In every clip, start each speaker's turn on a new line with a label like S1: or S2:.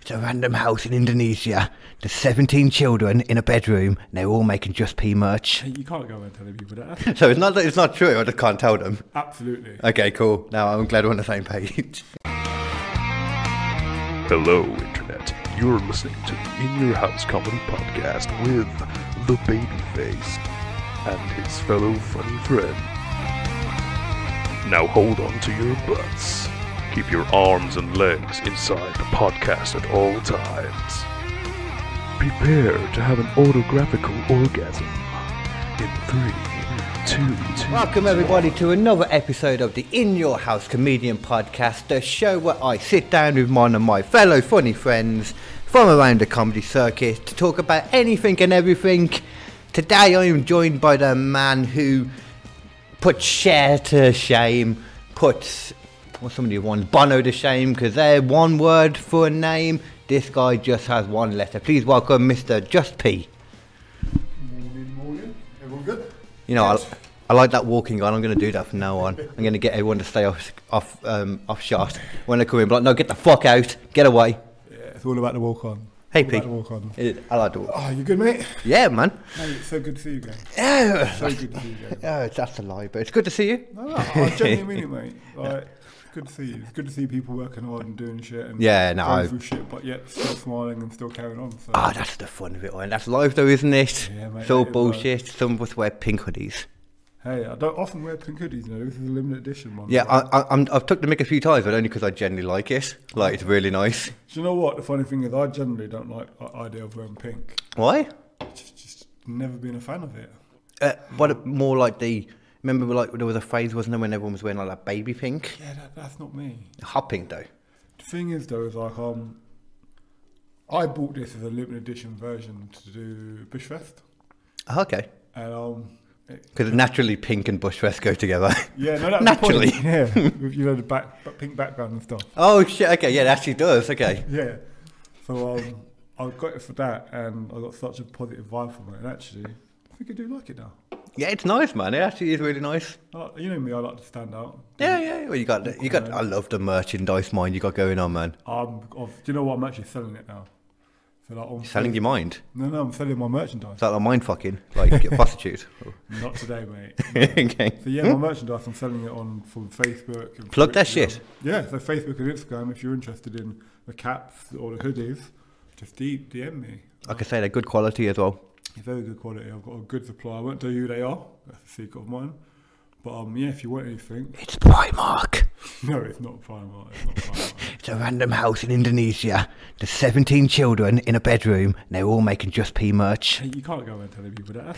S1: It's a random house in Indonesia. There's 17 children in a bedroom, and they're all making just pee merch.
S2: You can't go around telling people that.
S1: So it's not that it's not true. I just can't tell them.
S2: Absolutely.
S1: Okay, cool. Now I'm glad we're on the same page.
S3: Hello, Internet. You're listening to the In Your House Comedy Podcast with the Babyface and his fellow funny friend. Now hold on to your butts. Keep your arms and legs inside the podcast at all times. Prepare to have an autographical orgasm in three, two, two.
S1: Welcome, everybody, to another episode of the In Your House Comedian Podcast, the show where I sit down with mine and my fellow funny friends from around the comedy circuit to talk about anything and everything. Today, I am joined by the man who put Cher to shame, puts well, somebody wants Bono to shame because they're one word for a name. This guy just has one letter. Please welcome Mr. Just P.
S4: Morning, morning. Everyone good?
S1: You know, I, I like that walking on. I'm going to do that from now on. I'm going to get everyone to stay off off um, off shot when they come in. But like, no, get the fuck out, get away.
S4: It's all about the walk on.
S1: Hey,
S4: all about
S1: Pete.
S4: the walk on.
S1: It- I like to walk.
S4: Oh, you good, mate?
S1: Yeah, man.
S4: Mate, it's so good to see you again.
S1: Yeah.
S4: So good to see you again.
S1: Oh, that's a lie, but it's good to see you.
S4: No, no, I genuinely mean it, mate. Like, it's good to see you. It's good to see people working hard and doing shit and
S1: Yeah, no,
S4: going
S1: I-
S4: through shit, but yet still smiling and still carrying on. So.
S1: Ah, that's the fun of it, all. and that's life, though, isn't it?
S4: Yeah, mate,
S1: it's all
S4: it is life.
S1: bullshit. Some of us wear pink hoodies.
S4: Hey, I don't often wear pink hoodies, you know. This is a limited edition one.
S1: Yeah, I, I, I'm, I've took the mic a few times, but only because I genuinely like it. Like, it's really nice.
S4: Do you know what? The funny thing is, I generally don't like the idea of wearing pink.
S1: Why?
S4: Just, just never been a fan of it.
S1: Uh, what more like the? Remember, like there was a phase, wasn't there, when everyone was wearing like that baby pink,
S4: Yeah, that, that's not me.
S1: hot pink though.
S4: The thing is, though, is like um, I bought this as a limited edition version to do Bushfest,
S1: Oh, okay,
S4: and um, it,
S1: because naturally pink and bushfest go together.
S4: yeah, no, that
S1: Naturally.
S4: yeah, with, you know the back, but pink background and stuff,
S1: oh shit! Okay, yeah, it actually does. Okay,
S4: yeah. So um, I got it for that, and I got such a positive vibe from it, and actually, I think I do like it now.
S1: yeah, it's nice, man. It actually is really nice.
S4: I like, you know me, I like to stand out.
S1: Yeah, yeah. Well, you got, the- you got. I love the merchandise mind you got going on, man.
S4: Um, of, do you know what? I'm actually selling it now. So like, I'm
S1: Selling your mind.
S4: No, no, I'm selling my merchandise.
S1: It's like a mind fucking, like get prostitute.
S4: Not today, mate.
S1: okay.
S4: So yeah, my merchandise. I'm selling it on from Facebook. And
S1: Hmm? Plug that
S4: Instagram.
S1: shit.
S4: Yeah, so Facebook and Instagram. If you're interested in the caps or the hoodies, just D- DM me.
S1: Like I say, they're good quality as well.
S4: They're very good quality. I've got a good supply. I won't tell you who they are. That's a secret of mine. But um, yeah, if you want anything,
S1: It's Primark.
S4: no, it's not Primark. It's not Primark.
S1: It's a random house in Indonesia. There's 17 children in a bedroom, and they're all making just pee merch.
S4: Hey, you can't go around telling people that.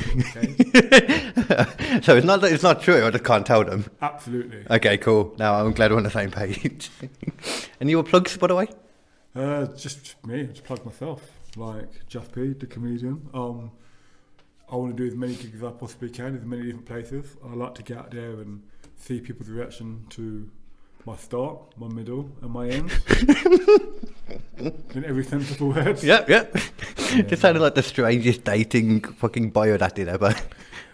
S4: That's not okay.
S1: so it's not that it's not true. I just can't tell them.
S4: Absolutely.
S1: Okay, cool. Now I'm glad we're on the same page. and your plugs, by the way.
S4: Uh, just me. Just plug myself. Like Jeff P, the comedian. Um, I want to do as many gigs as I possibly can, as many different places. I like to get out there and see people's reaction to my start, my middle, and my end. In every sense of the word.
S1: Yep, yep. it sounded like the strangest dating fucking bio that did ever.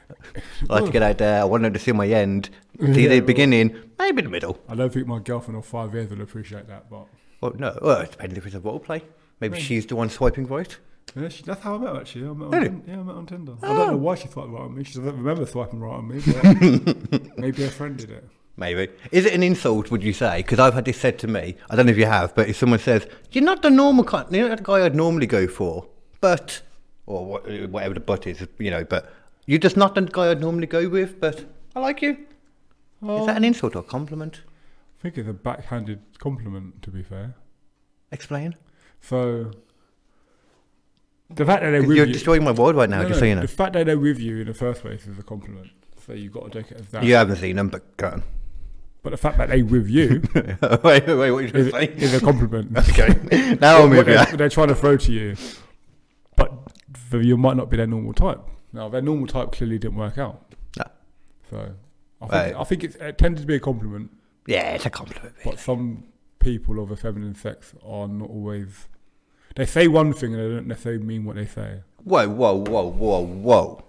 S1: I like to get out there. I wanted to see my end, see the
S4: Yeah.
S1: beginning, maybe the middle.
S4: I don't think my girlfriend of five years will appreciate that, but
S1: Well, no, well, it depends if it's a role play. Maybe she's the one swiping right.
S4: yeah, she, that's how I met her, actually. I met on
S1: Really?
S4: Tin- yeah, I met on Tinder. I don't know why she swiped right on me. She doesn't remember swiping right on me. But maybe her friend did it.
S1: Maybe. Is it an insult, would you say? Because I've had this said to me. I don't know if you have, but if someone says, you're not the normal kind, you're not the guy I'd normally go for, but, or what- whatever the but is, you know, but you're just not the guy I'd normally go with, but I like you. Is that an insult or a compliment?
S4: I think it's a backhanded compliment, to be fair.
S1: Explain.
S4: So the fact that they're with
S1: You're
S4: you,
S1: destroying my world right now,
S4: No,
S1: just
S4: no,
S1: so you know.
S4: the fact that they're with you in the first place is a compliment. So you've got to take it as that.
S1: You haven't seen them, but go on.
S4: But the fact that they with you
S1: wait, wait, what are you going to
S4: is,
S1: say?
S4: is a compliment.
S1: okay. Now I'll
S4: what
S1: move you.
S4: they're, they're trying to throw to you, but for you might not be their normal type. Now their normal type clearly didn't work out.
S1: No.
S4: So I think,
S1: Right.
S4: I think it's, it tended to be a compliment,
S1: Yeah, it's a compliment.
S4: but some people of the feminine sex are not always. They say one thing and they don't necessarily mean what they say.
S1: Whoa, whoa, whoa, whoa, whoa.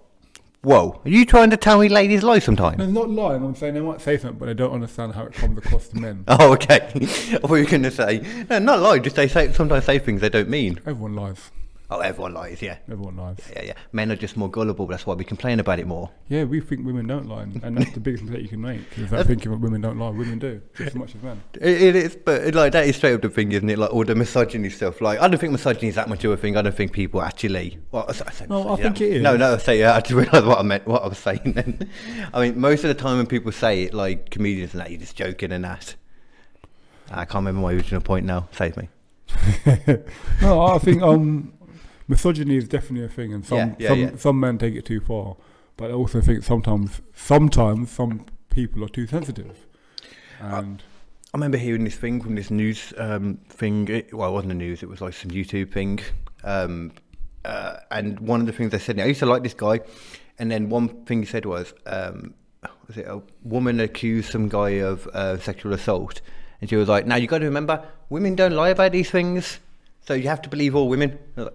S1: Whoa, are you trying to tell me ladies lie sometimes?
S4: No, not lying. I'm saying they might say something, but they don't understand how it comes across to men.
S1: Oh, okay. what were you going to say? No, not lie, just they say, sometimes say things they don't mean.
S4: Everyone lies.
S1: Oh, everyone lies, yeah.
S4: Everyone lies.
S1: Yeah, yeah. Men are just more gullible, that's why we complain about it more.
S4: Yeah, we think women don't lie, and that's the biggest mistake you can make. Is that thinking that women don't lie. Women do just as much as men.
S1: It, it is, but like that is straight up the thing, isn't it? Like all the misogyny stuff. Like I don't think misogyny is that much of a thing. I don't think people actually. Well, I, s- I said
S4: No, I
S1: misogyny,
S4: think
S1: that-
S4: it is.
S1: No, no, I say yeah. I just realised what I meant, what I was saying. Then, I mean, most of the time when people say it, like comedians and that, you're just joking and that. I can't remember my original point now. Save me.
S4: No, I think um, misogyny is definitely a thing, and some
S1: Yeah, yeah,
S4: some,
S1: yeah.
S4: some men take it too far. But I also think sometimes sometimes some people are too sensitive, and
S1: I remember hearing this thing from this news um, thing. It, well, it wasn't a news. It was like some YouTube thing. Um, uh, and one of the things they said, I used to like this guy. And then one thing he said was, um, was it a woman accused some guy of uh, sexual assault? And she was like, "Now you got to remember, women don't lie about these things, so you have to believe all women." I was like,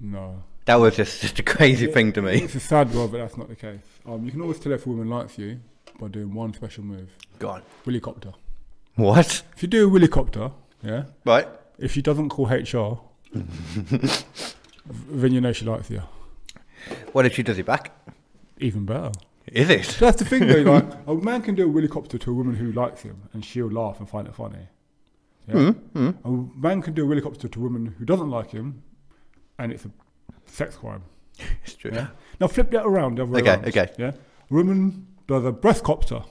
S4: no,
S1: That was just, just a crazy thing to me.
S4: it's a sad world, but that's not the case. Um, you can always tell if a woman likes you by doing one special move:
S1: God,
S4: willy copter.
S1: what?
S4: If you do a willy copter, yeah,
S1: Right?
S4: if she doesn't call HR, then you know she likes you.
S1: What if she does it back?
S4: Even better.
S1: Is it?
S4: That's the thing, though. Like a man can do a willy copter to a woman who likes him, and she'll laugh and find it funny. Yeah?
S1: Hmm,
S4: A man can do a willy copter to a woman who doesn't like him, and it's a sex crime.
S1: It's true.
S4: Yeah. Now flip that around. The other way
S1: Okay,
S4: around,
S1: okay.
S4: Yeah. A woman does a breast copter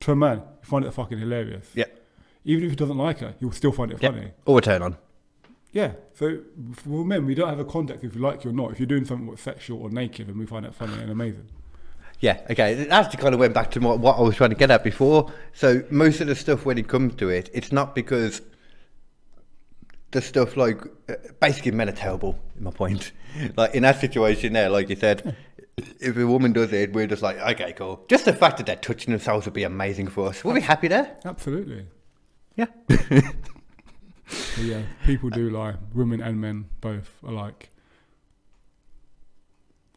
S4: to a man. You find it fucking hilarious.
S1: Yeah.
S4: Even if he doesn't like her, you'll still find it
S1: Yeah.
S4: funny.
S1: Or a turn on.
S4: Yeah. So for men, we don't have a context if you like you or not. If you're doing something that's sexual or naked, and we find it funny and amazing.
S1: Yeah, okay. That actually kind of went back to what, what I was trying to get at before. So most of the stuff when it comes to it, it's not because the stuff like uh, basically men are terrible. Is my point, like in that situation there, like you said, if a woman does it, we're just like, okay, cool. Just the fact that they're touching themselves would be amazing for us. We'll be happy there.
S4: Absolutely.
S1: Yeah.
S4: But yeah, people do lie, women and men both alike.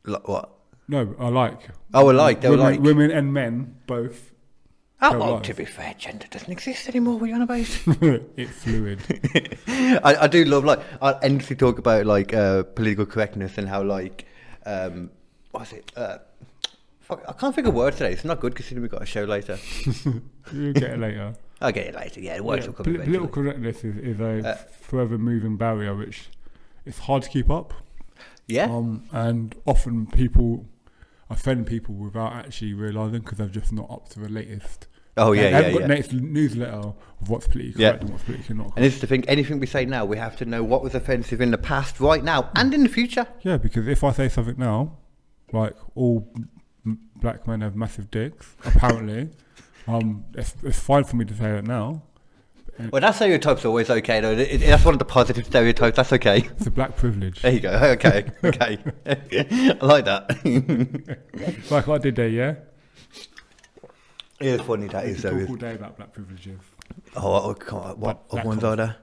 S1: like what?
S4: No, alike.
S1: Oh, alike. They're
S4: women,
S1: like,
S4: women and men both.
S1: oh,
S4: they're
S1: well,
S4: alive.
S1: to be fair, gender doesn't exist anymore. What are you on about?
S4: it's fluid.
S1: I, I do love like I endlessly talk about like uh, political correctness and how like um, what's it? Uh, fuck, I can't think of a word today. It's not good considering we've got a show later.
S4: You'll get it later.
S1: I'll get it later. Yeah, the words
S4: Yeah,
S1: will come
S4: poli-
S1: eventually.
S4: political correctness is, is a
S1: Uh,
S4: forever moving barrier, which it's hard to keep up.
S1: yeah,
S4: Um, and often people offend people without actually realizing because they're just not up to the latest.
S1: Oh, yeah,
S4: they
S1: yeah,
S4: haven't got
S1: yeah.
S4: next newsletter of what's politically
S1: Yeah.
S4: correct and what's politically not correct.
S1: and this is the thing. Anything we say now, we have to know what was offensive in the past, right now, and in the future.
S4: Yeah, because if I say something now, like all m- black men have massive dicks, apparently, um, it's, it's fine for me to say that now.
S1: Well, that stereotype's always okay, though. It- it- that's one of the positive stereotypes. That's okay.
S4: It's a black privilege.
S1: There you go. Okay, okay. I like that.
S4: Like I did there, yeah?
S1: it is funny that
S4: We
S1: is
S4: could
S1: though.
S4: talk all
S1: isn't-
S4: day about black privileges.
S1: Oh, I can't, what
S4: Black
S1: other ones are there?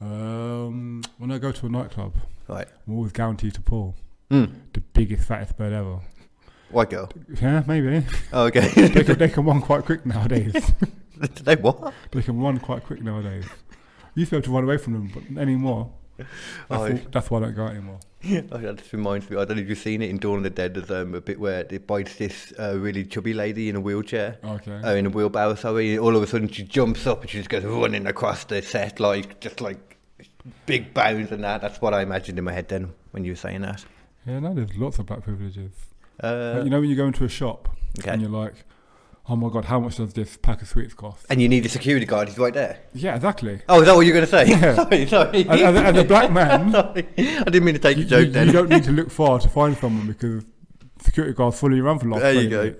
S4: Um, when I go to a nightclub,
S1: Right,
S4: I'm always guaranteed to pull.
S1: Hmm.
S4: The biggest, fattest bird ever.
S1: white girl.
S4: Yeah, maybe.
S1: Oh, okay.
S4: They can, they can run quite quick nowadays.
S1: they what?
S4: they can run quite quick nowadays. You used to be able to run away from them, but anymore. That's,
S1: Oh.
S4: all- that's why I don't go out anymore.
S1: Oh, that just reminds me. I don't know if you've seen it in Dawn of the Dead. There's um, a bit where it bites this uh, really chubby lady in a wheelchair.
S4: Okay.
S1: Oh, in a wheelbarrow, sorry. All of a sudden, she jumps up and she just goes running across the set, like just like big bounds and that. That's what I imagined in my head then when you were saying that.
S4: Yeah, no, there's lots of black privileges.
S1: Uh,
S4: Like, you know when you go into a shop
S1: Okay.
S4: and you're like, oh my god, how much does this pack of sweets cost?
S1: and you need a security guard. He's right there.
S4: yeah, exactly.
S1: Oh, is that what you're going to say?
S4: Yeah.
S1: sorry, sorry.
S4: As, as, as a black man,
S1: sorry. I didn't mean to take
S4: you,
S1: your joke
S4: you-
S1: then.
S4: you don't need to look far to find someone because security guards fully around for the last
S1: there you
S4: 20
S1: go. Hmm?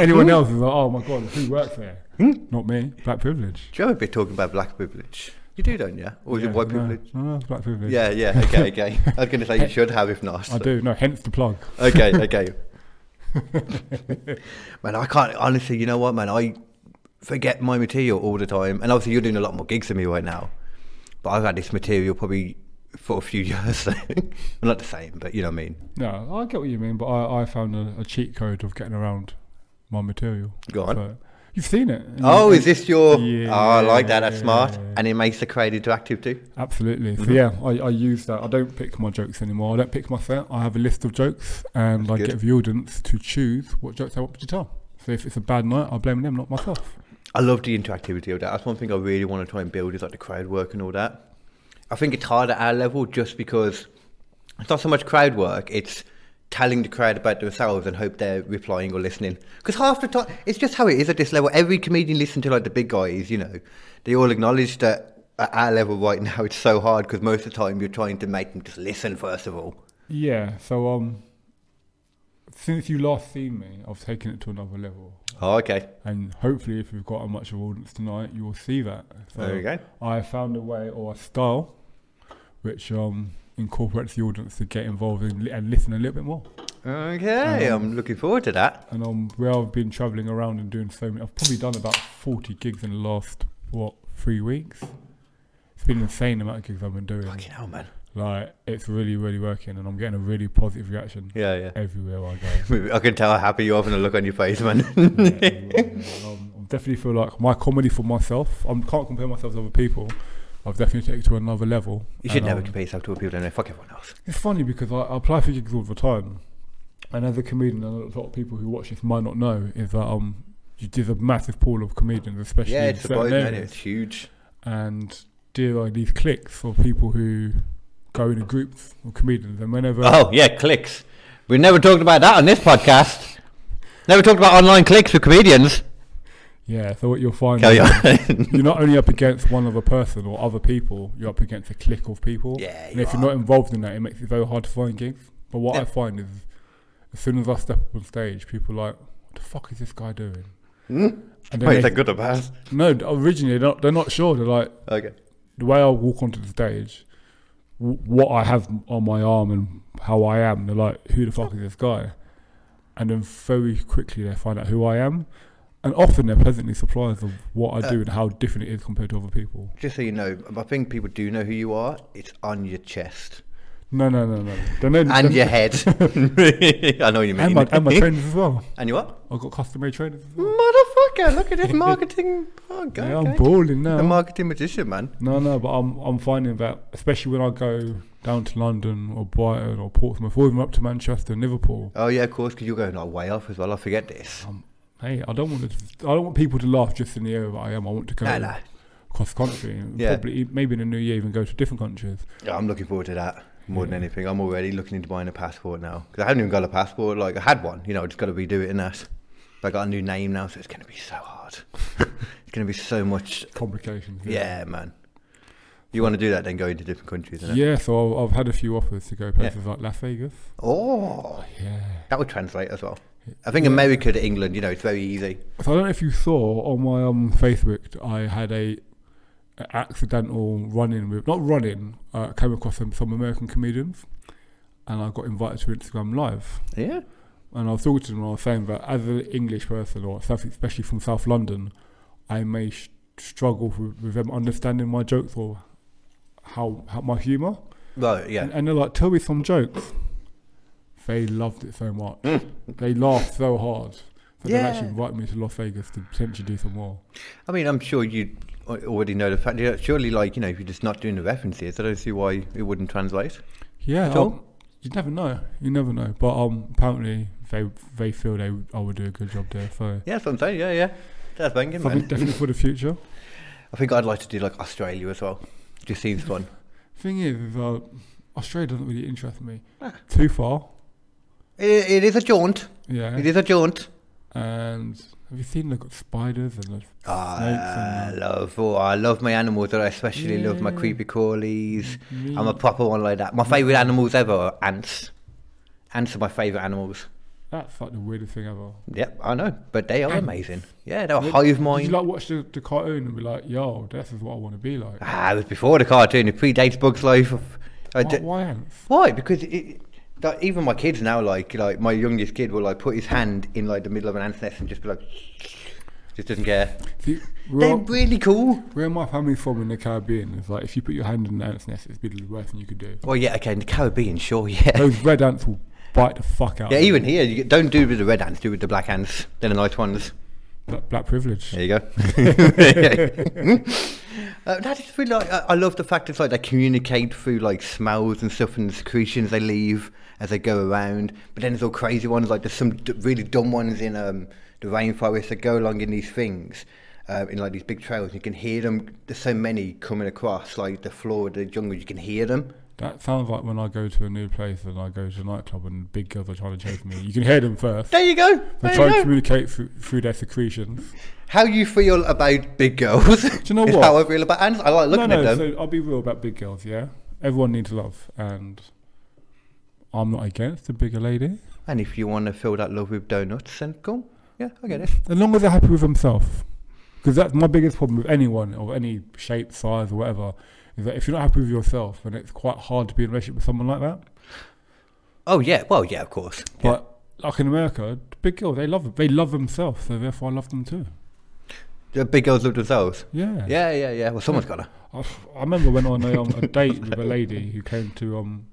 S4: Anyone else is like, oh my god, who works there? Not me. Black privilege.
S1: Joe would be talking about black privilege. You do, don't you? Or is
S4: Yeah,
S1: it white
S4: no,
S1: privilege?
S4: No, no, it's black privilege.
S1: Yeah, yeah, okay, okay. I was going to say you should have, if not.
S4: I do. No, hence the plug.
S1: Okay, okay. man, I can't, honestly, you know what, man? I forget my material all the time. And obviously, you're doing a lot more gigs than me right now. But I've had this material probably for a few years. So we're not the same, but you know what I mean.
S4: No, I get what you mean, but I, I found a, a cheat code of getting around my material.
S1: Go on.
S4: So- you've seen it. and
S1: Oh,
S4: you-
S1: is this your?
S4: Yeah.
S1: oh, I like that. That's smart, Mm-hmm. and it makes the crowd interactive too.
S4: Absolutely. So yeah, I, I use that. I don't pick my jokes anymore. I don't pick my set. I have a list of jokes, and I
S1: good.
S4: get the audience to choose what jokes they want me to tell. So if it's a bad night, I blame them, not myself.
S1: I love the interactivity of that. That's one thing I really want to try and build is like the crowd work and all that. I think it's hard at our level just because it's not so much crowd work, it's telling the crowd about themselves and hope they're replying or listening. Because half the time, it's just how it is at this level. Every comedian listens to like the big guys, you know, they all acknowledge that at our level right now it's so hard because most of the time you're trying to make them just listen first of all.
S4: Yeah. So um, since you last seen me, I've taken it to another level,
S1: Oh, okay.
S4: and hopefully, if we've got a much of audience tonight, you will see that. So
S1: There we go.
S4: I found a way or a style, which um incorporates the audience to get involved and, li- and listen a little bit more.
S1: Okay, I'm looking forward to that.
S4: and um, where I've been traveling around and doing so many, I've probably done about 40 gigs in the last, what, three weeks? It's been an insane amount of gigs I've been doing.
S1: Fucking hell, man.
S4: Like, it's really, really working, and I'm getting a really positive reaction
S1: Yeah, yeah.
S4: everywhere I go.
S1: I can tell how happy you're having a look on your face, man.
S4: Yeah, everywhere I go. um, I definitely feel like my comedy for myself, I can't compare myself to other people. I've definitely taken it to another level.
S1: You should
S4: and,
S1: never
S4: um,
S1: compare yourself to other people, don't know. Fuck everyone else.
S4: It's funny because I, I apply for gigs all the time, and as a comedian, and a lot of people who watch this might not know is that um, you- there's a massive pool of comedians, especially
S1: Yeah,
S4: in
S1: it's a
S4: certain
S1: boy, man.
S4: areas,
S1: It's huge.
S4: and there are these cliques of people who go in groups of comedians, and whenever
S1: Oh, yeah, clicks. We never talked about that on this podcast. Never talked about online clicks with comedians.
S4: yeah, so what you'll find
S1: Carry
S4: is
S1: on.
S4: you're not only up against one other person or other people, you're up against a clique of people.
S1: Yeah,
S4: and
S1: you
S4: if you're
S1: are.
S4: not involved in that, it makes it very hard to find gigs. But what I find is, as soon as I step up on stage, people are like, "What the fuck is this guy doing?"
S1: Hmm?
S4: And then
S1: Wait, is
S4: they-
S1: that good or bad?
S4: No, originally they're not, they're not sure. They're like
S1: Okay.
S4: the way I walk onto the stage, w- what I have on my arm and how I am. They're like, "Who the fuck is this guy?" And then very quickly they find out who I am, and often they're pleasantly surprised of what
S1: Uh.
S4: I do and how different it is compared to other people.
S1: Just so you know, I think people do know who you are. It's on your chest
S4: No, no, no, no. They know,
S1: and
S4: they-
S1: your head. I know what you mean.
S4: and my, and my trainers as well.
S1: And you what?
S4: I've got customary trainers. As well.
S1: Motherfucker, look at this marketing. Oh, God.
S4: Yeah, I'm balling now.
S1: The marketing magician, man.
S4: No, no, but I'm I'm finding that especially when I go down to London or Brighton or Portsmouth or even up to Manchester and Liverpool.
S1: Oh, yeah, of course, because you're going like, way off as well. I forget this.
S4: Hey, I don't want to, I don't want people to laugh just in the area that I am. I want to go
S1: Nah, nah.
S4: across country, and
S1: Yeah.
S4: probably e, maybe in the new year even go to different countries.
S1: Yeah, I'm looking forward to that more than anything. I'm already looking into buying a passport now because I haven't even got a passport. Like I had one, you know, I just got to redo it in that. But I got a new name now, so it's going to be so hard. it's going to be so much.
S4: Complications.
S1: Yeah, man. You want to do that, then go into different countries,
S4: yeah.
S1: innit?
S4: so I've, I've had a few offers to go places like Las Vegas.
S1: Oh,
S4: Yeah.
S1: that would translate as well. I think America to England, you know, it's very easy.
S4: So I don't know if you saw on my um, Facebook, I had a, a accidental run-in with not run-in. Uh, came across some, some American comedians, and I got invited to Instagram Live.
S1: Yeah.
S4: And I was talking to them, and I was saying that as an English person, or South, especially from South London, I may sh- struggle with, with them understanding my jokes or how, how my humour.
S1: Right. Yeah.
S4: And, and they're like, "Tell me some jokes." They loved it so much. they laughed so hard. that they
S1: Hmm. Yeah.
S4: actually invited me to Las Vegas to potentially do some more.
S1: I mean, I'm sure you already know the fact. you know, Surely, like you know, if you're just not doing the references, I don't see why it wouldn't translate.
S4: Yeah,
S1: all?
S4: um, you never know. You never know. But um, apparently they they feel they I would do a good job there. So
S1: Yeah, that's what I'm saying. Yeah, yeah. That's banging,
S4: something
S1: man.
S4: definitely for the future.
S1: I think I'd like to do like Australia as well. Just seems fun.
S4: Thing is, is, uh, Australia doesn't really interest me
S1: Ah.
S4: too far.
S1: It, it is a jaunt.
S4: Yeah,
S1: It is a jaunt.
S4: and have you seen they've got spiders and the
S1: Ah, I
S4: Snakes and-
S1: love, oh, I love my animals. and I especially love my creepy crawlies.
S4: Me-
S1: I'm a proper one like that. My favourite animals ever are ants. Ants are my favourite animals.
S4: that's like the weirdest thing ever.
S1: Yep, I know, but they are
S4: Ants?
S1: amazing. Yeah, they're a hive
S4: Did
S1: mind.
S4: you like watch the, the cartoon and be like, "Yo, this is what I want to be like"?
S1: ah, it was before the cartoon. It predates Bugs Life. I
S4: Why,
S1: d-
S4: why ants?
S1: Why? Because it, that even my kids now, like like my youngest kid will like put his hand in like the middle of an ant's nest and just be like, Just doesn't care.
S4: See,
S1: They're
S4: where,
S1: really cool.
S4: where my family's from in the Caribbean is like if you put your hand in an ant's nest, it'd be the worst thing you could do.
S1: Well, Oh, yeah, okay, in the Caribbean, sure, yeah.
S4: Those red ants will bite the fuck out.
S1: Yeah,
S4: of you.
S1: even here, you get- don't do with the red ants, do with the black ants. They're the nice ones.
S4: black, black privilege.
S1: There you go. Uh, that is really like, I, I love the fact it's like they communicate through like smells and stuff and the secretions they leave as they go around. But then there's all crazy ones like there's some d- really dumb ones in um, the rainforest that go along in these things. Uh, in like these big trails, you can hear them. There's so many coming across like the floor of the jungle. You can hear them.
S4: That sounds like when I go to a new place and I go to a nightclub and big girls are trying to chase me. You can hear them first.
S1: There you go.
S4: They
S1: There
S4: try to
S1: you go.
S4: communicate through, through their secretions.
S1: How you feel about big girls? Do
S4: you know what?
S1: How I feel about ants. I like looking
S4: no,
S1: at
S4: no.
S1: them.
S4: So I'll be real about big girls. Yeah, everyone needs love, and I'm not against a bigger lady
S1: And if you want to fill that love with donuts, then cool. Yeah, I get it.
S4: as long as they're happy with themselves. Because that's my biggest problem with anyone or any shape, size, or whatever. Is that if you're not happy with yourself, then it's quite hard to be in a relationship with someone like that.
S1: Oh yeah, well yeah, of course.
S4: But like in America, the big girls they love they love themselves, so therefore I love them too.
S1: The big girls love themselves.
S4: Yeah.
S1: Yeah, yeah, yeah. Well, someone's got to.
S4: I, I remember when on a, um, a date with a lady who came to um.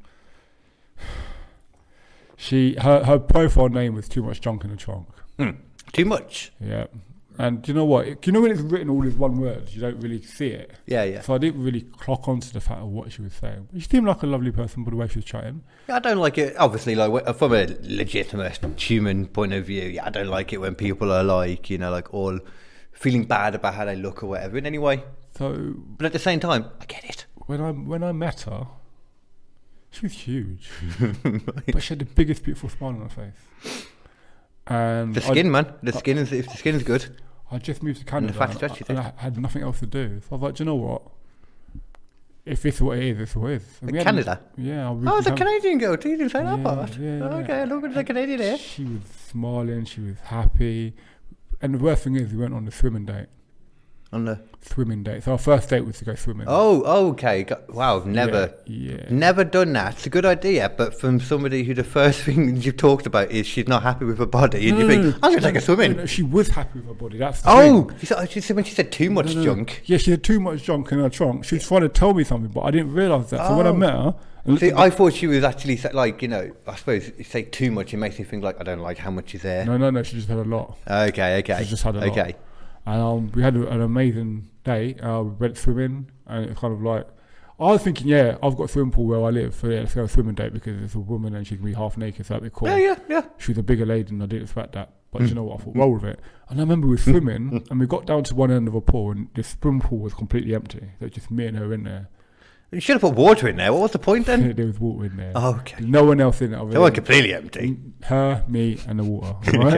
S4: She her her profile name was too much junk in the trunk.
S1: Too much.
S4: Yeah, and do you know what? It, you know when it's written all as one word, you don't really see it.
S1: Yeah, yeah.
S4: So I didn't really clock onto the fact of what she was saying. But she seemed like a lovely person, by the way she was chatting.
S1: Yeah, I don't like it. Obviously, like wh- from a legitimate human point of view, yeah, I don't like it when people are like, you know, like all feeling bad about how they look or whatever. In any way,
S4: So
S1: but at the same time, I get it.
S4: when I when I met her, she was huge, but she had the biggest beautiful smile on her face. And
S1: The
S4: I-
S1: skin, man. The skin is if the skin is good.
S4: I just moved to Canada
S1: fast eh? stretch,
S4: and, I,
S1: you
S4: and I had nothing else to do. So I was like, do you know what? If this is what it is, this is what it is. And we hadn't-
S1: Canada?
S4: Yeah. I moved
S1: Oh,
S4: to
S1: it's a
S4: Can-
S1: Canadian girl. Did you say that
S4: Yeah,
S1: part?
S4: yeah, yeah.
S1: Okay, I look at the Canadian there.
S4: She was smiling, she was happy. And the worst thing is, we went on a swimming date.
S1: On the
S4: Swimming date. So our first date was to go swimming.
S1: oh, okay. Go- Wow, I've
S4: Yeah,
S1: never
S4: Yeah.
S1: Never done that. It's a good idea, but from somebody who the first thing you've talked about is she's not happy with her body, and you
S4: No, no,
S1: think,
S4: no,
S1: I'm going to
S4: no,
S1: take a
S4: no,
S1: swim
S4: no,
S1: in.
S4: she was happy with her body. That's the
S1: Oh,
S4: thing.
S1: she said, she said, when she said too much
S4: No, no, no.
S1: junk.
S4: Yeah, she had too much junk in her trunk. She was trying to tell me something, but I didn't realise that. So when I
S1: Oh.
S4: met her, and
S1: See, I thought she was actually sa- like, you know, I suppose if you say too much, it makes me think like I don't like how much is there.
S4: no, no, no, she just had a lot.
S1: Okay, okay,
S4: I just had a lot.
S1: okay.
S4: And um, we had a, an amazing day. Uh, we went swimming, and it was kind of like I was thinking, yeah, I've got a swimming pool where I live, so yeah, let's go swimming date because it's a woman and she can be half naked, so that'd be cool.
S1: Yeah, Hmm. yeah, yeah.
S4: She was a bigger lady, and I didn't expect that. But you know what? I thought, roll with it. And I remember we were swimming, and we got down to one end of a pool, and the swimming pool was completely empty. So it was just me and her in there.
S1: You should have put water in there. What was the point then?
S4: there was water in there.
S1: Um, Oh, okay.
S4: No one else in it. other
S1: They weren't
S4: than
S1: completely empty.
S4: Her, me, and the water. all Mm,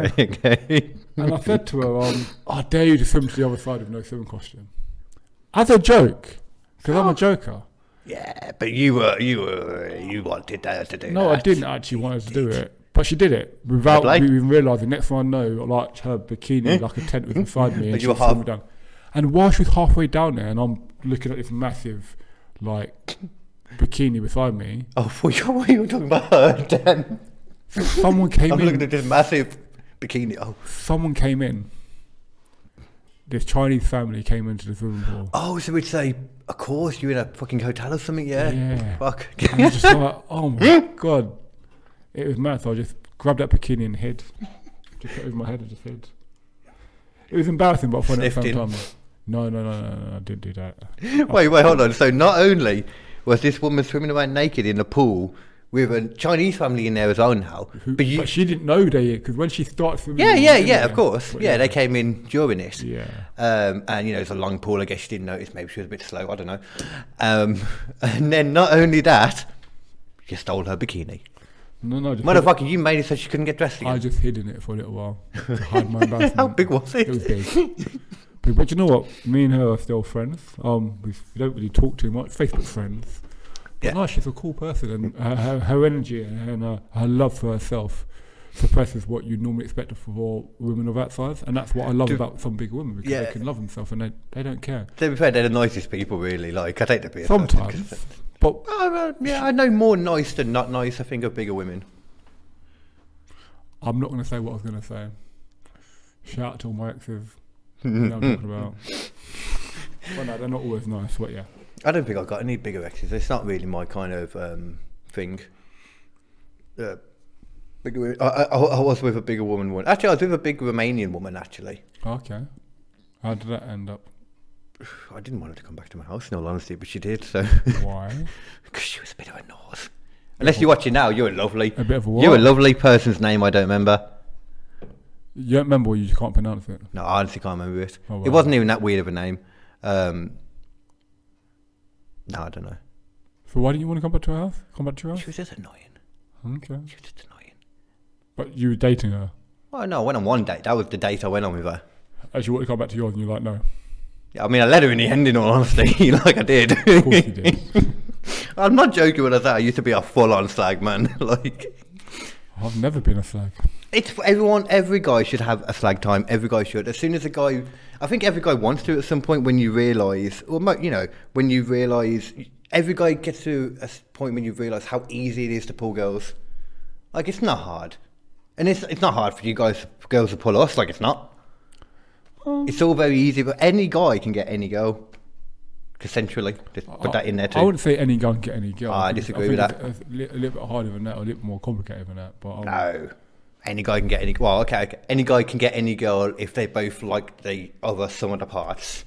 S4: right?
S1: okay.
S4: And I said to her, um, I dare you to swim to the other side with no swimming costume. As a joke, because
S1: Oh.
S4: I'm a joker.
S1: Yeah, but you were, you were, you wanted her to do
S4: No, I
S1: that.
S4: didn't actually want her to do it. But she did it
S1: Fair
S4: without
S1: play.
S4: even realising. Next thing I know, like her bikini, like a tent was beside me.
S1: But
S4: and
S1: Eh? you
S4: she
S1: were
S4: was
S1: half-
S4: swimming down. And while she was halfway down there, and I'm looking at this massive, like, bikini beside me,
S1: Oh, I thought you what you were talking about her then.
S4: someone came
S1: I'm
S4: in.
S1: looking at this massive bikini. Oh,
S4: someone came in. This Chinese family came into the swimming pool.
S1: oh, so we'd say, of course, you're in a fucking hotel or something, yeah?
S4: Yeah.
S1: Fuck.
S4: And I was just like, oh my god, it was mad. So I just grabbed that bikini and hid, just put it over my head and just hid. It was embarrassing, but funny at the same
S1: Sniffed in.
S4: time. No, no, no, no, no, no, I didn't do that.
S1: wait, wait, hold on. So not only was this woman swimming around naked in a pool with a Chinese family in there as well now,
S4: Who-
S1: Mm-hmm. but you.
S4: but she didn't know they because when she started swimming,
S1: yeah,
S4: we
S1: yeah,
S4: were in
S1: yeah, of
S4: there.
S1: course.
S4: But
S1: Yeah, they came in during it.
S4: Yeah.
S1: Um, and, you know, it's a long pool. I guess she didn't notice. Maybe she was a bit slow. I don't know. Um, and then not only that, you stole her bikini.
S4: No, no, just hid it.
S1: Motherfucker, you made it so she couldn't get dressed again.
S4: I just hid in it for a little while to hide my embarrassment.
S1: How big was it?
S4: It was big. But- but you know what? Me and her are still friends. Um, we we don't really talk too much. Facebook friends. But
S1: Yeah.
S4: no, she's a cool person, and her, her, her energy and, and her, her love for herself suppresses what you normally expect of all women of that size, and that's what I love
S1: Do-
S4: about some big women because
S1: Yeah.
S4: they can love themselves and they, they don't care.
S1: To be fair, they're the nicest people, really. Like, I take the piss.
S4: Sometimes, but
S1: Oh, well, yeah, I know more nice than not nice. I think of bigger women.
S4: I'm not going to say what I was going to say. Shout out to all my exes. You know what I'm talking about. well, no, they're not always nice, but yeah.
S1: I don't think I've got any bigger exes. It's not really my kind of um, thing. Uh, big, I, I, I was with a bigger woman once. Actually, I was with a big Romanian woman, actually.
S4: Okay. How did that end up?
S1: I didn't want her to come back to my house, in all honesty, but she did, so.
S4: Why?
S1: Because she was a bit of a nose. Unless you're watching now, you're lovely.
S4: A bit of a
S1: You're a
S4: what?
S1: lovely person's name I don't remember.
S4: You don't remember or you just can't pronounce it?
S1: No, I honestly can't remember it.
S4: Oh,
S1: It
S4: wow.
S1: wasn't even that weird of a name. Um, no, I don't know.
S4: So why didn't you want to come back to her house? Come back to your house?
S1: She was just annoying.
S4: Okay.
S1: She was just annoying.
S4: But you were dating her.
S1: Oh, no, I went on one date. That was the date I went on with her.
S4: As you want to come back to yours and you're like, no.
S1: Yeah, I mean, I let her in the end, in all honesty, like I did.
S4: Of course you did.
S1: I'm not joking when I say I used to be a full-on slag man. like,
S4: I've never been a slag.
S1: it's for everyone. Every guy should have a slag time. Every guy should. As soon as a guy, I think every guy wants to at some point when you realise, or mo- you know, when you realise, every guy gets to a s- point when you realise how easy it is to pull girls. Like, it's not hard, and it's it's not hard for you guys girls to pull us. Like, it's not. It's all very easy, but any guy can get any girl. Essentially, just put that in there too.
S4: I wouldn't say any guy can get any girl.
S1: Ah, I
S4: think it's-
S1: disagree with Ah.
S4: think it's A, a li- a little bit harder than that, or a little more complicated than that. But I would-
S1: No. Oh. Any guy can get any. Well, okay, okay. Any guy can get any girl if they both like the other sum of the parts.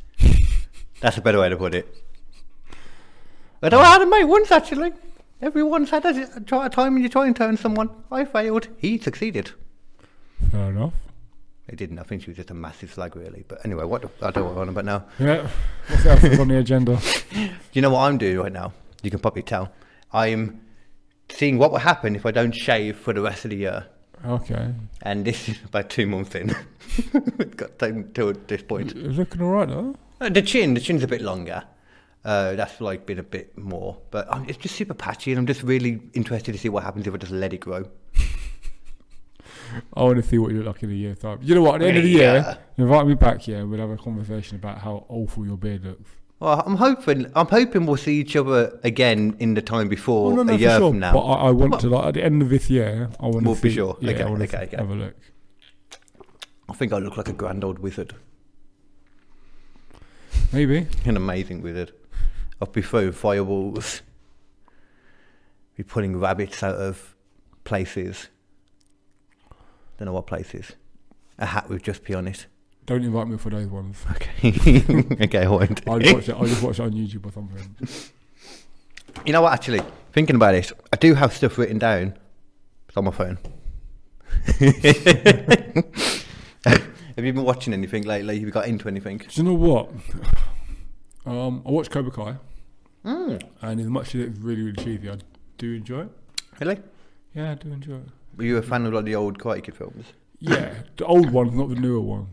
S1: That's a better way to put it. But I had a mate once actually. Everyone's had a try a time when you try and turn someone. I failed. He succeeded.
S4: fair enough.
S1: He didn't. I think she was just a massive slag, really. But anyway, what the- I don't want to on about now.
S4: Yeah. What's else is on the agenda?
S1: Do you know what I'm doing right now? You can probably tell. I'm seeing what will happen if I don't shave for the rest of the year.
S4: Okay.
S1: and this is about two months in. it's got time to at this point.
S4: It's looking alright though.
S1: Uh, The chin, the chin's a bit longer. Uh, that's like been a bit more, but um, it's just super patchy, and I'm just really interested to see what happens if I just let it grow.
S4: I want to see what you look like in a year's time. You know what? At the end of the year,
S1: Yeah.
S4: invite me back here. and We'll have a conversation about how awful your beard looks.
S1: Well, I'm hoping, I'm hoping we'll see each other again in the time before
S4: Oh, no, no,
S1: a
S4: for
S1: year
S4: sure.
S1: from now.
S4: But I, I want to like at the end of this year. I want
S1: Well,
S4: to
S1: for
S4: see.
S1: sure.
S4: Yeah,
S1: Okay,
S4: I wanna
S1: okay,
S4: see-
S1: okay.
S4: Have a look.
S1: I think I look like a grand old wizard,
S4: Maybe.
S1: an amazing wizard. I'll be throwing fireballs, be pulling rabbits out of places. Don't know what places. A hat with just pee on it.
S4: Don't invite me for those ones.
S1: Okay. okay, I won't.
S4: I'll just watch it. I'll just watch it on YouTube or something.
S1: You know what, actually, thinking about it, I do have stuff written down. It's on my phone. Have you been watching anything lately? Have you got into anything?
S4: Do you know what? Um, I watched Cobra Kai,
S1: Hmm.
S4: and as much as it's really, really cheesy, I do enjoy it.
S1: Really?
S4: Yeah, I do enjoy it.
S1: Were you a fan of like the old Karate Kid films?
S4: Yeah, the old ones, not the newer ones.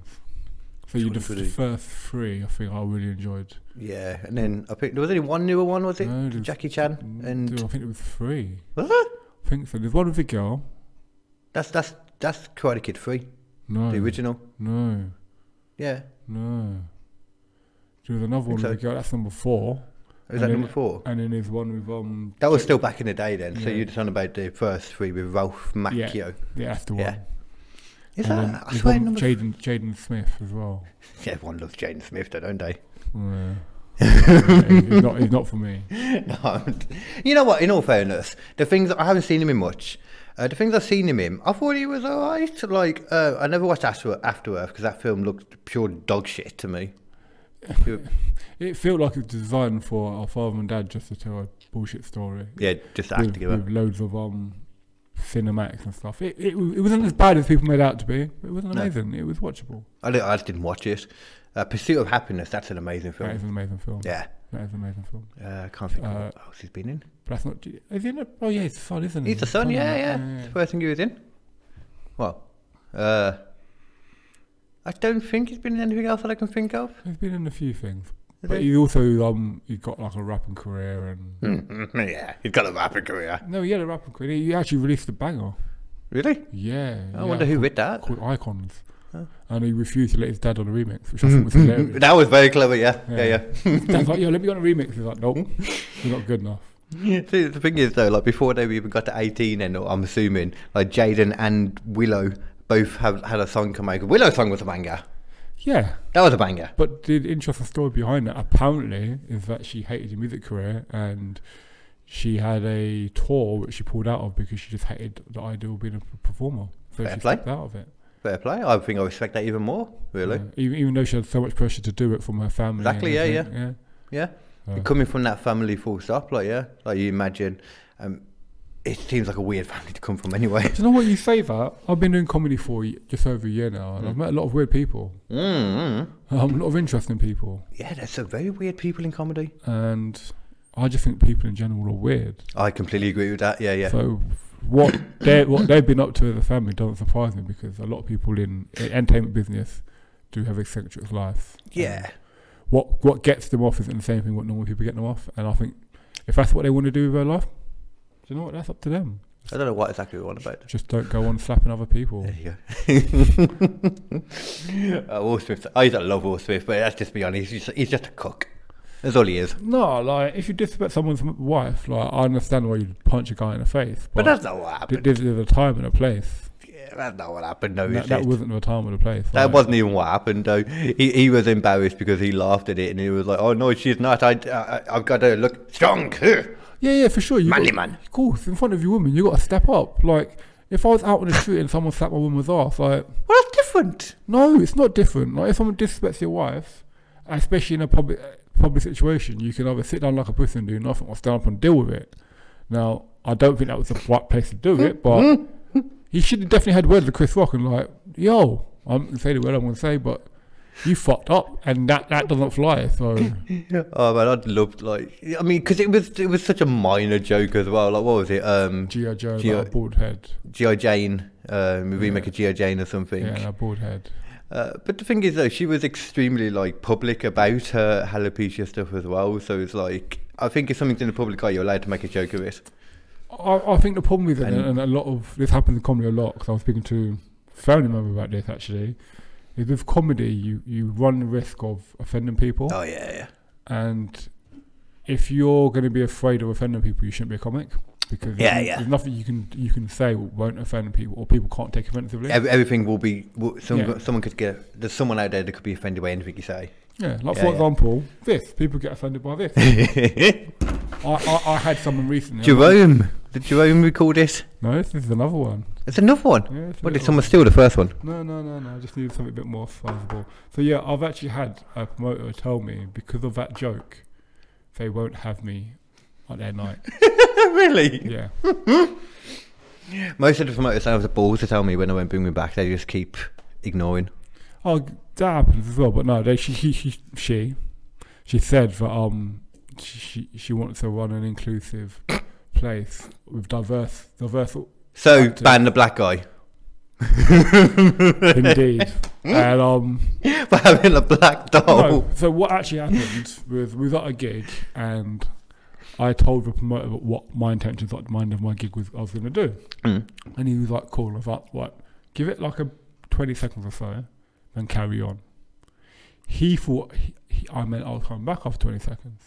S4: So you
S1: Which
S4: the,
S1: ones were
S4: the
S1: they?
S4: first three, I think I really enjoyed.
S1: Yeah, and then I think there was only one newer one, was it?
S4: No, there was-
S1: Jackie Chan
S4: Mm,
S1: and
S4: Dude, I think there was three.
S1: was that?
S4: I think so. There's one with the girl.
S1: That's that's that's Karate Kid three,
S4: No,
S1: the original.
S4: no,
S1: Yeah,
S4: no. There was another one with
S1: so.
S4: the girl. That's number four.
S1: was
S4: And
S1: that
S4: then-
S1: number four?
S4: And then there's one with um.
S1: That was still back in the day then. So
S4: Yeah.
S1: you're just on about the first three with Ralph
S4: Yeah,
S1: Macchio.
S4: yeah, that's the one.
S1: Yeah. Is
S4: And then
S1: that? I
S4: there's
S1: swear,
S4: one with
S1: number
S4: Jaden Jaden Smith as well.
S1: Yeah, everyone loves Jaden Smith, though, don't they?
S4: Yeah. it's not. It's not for me.
S1: No, I'm- you know what? In all fairness, the things I haven't seen him in much. Uh, the things I've seen him in, I thought he was alright. Like uh, I never watched After After Earth because that film looked pure dog shit to me.
S4: It felt like it's designed for our father and dad just to tell a bullshit story.
S1: Yeah, just act
S4: with,
S1: together.
S4: with loads of um cinematics and stuff. It, it it wasn't as bad as people made out to be. It wasn't
S1: No.
S4: amazing. It was watchable.
S1: I, di- I just didn't watch it. Uh, Pursuit of Happiness. That's an amazing
S4: That is
S1: film.
S4: an amazing film.
S1: Yeah,
S4: That is an amazing film.
S1: uh, mm, I can't think of
S4: Uh,
S1: what else he's been in.
S4: But that's not. Is it? Oh yeah, it's fun, isn't it?
S1: He's the son. Yeah, yeah. It's the first thing he was in. Well, uh, I don't think he's been in anything else that I can think of.
S4: He's been in a few things,
S1: Is
S4: but
S1: he?
S4: he also um he got like a rapping career and
S1: yeah, he's got a rapping career.
S4: no, he had a rapping career. He actually released a banger.
S1: Really?
S4: Yeah,
S1: I
S4: yeah,
S1: wonder who did that.
S4: called Icons,
S1: Huh.
S4: and he refused to let his dad on a remix, which I thought was hilarious.
S1: That was very clever, yeah. Yeah, yeah.
S4: Dad's like, "Yo, let me on a remix." He's like, "Nope, you're not good enough."
S1: See, the thing is, though, like before they even got to 18, and I'm assuming, like Jaden and Willow both have had a song come out. Willow's song was a banger.
S4: Yeah,
S1: That was a banger.
S4: but the interesting story behind that apparently is that she hated her music career and she had a tour which she pulled out of because she just hated the idea of being a p- performer. So
S1: Fair
S4: she
S1: play.
S4: stepped out of it.
S1: Fair play. I think I respect that even more. Really.
S4: Yeah. Even, even though she had so much pressure to do it from her family. and
S1: Exactly, yeah,
S4: everything, yeah.
S1: Yeah.
S4: Yeah.
S1: Coming from that family, full stop. Like yeah. Like you imagine. Um, it seems like a weird family to come from anyway.
S4: Do you know what you say that? I've been doing comedy for y- just over a year now, and I've met a lot of weird people,
S1: mm
S4: um, a lot of interesting people,
S1: Yeah, there's some very weird people in comedy.
S4: and I just think people in general are weird.
S1: I completely agree with that. Yeah, yeah.
S4: So what they what they've been up to as a family doesn't surprise me because a lot of people in e- entertainment business do have eccentric lives.
S1: yeah.
S4: And What what gets them off isn't the same thing what normal people get them off, and I think if that's what they want to do with their life, do you know what? That's up to them.
S1: I don't know what exactly we're on about.
S4: Just don't go on slapping other people.
S1: There you go. uh, Will Smith. I don't love Will Smith, but let's just be honest. He's just, he's just a cook. That's all he is.
S4: No, like if you disrespect someone's m- wife, like I understand why you'd punch a guy in the face,
S1: But
S4: but,
S1: that's not what
S4: th-
S1: happened.
S4: this is a time and a place.
S1: Yeah, that's not what happened. No,
S4: That,
S1: that,
S4: that
S1: that, was,
S4: wasn't the time and a place.
S1: that
S4: like,
S1: wasn't even what happened. Though he, he was embarrassed because he laughed at it, and he was like, "Oh no, she's not. I, I I've got to look strong."
S4: Yeah, yeah, for sure. You
S1: Manly
S4: got-
S1: man.
S4: Of course, in front of your woman, you got to step up. Like if I was out on the street and someone slapped my woman's ass, like
S1: Well, that's different.
S4: no, it's not different. Like if someone disrespects your wife, especially in a public public situation, you can either sit down like a pussy and do nothing, or stand up and deal with it. Now, I don't think that was the right place to do it, but he should have definitely had words with Chris Rock and like, yo, I'm gonna say the word I'm gonna say, but you fucked up, and that that doesn't fly. So
S1: Oh man, I'd loved like I mean, because it was it was such a minor joke as well. Like what was it? Um,
S4: GI Joe,
S1: G.I.
S4: like a bald head,
S1: GI Jane, um, remake of GI Jane or something.
S4: yeah, a bald head.
S1: Uh, but the thing is, though, she was extremely like public about her alopecia stuff as well. So it's like, I think if something's in the public eye, you're allowed to make a joke of it.
S4: I, I think the problem with it,
S1: And-
S4: and, a lot of this happens in comedy a lot, because I was speaking to a family member about this actually, is with comedy, you, you run the risk of offending people.
S1: Oh yeah, yeah.
S4: And if you're going to be afraid of offending people, you shouldn't be a comic. Because
S1: Yeah,
S4: there's,
S1: yeah.
S4: there's nothing you can you can say won't offend people or people can't take offensively.
S1: Every, everything will be. will- Some,
S4: Yeah.
S1: Someone could get. There's someone out there that could be offended by anything you say.
S4: yeah, like
S1: Yeah,
S4: for
S1: yeah.
S4: example, this people get offended by this. I, I, I had someone recently.
S1: Jerome, did Jerome record it?
S4: No, this is another one.
S1: It's another one.
S4: Yeah, it's
S1: What
S4: another
S1: did
S4: one.
S1: someone steal the first one?
S4: No, no, no, no. I just needed something a bit more sizable. So yeah, I've actually had a promoter tell me because of that joke, they won't have me on their night.
S1: really?
S4: Yeah,
S1: Most of the promoters have the balls to tell me when I won't bring me back. They just keep ignoring.
S4: oh, that happens as well. But no, they, she, she, she, she, she said that um, she, she- she wants to run an inclusive place with diverse, diverse.
S1: So
S4: Actor.
S1: ban the black guy
S4: Indeed, and um,
S1: for Hmm? having a black doll.
S4: No, so what actually happened was we was at a gig and I told the promoter what my intentions, like the mind of my gig was I was going to do,
S1: Mm.
S4: and he was like, "Cool." I was like, "What? Give it like a twenty seconds or so, then carry on." He thought he, he, I meant I'll come back after twenty seconds.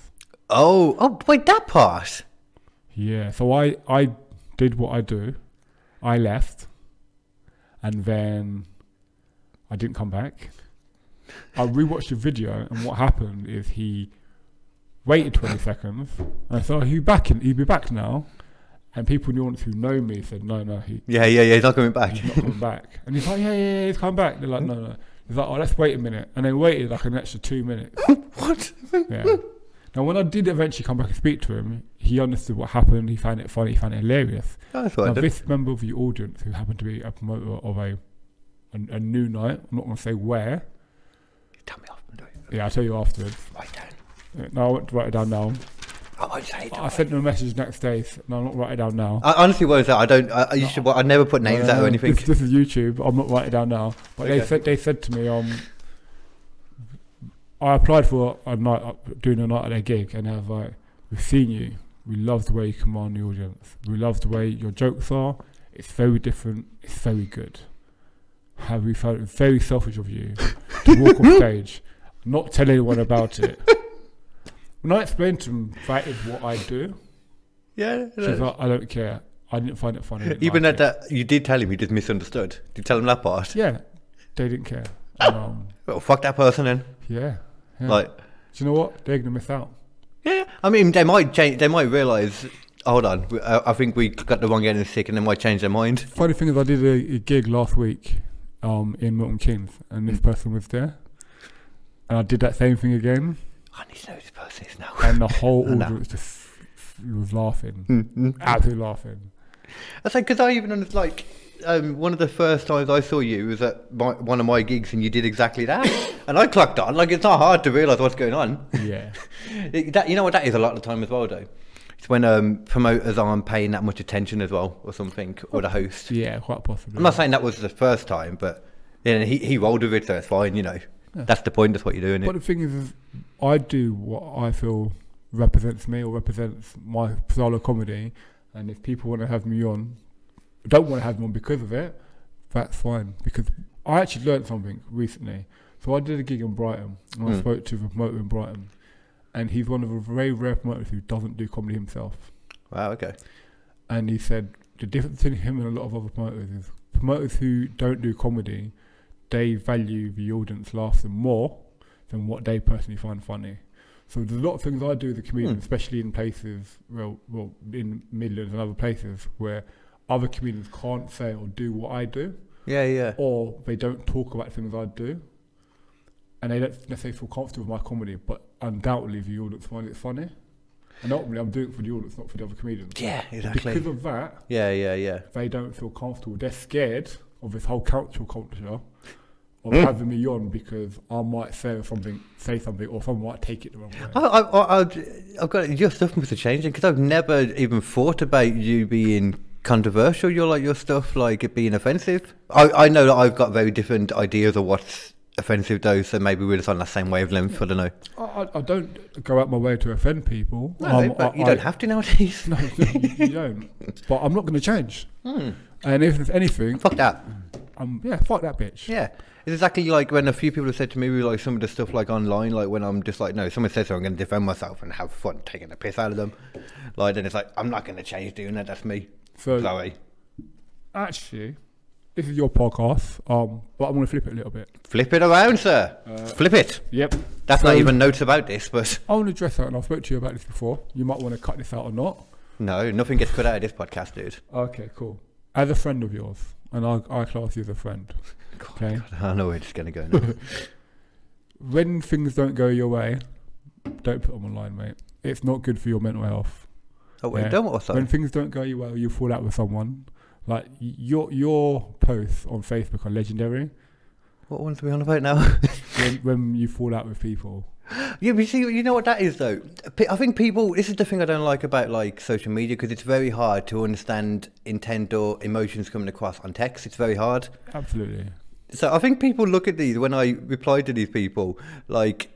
S1: Oh, oh, wait, that part.
S4: Yeah, so I I did what I do, I left, and then I didn't come back. I rewatched the video, and what happened is he waited 20 seconds, and so he back in, he'd be back now, and people in the audience who know me said, no, no, he,
S1: Yeah, yeah, yeah. He's not coming back.
S4: he's not coming back, and he's like, yeah, yeah, yeah, he's coming back. They're like, no, no. He's like, oh, let's wait a minute, and they waited like an extra two minutes.
S1: what?
S4: Yeah. Now, when I did eventually come back and speak to him, he understood what happened. He found it funny. He found it hilarious.
S1: I thought I
S4: now,
S1: did.
S4: this member of the audience, who happened to be a promoter of a a, a new night, I'm not going to say where.
S1: Tell me off. Do it.
S4: Yeah, I'll tell you afterwards.
S1: Write down.
S4: Yeah, No, I won't write it down now.
S1: I won't say it.
S4: I sent him a message next day. s- No, I'm not writing it down now.
S1: I honestly won't say. I don't. I, I used to. I never put names out
S4: Uh,
S1: or anything.
S4: This, this is YouTube. I'm not writing it down now. But
S1: Okay.
S4: they said they said to me, um, I applied for a night up- doing a night at their gig, and they was like, "We've seen you. We love the way you command the audience. We love the way your jokes are. It's very different. It's very good. Have we found it very selfish of you to walk off stage, not tell anyone about it?" When I explained to them that is what I do,
S1: Yeah.
S4: she was like, "I don't care. I didn't find it funny." I didn't
S1: Even at
S4: like it."
S1: that, you did tell him you just misunderstood. Did you tell him that part?
S4: Yeah, they didn't care. Um,
S1: Well, fuck that person then.
S4: yeah, yeah.
S1: Like,
S4: do you know what? They're gonna miss out.
S1: yeah. I mean, they might change. They might realise. Hold on, w- uh, I think we got the wrong end of the stick, and they might change their mind.
S4: Funny thing is, I did a, a gig last week um, in Milton Keynes, and this person was there, and I did that same thing again,
S1: I need to know who this person is now.
S4: and the whole
S1: I know.
S4: audience just was laughing,
S1: Mhm.
S4: absolutely laughing.
S1: I say because I even under- like um, one of the first times I saw you was at my, one of my gigs, and you did exactly that, and I clocked on. Like it's not hard to realise what's going on.
S4: Yeah,
S1: It- that, you know what that is a lot of the time as well, though. It's when um, promoters aren't paying that much attention as well, or something, or the host.
S4: yeah, quite possibly.
S1: I'm not saying that was the first time, but you know, he he rolled with it, so it's fine. You know, that's the point. That's what you're doing.
S4: But
S1: It.
S4: the thing is, is I do what I feel represents me or represents my style of comedy, and if people want to have me on, don't want to have me on because of it, that's fine. Because I actually learned something recently. So I did a gig in Brighton, and I
S1: Hmm.
S4: spoke to a promoter in Brighton, and he's one of the very rare promoters who doesn't do comedy himself.
S1: Wow. Okay.
S4: And he said the difference between him and a lot of other promoters is promoters who don't do comedy, they value the audience laughter more than what they personally find funny. So there's a lot of things I do as a comedian,
S1: Hmm.
S4: especially in places, well, well, in Midlands and other places where other comedians can't say or do what I do,
S1: Yeah. Yeah.
S4: or they don't talk about things I do, and they don't necessarily feel comfortable with my comedy, but undoubtedly the audience find it funny. And ultimately, I'm doing it for the audience, not for the other comedians.
S1: Yeah. Exactly.
S4: Because of that,
S1: Yeah. Yeah. Yeah.
S4: they don't feel comfortable. They're scared of this whole cultural culture
S1: Hmm.
S4: of having me on because I might say something, say something, or someone might take it the wrong way.
S1: I, I, I, I'd- I've got your stuff must have changed because I've never even thought about you being controversial. You're like your stuff like it being offensive. I, I know that I've got very different ideas of what's offensive though, so maybe we're just on the same wavelength. I don't know.
S4: I, I, I don't go out my way to offend people.
S1: No,
S4: Um,
S1: but
S4: I-
S1: you
S4: I-
S1: don't have to nowadays.
S4: No, you, you don't. But I'm not going to change.
S1: Hmm.
S4: And if, if anything,
S1: Fuck that.
S4: um, yeah, fuck that bitch.
S1: Yeah. It's exactly like when a few people have said to me, like some of the stuff like online, like when I'm just like, no, someone says so, I'm going to defend myself and have fun taking the piss out of them. Like, then it's like, I'm not going to change doing that. That's me.
S4: So
S1: Sorry.
S4: actually, this is your podcast. Um, but I'm going to flip it a little bit.
S1: Flip it around, sir. Flip it.
S4: Yep.
S1: That's
S4: Uh, So-
S1: not even notes about this, but
S4: I want to dress out, and I've spoke to you about this before. You might want to cut this out or not.
S1: no, nothing gets cut out of this podcast, dude.
S4: Okay, cool. As a friend of yours, and I, I class you as a friend. Okay.
S1: I know where it's going to go now.
S4: When things don't go your way, don't put them online, mate. It's not good for your mental health.
S1: Oh, wait,
S4: Yeah.
S1: don't what
S4: When
S1: sorry.
S4: things don't go your way, you fall out with someone. Like y- your your posts on Facebook are legendary.
S1: What ones are we on about now?
S4: When, when you fall out with people,
S1: yeah, but you see, you know what that is, though? P- I think people, this is the thing I don't like about, like, social media, because it's very hard to understand intent or emotions coming across on text. It's very hard.
S4: absolutely.
S1: So I think people look at these when I reply to these people, like,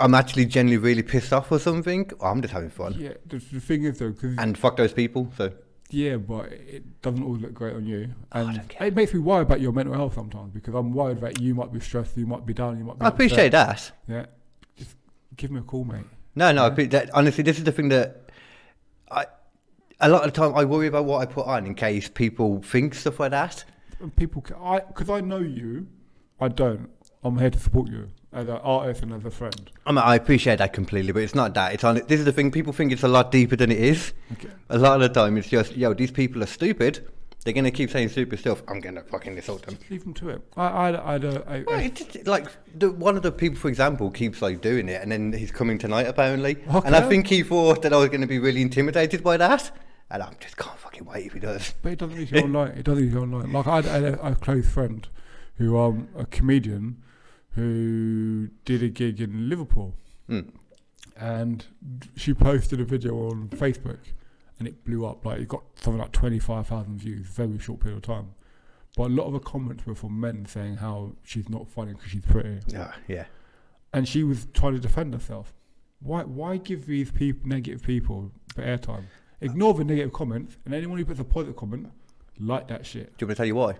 S1: I'm actually generally really pissed off or something. Or I'm just having fun.
S4: Yeah. The, the thing is though, because
S1: And fuck those people, so.
S4: Yeah, but it doesn't all look great on you, and
S1: don't care.
S4: it makes me worry about your mental health sometimes because I'm worried that you might be stressed, you might be down, you might. be
S1: I appreciate
S4: upset.
S1: that.
S4: Yeah, just give me a call, mate.
S1: No, no. I think that, honestly, this is the thing that I a lot of the time I worry about what I put on in case people think stuff like that.
S4: And people, ca- I because I know you, I don't. I'm here to support you as an artist and as a friend.
S1: I mean, I appreciate that completely, but it's not that. It's on. This is the thing. People think it's a lot deeper than it is.
S4: Okay.
S1: A lot of the time, it's just yo, these people are stupid. They're gonna keep saying stupid stuff. I'm gonna fucking insult them.
S4: Leave them to it. I, I, I, don't- I,
S1: Well,
S4: I
S1: it's just, like the, one of the people, for example, keeps like doing it, and then he's coming tonight apparently. And I
S4: Okay.
S1: think he thought that I was gonna be really intimidated by that, and I'm just can't fucking wait if he does.
S4: But it doesn't need to go online. It doesn't need to go online. Like I had, I had a, a close friend who um a comedian who did a gig in Liverpool,
S1: Mm.
S4: and she posted a video on Facebook, and it blew up. Like it got something like twenty five thousand views, very short period of time. But a lot of the comments were from men saying how she's not funny because she's pretty,
S1: Yeah, yeah.
S4: and she was trying to defend herself. Why why give these people negative people the airtime? Ignore the negative comments, and anyone who puts a positive comment, like that shit.
S1: Do you want me to tell you why?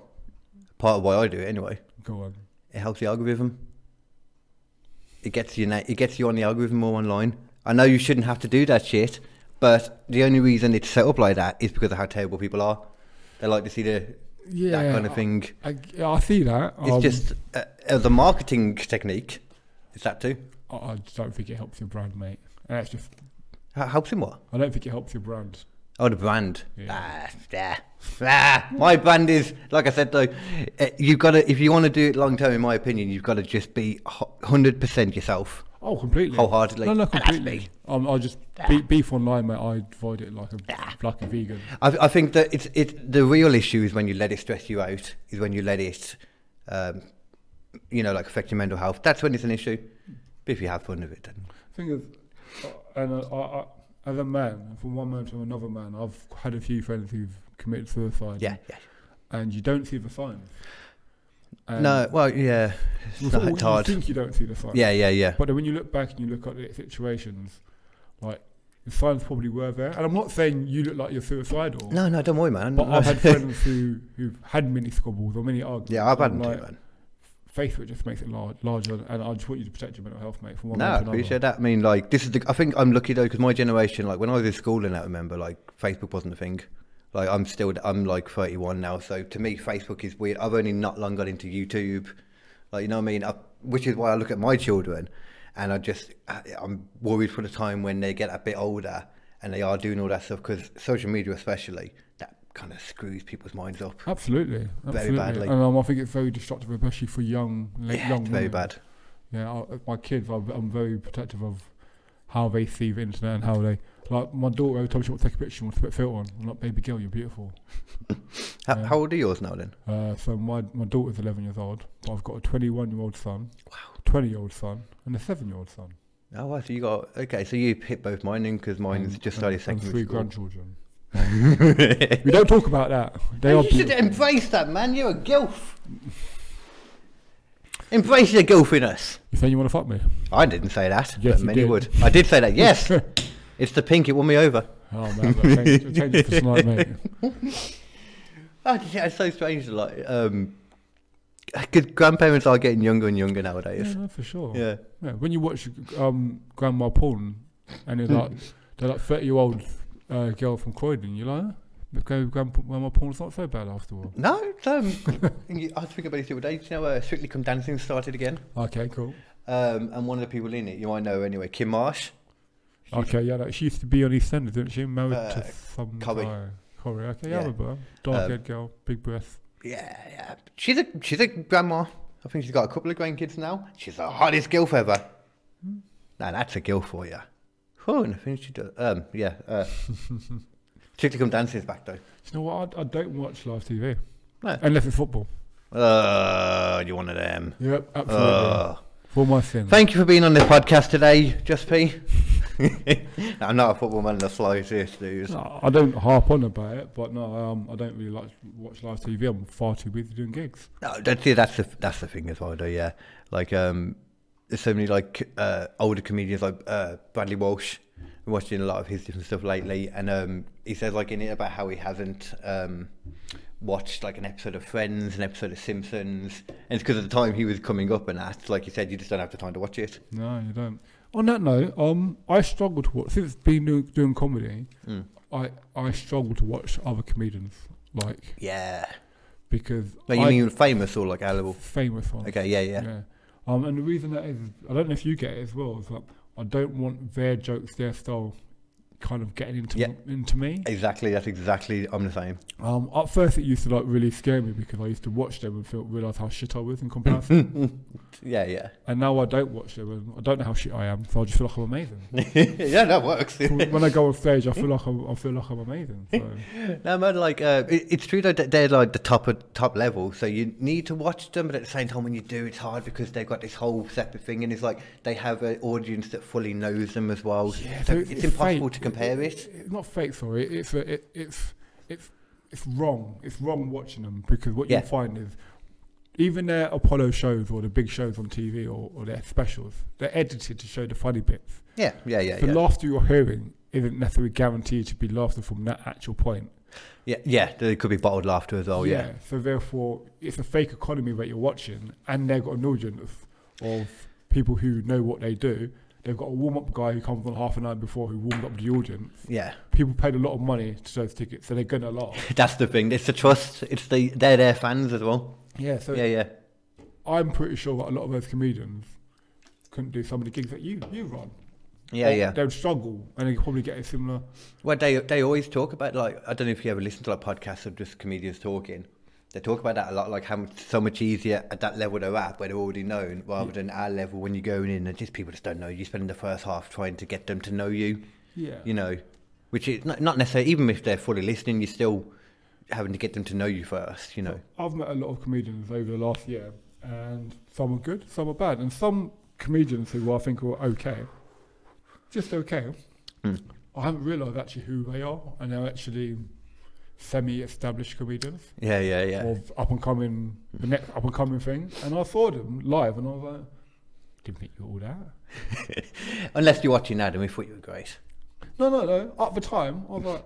S1: Part of why I do it anyway.
S4: Go on.
S1: It helps the algorithm. It gets you. na- It gets you on the algorithm more online. I know you shouldn't have to do that shit, but the only reason it's set up like that is because of how terrible people are. They like to see the that
S4: yeah,
S1: kind of thing.
S4: I, I, I see that.
S1: It's
S4: um,
S1: just uh, as a marketing technique. Is that too?
S4: I, I just don't think it helps your brand, mate. And that's just,
S1: H- helps in what?
S4: I don't think it helps your brand.
S1: Oh, the brand.
S4: Yeah.
S1: Ah, yeah. Ah, my brand is like I said though. eh, You've got to if you want to do it long term. In my opinion, you've got to just be hundred percent yourself.
S4: Oh, completely.
S1: Wholeheartedly.
S4: No, no,
S1: And that's
S4: completely.
S1: me.
S4: Um, I just be- beef online, mate. I avoid it like a like a vegan.
S1: I, I think that it's it. The real issue is when you let it stress you out. Is when you let it, um, you know, like affect your mental health. That's when it's an issue. But if you have fun with it, then
S4: Thing is, uh, and I, I, I, as a man, from one man to another man, I've had a few friends who've committed suicide.
S1: yeah, yeah.
S4: And you don't see the signs. And
S1: no, well, yeah.
S4: you
S1: It's,
S4: thought-
S1: not, it's
S4: you
S1: hard.
S4: think you don't see the signs.
S1: Yeah, yeah, yeah.
S4: But then when you look back and you look at the situations, like the signs probably were there. And I'm not saying you look like you're suicidal.
S1: No, no, don't worry, man.
S4: But I've had friends who who've had mini squabbles or mini arguments.
S1: yeah, I've had
S4: and,
S1: them too,
S4: like,
S1: man.
S4: Facebook just makes it large, larger, and I just want you to protect your mental health, mate. From one
S1: No,
S4: man
S1: I
S4: to another.
S1: appreciate that. I mean, like, this is the. I think I'm lucky though, because my generation, like, when I was in school and that, remember, like, Facebook wasn't a thing. Like, I'm still, I'm like 31 now, so to me, Facebook is weird. I've only not long got into YouTube, like, you know what I mean? I, which is why I look at my children, and I just, I- I'm worried for the time when they get a bit older and they are doing all that stuff because social media, especially, that kind of screws people's minds up.
S4: Absolutely, absolutely.
S1: badly.
S4: And um, I think it's very destructive, especially for young, like,
S1: Yeah,
S4: young.
S1: it's very
S4: women.
S1: bad.
S4: Yeah, I, my kids, I'm, I'm very protective of how they see the internet and how they like. My daughter every time she wants to take a picture, she wants to put a filter on. I'm like, baby girl, you're beautiful.
S1: How,
S4: Yeah.
S1: how old are yours now then?
S4: Uh, so my my daughter's 11 years old, but I've got a 21 year old son, 20 year old son, and a seven year old son.
S1: Oh, wow, so you got okay. So you hit both mine in because mine's
S4: and-
S1: just started
S4: and, and
S1: secondary school.
S4: three grandchildren. we don't talk about that. They are
S1: you should
S4: beautiful.
S1: embrace that, man. You're a gilf. Embrace your gilfiness.
S4: You saying you want to fuck me?
S1: I didn't say that,
S4: Yes,
S1: but
S4: you
S1: many
S4: did.
S1: would. I did say that. Yes, it's the pink. It won me over.
S4: Oh man, look, change, change it for tonight, mate.
S1: Oh, yeah, it's so strange. Like, um, 'cause grandparents are getting younger and younger
S4: Yeah,
S1: nowadays.
S4: no, for sure.
S1: Yeah,
S4: Yeah, when you watch um, grandma porn, and they're like they're like thirty year old uh, girl from Croydon, you're like, "Huh? but grand- grand- grandma porn's not so bad after all.
S1: no, it's, um, I think about it the other day. Do you know where Strictly Come Dancing started again?
S4: Okay, cool.
S1: Um, and one of the people in it, you might know anyway, Kim Marsh.
S4: Okay, yeah, like, she used to be on EastEnders, didn't she? Married
S1: Uh,
S4: to some
S1: Corrie.
S4: guy. Corey. Okay,
S1: Yeah.
S4: yeah, I remember. her. Dark
S1: Um,
S4: haired girl, big breath.
S1: Yeah, yeah. She's a she's a grandma. I think she's got a couple of grandkids now. She's the hottest gilf ever. Hmm. Now that's a gilf for you. Oh, and I think she does. Um, yeah. Uh, Strictly Come Dancing's back though.
S4: You know what? I, I don't watch live TV
S1: No.
S4: unless it's football.
S1: Uh, you one of them.
S4: Yep, absolutely.
S1: Uh,
S4: For my sins.
S1: thank you for being on this podcast today, Just P. I'm not a football man in the slightest, dude.
S4: No, I don't harp on about it, but no, um, I don't really like to watch live TV. I'm far too busy doing gigs.
S1: No, that's yeah, that's the that's the thing as well. Though, yeah, like um, there's so many like uh, older comedians like uh, Bradley Walsh. We're watching a lot of his different stuff lately, and um, he says like in it about how he hasn't um, watched like an episode of Friends, an episode of Simpsons, and it's because at the time he was coming up and that, like you said, you just don't have the time to watch it.
S4: No, you don't. On that note, um, I struggle to watch since being doing, doing comedy.
S1: Mm.
S4: I I struggle to watch other comedians like
S1: Yeah,
S4: because
S1: no, you
S4: I,
S1: mean famous or like Alibal?
S4: famous ones.
S1: Okay, yeah, yeah,
S4: Um, and the reason that is, I don't know if you get it as well. Is like I don't want their jokes, their style, kind of getting into
S1: Yeah.
S4: into me.
S1: exactly. That's exactly. I'm the same.
S4: Um, at first, it used to like really scare me because I used to watch them and feel, realize how shit I was in comparison.
S1: Yeah, yeah,
S4: and now I don't watch them and I don't know how shit I am, so I just feel like I'm amazing.
S1: yeah. That works.
S4: So when I go on stage, I feel like I'm, I feel like I'm amazing. So.
S1: No, man, like uh, it, it's true though that they're like the top of, top level, so you need to watch them. But at the same time, when you do, it's hard because they've got this whole separate thing, and it's like they have an audience that fully knows them as well. so it's, impossible
S4: fake.
S1: to compare it.
S4: It's not fake, sorry. It's a, it, it's it's it's wrong. It's wrong watching them because what
S1: Yeah.
S4: you find is even their Apollo shows or the big shows on TV or, or their specials, they're edited to show the funny bits.
S1: Yeah, yeah, yeah,
S4: the
S1: yeah.
S4: laughter you're hearing isn't necessarily guaranteed to be laughter from that actual point.
S1: yeah, yeah. There could be bottled laughter as well. Oh, Yeah,
S4: So therefore, it's a fake economy that you're watching, and they've got an audience of, of people who know what they do. They've got a warm up guy who comes on half an hour before who warmed up the audience.
S1: Yeah,
S4: People paid a lot of money to those tickets, so they're gonna laugh.
S1: that's the thing. It's the trust. It's the they're their fans as well.
S4: Yeah, so
S1: Yeah, yeah.
S4: I'm pretty sure that a lot of those comedians couldn't do some of the gigs that you you run.
S1: Yeah,
S4: They-
S1: yeah.
S4: They would struggle, and they could probably get a similar.
S1: Well, they they always talk about like I don't know if you ever listen to like podcasts of just comedians talking. They talk about that a lot, like how much, so much easier at that level they're at, where they're already known, rather than our level when you're going in and just people just don't know you. You spend the first half trying to get them to know you,
S4: Yeah,
S1: you know, which is not, not necessarily even if they're fully listening, you're still having to get them to know you first, you know.
S4: I've met a lot of comedians over the last year, and some are good, some are bad, and some comedians who I think are okay, just okay.
S1: Hmm.
S4: I haven't realised actually who they are, and they're actually semi-established comedians
S1: Yeah, yeah, Hmm. yeah.
S4: of up and coming, the next up and coming thing. And I saw them live, and I was like, didn't think you were all that.
S1: Unless you're watching Adam, we thought you were great.
S4: No, no, no. At the time, I was like,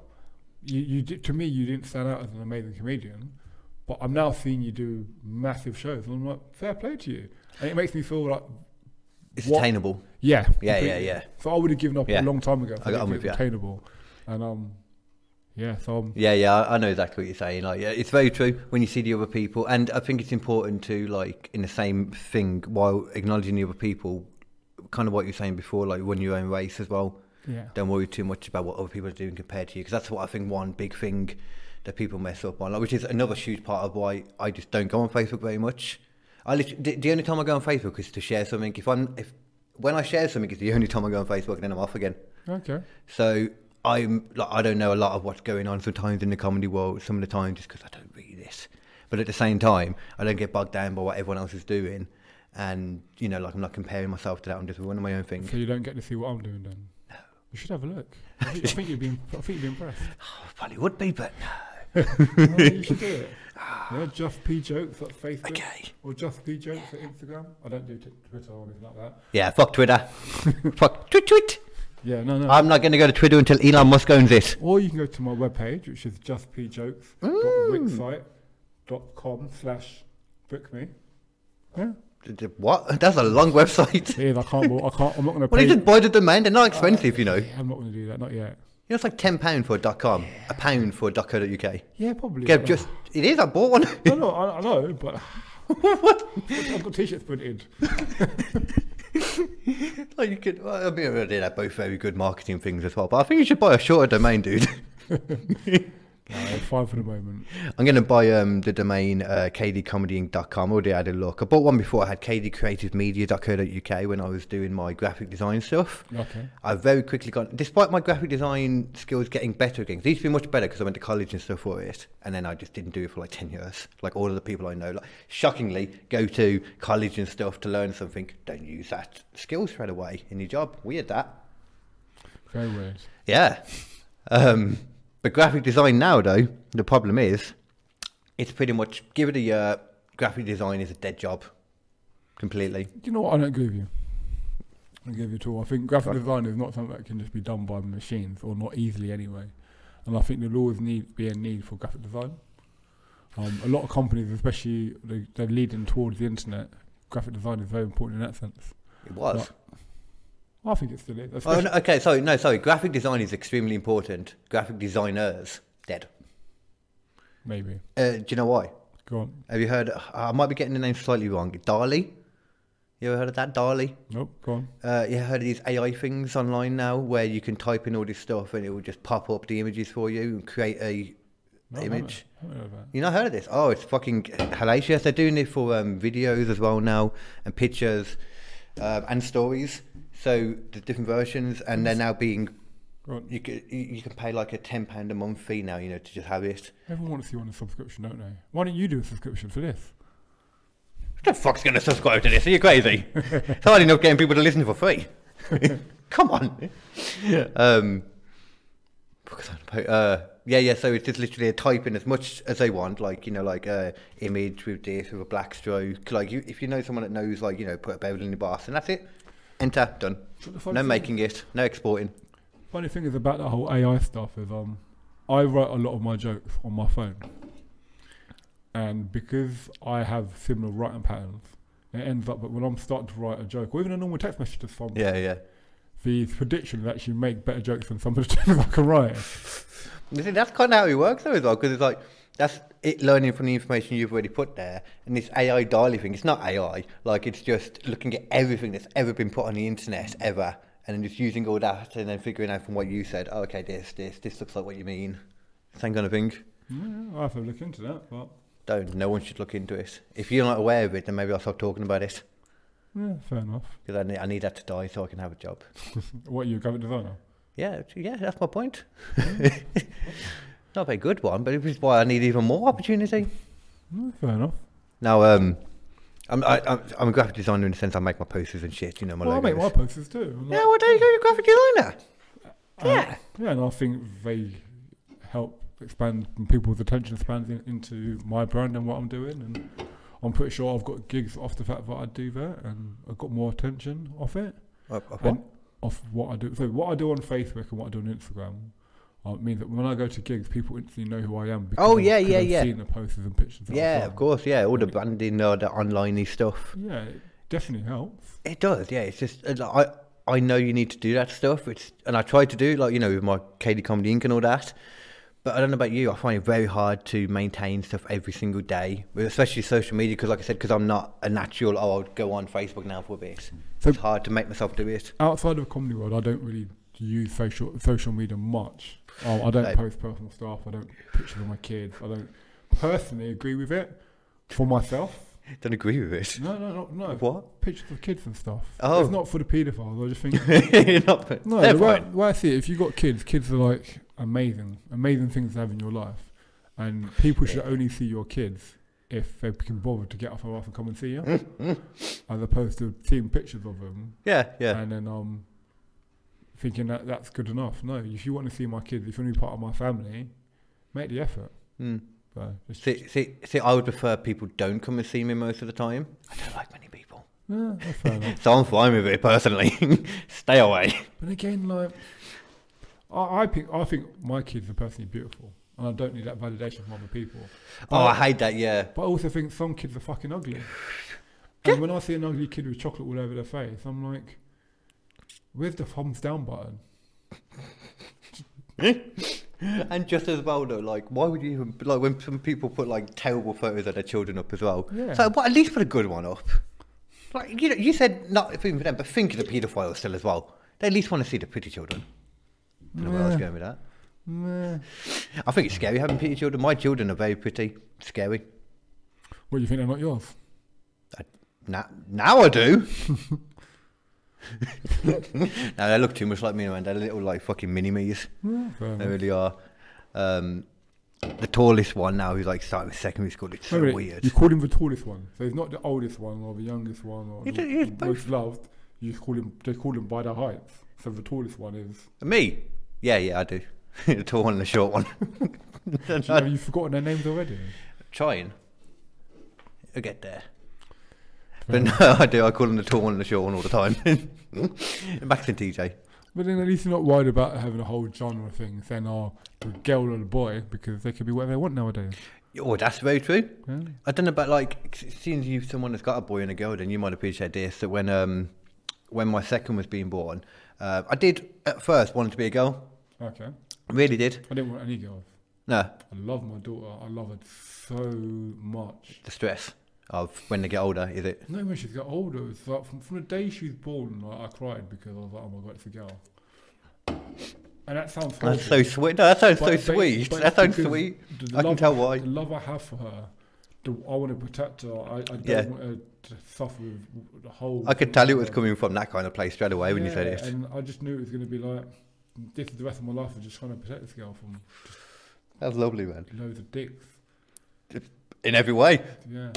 S4: you, you did, to me, you didn't stand out as an amazing comedian, but I'm now seeing you do massive shows, and I'm like, fair play to you. And it makes me feel like,
S1: It's
S4: What-
S1: attainable.
S4: yeah,
S1: Yeah, yeah,
S4: completely.
S1: yeah.
S4: So I would have given up
S1: Yeah.
S4: a long time ago. if
S1: I got- I'm
S4: didn't
S1: with
S4: think it
S1: you.
S4: was attainable, and um, yeah. So I'm,
S1: Yeah, yeah, I I know exactly what you're saying. Like, yeah, it's very true when you see the other people, and I think it's important to like in the same thing while acknowledging the other people, kind of what you're saying before, like run your own race as well.
S4: yeah,
S1: Don't worry too much about what other people are doing compared to you, because that's what I think one big thing that people mess up on, like, which is another huge part of why I just don't go on Facebook very much. I literally, the, the only time I go on Facebook is to share something. If I'm if when I share something, it's the only time I go on Facebook, and then I'm off again.
S4: okay,
S1: So I'm like I don't know a lot of what's going on sometimes in the comedy world. Some of the time, just because I don't read this, but at the same time, I don't get bogged down by what everyone else is doing, and you know, like I'm not comparing myself to that. I'm just running my own thing.
S4: so you don't get to see what I'm doing then. You should have a look. I think, I think you'd be, I think you'd be impressed.
S1: I Oh, probably would be, but
S4: Oh, you should do it. Yeah, Just P jokes at Facebook.
S1: Ah. okay.
S4: Or just P jokes at Instagram. I don't do t- Twitter or anything like that.
S1: Yeah, fuck Twitter. fuck tweet tweet.
S4: Yeah, no, no.
S1: I'm not going to go to Twitter until Elon Musk owns it.
S4: or you can go to my webpage, which is Mm. justpjokes.wixsite.com slash book me. Yeah.
S1: D- d- What? That's a long website.
S4: It is. I can't, well, I can't, I'm not going to
S1: Well,
S4: pay.
S1: you just buy the domain. They're not expensive, you know. You
S4: Yeah, I'm not going to do that, not yet.
S1: know, it's like ten pound for a .com, a pound for a .co.uk.
S4: Yeah, probably.
S1: Yeah,
S4: but-
S1: just it is. I bought one.
S4: No, no, I, I know, but. I've got t shirts printed.
S1: Like you could, well, I mean, they are both very good marketing things as well. But I think you should buy a shorter domain, dude.
S4: No, it's fine for the moment.
S1: I'm going to buy um, the domain uh, kdcomedyinc.com. Already had a look. I bought one before. I had kdcreativemedia.co.uk when I was doing my graphic design stuff.
S4: Okay.
S1: I very quickly got, despite my graphic design skills getting better again, 'cause they used to be much better because I went to college and stuff for it, and then I just didn't do it for like 10 years. Like all of the people I know, like shockingly, go to college and stuff to learn something, don't use that skill straight away in your job. Weird that.
S4: Very weird.
S1: Yeah. Um, but graphic design now, though, the problem is it's pretty much give it a year, graphic design is a dead job completely.
S4: You know what? I don't agree with you. I don't agree with you at all. I think graphic design is not something that can just be done by machines or not easily anyway. And I think there'll always need be a need for graphic design. Um, a lot of companies, especially they, they're leading towards the internet. Graphic design is very important in that sense.
S1: It was.
S4: I think it still is.
S1: Oh,
S4: especially-
S1: no, okay, sorry, no, sorry. Graphic design is extremely important. Graphic designers, dead.
S4: Maybe.
S1: Uh, do you know why?
S4: Go on.
S1: Have you heard? I might be getting the name slightly wrong. Dali? You ever heard of that? Dali?
S4: Nope. Go on.
S1: Uh, you heard of these AI things online now where you can type in all this stuff and it will just pop up the images for you and create a
S4: No, I haven't-
S1: image?
S4: I haven't heard of that.
S1: You not heard of this? Oh, it's fucking hellacious. They're doing it for um, videos as well now, and pictures, um, and stories. So the different versions, and they're now being
S4: Go on.
S1: you can you you can pay like a ten pound a month fee now, you know, to just have it.
S4: Everyone wants you on a subscription, don't they? Why don't you do a subscription for this?
S1: Who the fuck's gonna subscribe to this? Are you crazy? it's hard enough getting people to listen for free. Come on. Um, what was I on about? uh, yeah, yeah. So it's just literally a type in as much as they want, like you know, like uh, image with this with a black stroke. Like you, if you know someone that knows, like you know, put a bevel in your bath, and that's it. Enter, done.
S4: But the funny
S1: No
S4: thing-
S1: making it, no exporting.
S4: Funny thing is about that whole AI stuff is um, I write a lot of my jokes on my phone, and because I have similar writing patterns, it ends up that when I'm starting to write a joke or even a normal text message to someone,
S1: Yeah, yeah.
S4: these predictions actually make better jokes than some of the things I can write.
S1: You see, that's kind of how it works, though, as well, because it's like that's it learning from the information you've already put there, and this AI dialy thing. It's not AI, like it's just looking at everything that's ever been put on the internet ever, and then just using all that, and then figuring out from what you said. Oh, okay, this, this, this looks like what you mean. Same kind of thing.
S4: I have to look into that, but
S1: Don't. No one should look into it. If you're not aware of it, then maybe I'll stop talking about it
S4: yeah, fair enough.
S1: because I need, I need that to die so I can have a job.
S4: What are you, a graphic designer?
S1: Yeah, t- yeah, that's my point. Not a good one, but it was why I need even more opportunity.
S4: Yeah, fair enough.
S1: Now, um, I'm I, I'm, I'm a graphic designer in the sense I make my posters and shit. You know my
S4: Well, I
S1: logos.
S4: make my posters too. and
S1: yeah, well, there you go, you're a graphic designer.
S4: Um,
S1: Yeah.
S4: Yeah, and I think they help expand people's attention spans in, into my brand and what I'm doing. And I'm pretty sure I've got gigs off the fact that I do that, and I've got more attention off it.
S1: Of- of
S4: And off what I do. So what I do on Facebook and what I do on Instagram. Uh, means that when I go to gigs, people instantly know who I am. Because
S1: Oh,
S4: I've-
S1: yeah,
S4: 'cause
S1: yeah,
S4: I've
S1: yeah.
S4: Seen the posters and pictures. that I've
S1: yeah, of
S4: done.
S1: course. Yeah, all the branding, uh, the online stuff.
S4: Yeah, it definitely helps.
S1: It does. Yeah, it's just uh, like, I I know you need to do that stuff. It's and I try to do like you know with my KD Comedy Inc and all that. But I don't know about you. I find it very hard to maintain stuff every single day, with- especially social media. Because like I said, because I'm not a natural. Oh, I'll go on Facebook now for a bit.
S4: So-
S1: it's hard to make myself do it.
S4: outside of comedy world, I don't really use social social media much. Um, I don't
S1: No.
S4: post personal stuff. I don't pictures of my kids. I don't personally agree with it for myself.
S1: Don't agree with it.
S4: No, no, no, no.
S1: What?
S4: Pictures of kids and stuff.
S1: Oh.
S4: It's not for the paedophiles. I just think.
S1: You're not,
S4: No,
S1: they're
S4: the way,
S1: fine.
S4: the way I see it, if you've got kids, kids are like amazing, amazing things to have in your life. And people should only see your kids if they can bother to get off their ass and come and see you, as opposed to seeing pictures of them
S1: Yeah, yeah.
S4: and then um thinking that that's good enough. No, if you want to see my kids, if you want to be part of my family, make the effort.
S1: Mm.
S4: But it's just,
S1: See, see, see, I would prefer people don't come and see me most of the time. I don't like many people.
S4: yeah, that's fair enough.
S1: So I'm fine with it personally. Stay away.
S4: But again, like I, I think I think my kids are personally beautiful, and I don't need that validation from other people.
S1: Oh, I hate that. Yeah.
S4: But I also think some kids are fucking ugly. And when I see an ugly kid with chocolate all over their face, I'm like, where's the thumbs down button?
S1: And just as well though, like why would you even like when some people put like terrible photos of their children up as well?
S4: Yeah.
S1: So well, at least put a good one up. Like you know, you said not even for them, but think of the paedophiles still as well. They at least want to see the pretty children. I don't know where I was
S4: Yeah.
S1: going with that.
S4: Meh.
S1: I think it's scary having pretty children. My children are very pretty. Scary.
S4: What do you think they're not yours?
S1: I, now, now I do. now they look too much like me, man. They're little like fucking mini me's.
S4: Fair
S1: They
S4: enough.
S1: really are. Um, the tallest one now, who's like starting with secondary school, it's so
S4: Wait a minute,
S1: weird.
S4: You called him the tallest one, so he's not the oldest one or the youngest one or
S1: He
S4: the,
S1: did- he's
S4: the most loved. You just call him. They call him by their heights. So the tallest one is.
S1: Me? Yeah, yeah, I do. the tall one and the short one.
S4: Do you, have you forgotten their names already?
S1: Trying. I'll get there. But no, I do. I call them the tall one and the short one all the time. Max and TJ.
S4: But then at least you're not worried about having a whole genre thing saying, "Oh, the girl or the boy," because they could be whatever they want nowadays.
S1: Oh, that's very true.
S4: Yeah.
S1: I don't know, but like, s- seeing as you someone that's got a boy and a girl, then you might appreciate this. That when um, when my second was being born, uh, I did at first wanted to be a girl.
S4: Okay.
S1: Really did.
S4: I didn't want any girls.
S1: No,
S4: I love my daughter. I love her so much.
S1: the stress of when they get older, is it?
S4: No, when she's got older, it's like from, from the day she was born, like, I cried because I was like, "Oh my god, it's a girl." And that sounds
S1: That's
S4: horrible.
S1: so sweet. No, that sounds
S4: But-
S1: so
S4: but-
S1: sweet.
S4: but
S1: that sounds
S4: because
S1: sweet.
S4: the
S1: I can
S4: love-
S1: tell why.
S4: The love I have for her, the, I want to protect her. I, I don't
S1: Yeah.
S4: want her to suffer with the whole.
S1: I could tell it was coming from that kind of place straight away when you said
S4: Yeah,
S1: it.
S4: And I just knew it was going to be like, this is the rest of my life of just trying to protect this girl from
S1: That was lovely, man.
S4: loads of dicks.
S1: In every way.
S4: Yeah.